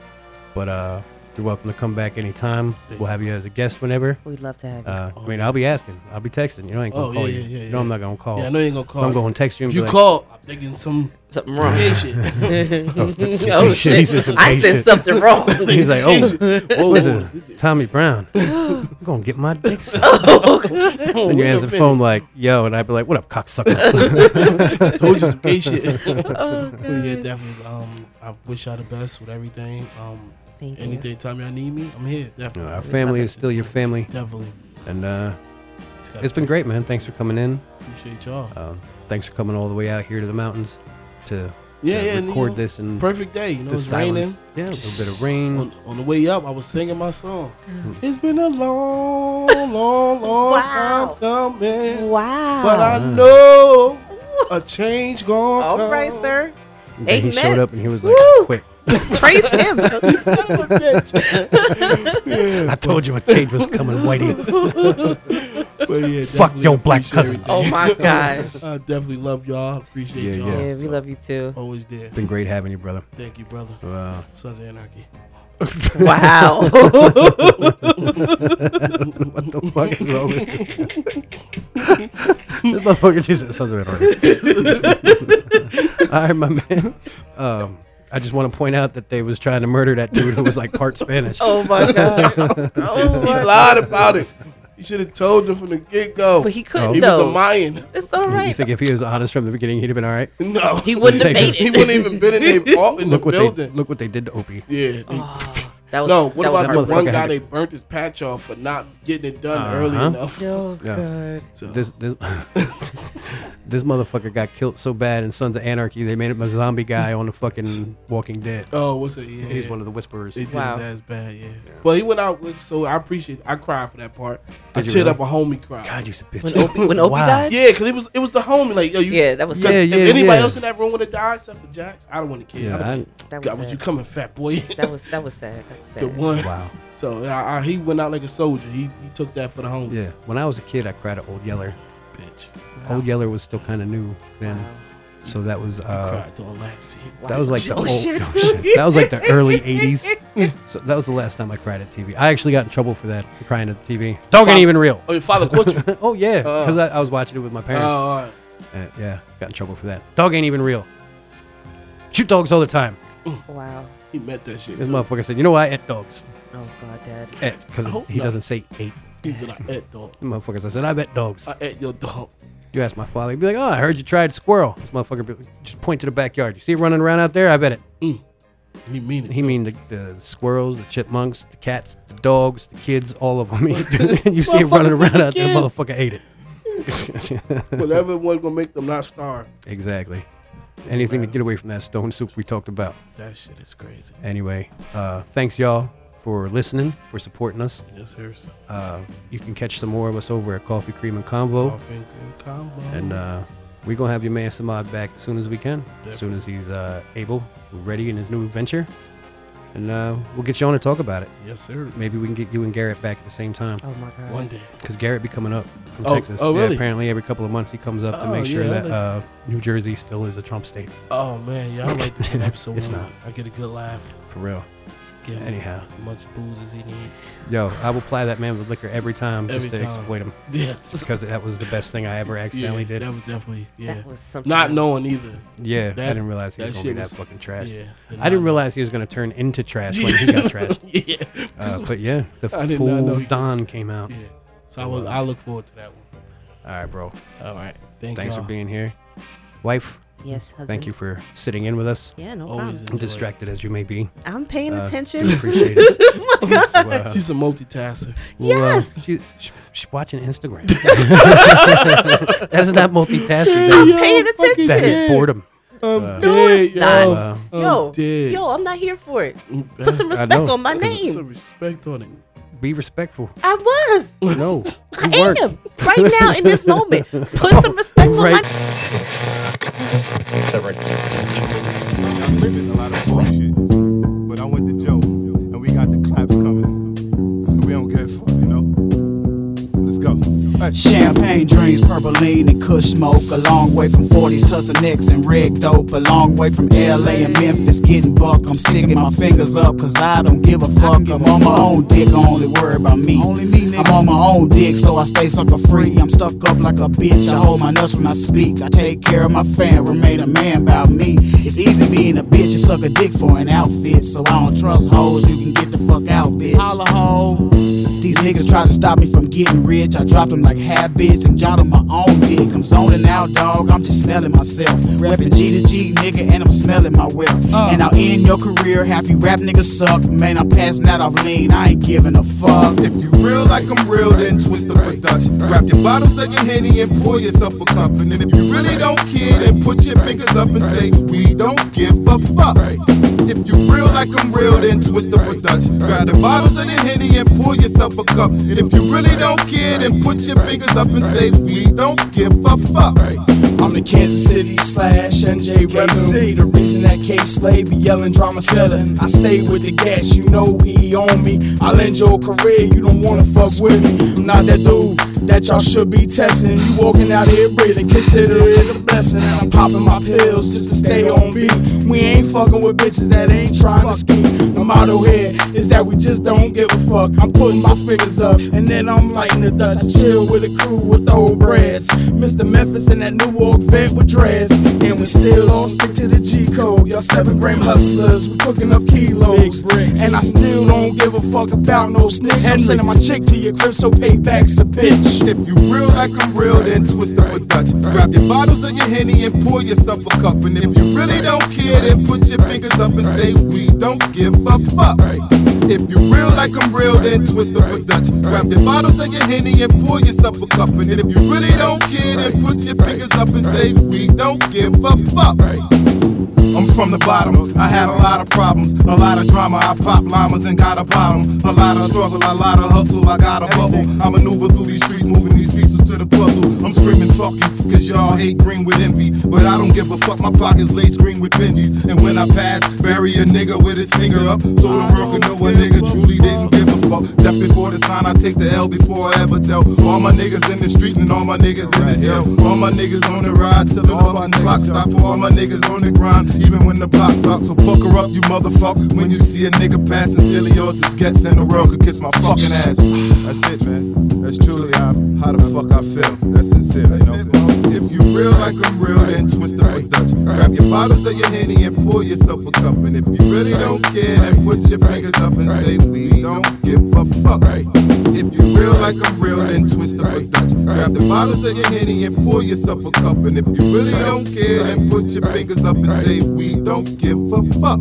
A: but uh, you're welcome to come back anytime. We'll have you as a guest whenever.
C: We'd love to have you.
A: Uh, I mean, I'll be asking. I'll be texting. You know, I ain't gonna
B: Oh,
A: call
B: yeah,
A: you.
B: yeah, yeah,
A: you know, I'm
B: yeah.
A: not gonna call.
B: Yeah, I know you ain't gonna call.
A: oh, I'm gonna text you. And
B: If
A: be
B: you
A: like,
B: call, I'm thinking some
C: Something wrong.
B: wrong shit.
C: oh
A: He
C: shit!
A: said some
C: I
A: gay
C: said
A: shit.
C: something wrong.
A: He's like, oh,
B: Whoa,
A: what is
B: whoa.
A: it? Tommy Brown. I'm gonna get my dick sucked.
B: Whoa,
A: and you
B: wait a
A: answer the
B: minute.
A: phone like, yo, and I'd be like, what up, cocksucker?
B: Told you some gay shit.
C: Oh,
B: yeah,
C: God.
B: definitely. Um, I wish y'all the best with everything. Um,
C: Thank you.
B: anything time y'all need me, I'm here.
A: You know,
B: Definitely.
A: our family is still your family,
B: Definitely.
A: and uh,
B: gotta
A: it's been great, man. Thanks for coming in.
B: Appreciate y'all.
A: Uh, thanks for coming all the way out here to the mountains to,
B: yeah,
A: to
B: yeah. and, you
A: record
B: know,
A: this and
B: Perfect day. You know,
A: the
B: it's
A: silence. Mm.
B: raining.
A: Yeah, a little bit of rain.
B: On, on the way up, I was singing my song.
A: Mm.
B: It's been a long, long, long
C: Wow.
B: time coming,
C: Wow. Oh.
B: but I
A: Wow.
B: know a change gone.
C: All right, sir.
A: Oh. And then he
C: Amen.
A: showed up and he was like,
C: Woo!
A: quick.
C: Praise him.
A: I told you a change was coming, Whitey.
B: Fuck
A: your black cousins.
C: Oh my gosh.
B: I definitely love y'all. Appreciate
A: Yeah,
B: y'all.
A: yeah.
C: Yeah, we love you too.
B: Always there.
A: It's been great having you, brother.
B: Thank you, brother.
A: Uh,
B: Sons of Anarchy.
C: Wow.
A: what the fuck is wrong with you? this motherfucker just it sounds like an All right, my man. Um, I just want to point out that they was trying to murder that dude who was like part Spanish.
C: oh my god. Oh
B: He
C: my.
B: lied about it. You should have told them from the get go.
C: But he couldn't
B: he was
C: though.
B: a Mayan.
C: it's all
A: You
C: right.
A: think if he was honest from the beginning, he'd have been all right?
B: No,
C: He wouldn't have
A: Take
C: made
B: he
C: it.
B: wouldn't even been in, they, in the
A: Look what they
B: building.
A: look what they did to Opie.
B: yeah. they-
C: Oh, that was
B: no, what
C: that was
B: about the
A: heartbreaking.
B: one
A: Motherfucker
B: guy
A: had
B: they burnt his patch off for not getting it done early
A: Uh-huh.
B: enough?
C: Oh
A: Yeah.
C: god.
B: So,
A: This this this motherfucker got killed so bad in Sons of Anarchy they made him a zombie guy on the fucking Walking Dead.
B: oh, what's it? Yeah,
A: He's
B: yeah.
A: one of the whisperers.
B: They did
C: Wow.
B: his ass bad, yeah. But he went out with, so I appreciate. I cried for that part. I
A: Did
B: teared
A: you really?
B: up a homie cry.
A: God, you's a bitch.
C: When Opie, when Opie
A: Wow.
C: died.
B: Yeah, because it was it was the homie. Like, yo, you,
C: Yeah, that was
A: Yeah,
B: if
A: yeah,
B: anybody
A: yeah.
B: else in that room would have died except for Jax, I don't want to kid.
A: yeah,
B: I don't,
C: That was
B: God, would you
C: sad.
B: coming, fat boy?
C: That was that was sad. That was sad.
B: the one.
A: I, wow.
B: So I, I, he went out like a soldier. He, he took that for the homies.
A: Yeah, when I was a kid, I cried at Old Yeller.
B: bitch.
A: Old Yeller was still kind of new then,
C: Wow.
A: so that was
B: He
A: uh,
B: cried during last year.
A: that was like the
C: Oh,
A: old,
C: shit.
A: oh, shit. that was like the early '80s. So that was the last time I cried at TV. I actually got in trouble for that for crying at the TV. Dog ain't
B: Fuck.
A: even real.
B: Oh, your father caught you. oh,
A: Oh yeah,
B: Oh.
A: because I, I was watching it with my parents.
B: all right.
A: Uh, yeah, got in trouble for that. Dog ain't even real. Shoot dogs all the time.
C: Wow.
B: he met that shit.
A: This
B: too.
A: motherfucker said, "You know why I ate dogs?
C: Oh god, Dad.
A: Ate because
B: Oh,
A: he
B: no.
A: doesn't say ate."
B: He said, "I ate dog.
A: The motherfuckers, I said, "I bet dogs."
B: I ate your dog."
A: You ask my father, he'd be like, "Oh, I heard you tried squirrel." This motherfucker be, just point to the backyard. You see it running around out there? I bet it.
B: He mean it.
A: He mean the, the squirrels, the chipmunks, the cats, the dogs, the kids, all of them. you see it running
B: Motherfucker took
A: around
B: the
A: out there,
B: kids.
A: motherfucker ate it.
B: Whatever was gonna make them not starve.
A: exactly. Anything to get away from that stone soup we talked about.
B: That shit is crazy.
A: Anyway, uh, thanks y'all for listening, for supporting us.
B: Yes, here's
A: Uh, you can catch some more of us over at Coffee Cream and Convo,
B: coffin and combo.
A: Oh. and uh, we're gonna have your man Samad back as soon as we can, as soon as he's uh, able, ready in his new adventure, and uh, we'll get you on to talk about it.
B: yes, sir.
A: Maybe we can get you and Garrett back at the same time
C: Oh my god.
B: One day.
A: because Garrett be coming up from
B: Oh,
A: Texas.
B: oh,
A: Yeah,
B: really?
A: apparently, every couple of months he comes up to
B: Oh,
A: make sure
B: yeah,
A: that
B: like-
A: uh, New Jersey still is a Trump state
B: Oh man, y'all like this episode?
A: It's
B: one.
A: not.
B: I get a good laugh.
A: for real.
B: Get him
A: Anyhow.
B: as much booze as he needs.
A: Yo, I will ply that man with liquor every time
B: Every
A: just to
B: time.
A: exploit him
B: Yes.
A: because that was the best thing I ever
B: Yeah,
A: accidentally did.
B: that was definitely yeah.
C: That was something.
B: not
C: else.
B: knowing either.
A: Yeah, I
B: That-
A: didn't realize he was
B: that
A: gonna be
B: shit
A: that
B: was-
A: fucking trash.
B: Yeah.
A: I didn't realize he was gonna turn into trash when he got trash.
B: yeah.
A: Uh, but yeah, the
B: I did not know
A: full
B: he-
A: Don came out.
B: yeah. So I will. I look forward to that one.
A: Oh, All right, bro.
B: All right. Thank
A: Thanks
B: y'all.
A: for being here. Wife,
C: Yes, husband.
A: thank you for sitting in with us.
C: Yeah, no
B: Always
C: problem.
A: I'm
B: enjoy.
A: distracted as you may be.
C: I'm paying
A: Uh,
C: attention.
A: we appreciate it. So, uh,
B: She's a multitasker.
A: we'll, uh,
C: Yes.
A: she, she, she's watching Instagram. That's not multitasking.
C: I'm
A: That,
B: Yo,
C: paying
B: fucking
C: attention.
A: that
B: shit. Oh.
A: is boredom.
B: I'm
A: Uh,
C: No, it's
B: dead,
C: not.
B: yo.
A: Uh,
B: I'm
C: yo,
B: dead.
C: yo, I'm not here for it.
B: I'm
C: Put some
B: best-
A: I
C: respect
A: know,
C: on my
B: Put some
C: name.
B: respect on it.
A: be respectful.
C: I was.
A: No,
C: I
A: you weren't.
C: am right now in this moment. Put some respect on my
A: Right.
C: name.
F: I'm living a lot of bullshit. But I went to Joe, and we got the claps coming. We don't give a fuck, you know? Let's go. Hey.
G: Champagne dreams, purpleine and kush smoke. A long way from 40s, tussing necks and red dope. A long way from LA and Memphis, getting buck. I'm sticking my fingers up, cause I don't give a fuck. I'm on my own dick, I only worry about me. I'm on my own dick, so I stay sucker free. I'm stuck up like a bitch, I hold my nuts when I speak. I take care of my fan, remain a man about me. It's easy being a bitch, you suck a dick for an outfit. So I don't trust hoes, you can get the fuck out, bitch. Holla hoe. These niggas try to stop me from getting rich. I dropped them like habits and jotted my own dick. I'm zoning out, dog. I'm just smelling myself. Reppin' G to G, nigga, and I'm smelling my wealth. And I'll end your career. Half you rap niggas suck. Man, I'm passing out off lean. I ain't giving a fuck.
F: If you real like I'm real, then twist up a Dutch. Grab your bottle, suck your henny, and pour yourself a cup. And then if you really don't care, then put your fingers up and say, We don't give a fuck. If you real like I'm real, then twist up a Dutch. Grab the bottle, suck your henny, and pour yourself a cup. And if you really don't care, then put your fingers up and say, We don't give a fuck.
H: I'm the Kansas City slash NJKC. The reason that K Slade be yelling drama selling. I stay with the gas, you know he on me. I'll end your career, you don't wanna fuck with me. I'm not that dude that y'all should be testing. You walking out here breathing, consider it a blessing. And I'm popping my pills just to stay on beat. We ain't fucking with bitches that ain't trying to ski. The motto here is that we just don't give a fuck. I'm putting my fingers up and then I'm lighting the Dutch. I chill with the crew with thoroughbreds. Mr. Memphis and that Newark vet with dreads. And we still all stick to the G code. Y'all seven gram hustlers, we cooking up kilos. And I still don't give a fuck about no snitch. I'm sending my chick to your crib, so payback's a bitch.
F: If you real like I'm real, then twist up a Dutch. Grab your bottles and your henny and pour yourself a cup. And if you really don't care, then put your fingers up and say, We don't give a fuck. If you real like I'm real, then twist up a Dutch. Grab your bottles and your henny and pour yourself a cup. And if you really don't care, then put your fingers up and say, We don't give a fuck. I'm from the bottom. I had a lot of problems, a lot of drama. I pop llamas and got a bottom. A lot of struggle, a lot of hustle. I got a bubble. I maneuver through these streets, moving these pieces to the puzzle. I'm screaming fuck you, cause y'all hate green with envy. But I don't give a fuck, my pockets lace green with Benjis. And when I pass, bury a nigga with his finger up. So the world can know a nigga truly didn't give a fuck. Death before the sign, I take the L before I ever tell. All my niggas in the streets and all my niggas in the jail. All my niggas on the ride till the fucking clock stop. For all my niggas on the grind, even when the block's up. So pucker up, you motherfuckers. When you see a nigga passing silly yours is gets in the world could kiss my fucking ass. That's it, man. That's truly how, how the fuck I feel. That's sincere, you know. If you real like I'm real, then twist up a Dutch. Grab your bottles of your henny and pour yourself a cup. And if you really don't care, then put your fingers up and say we don't give a fuck. If you real like I'm real, then twist up a Dutch. Grab the bottles of your henny and pour yourself a cup. And if you really don't care, then put your fingers up and say we don't give a fuck.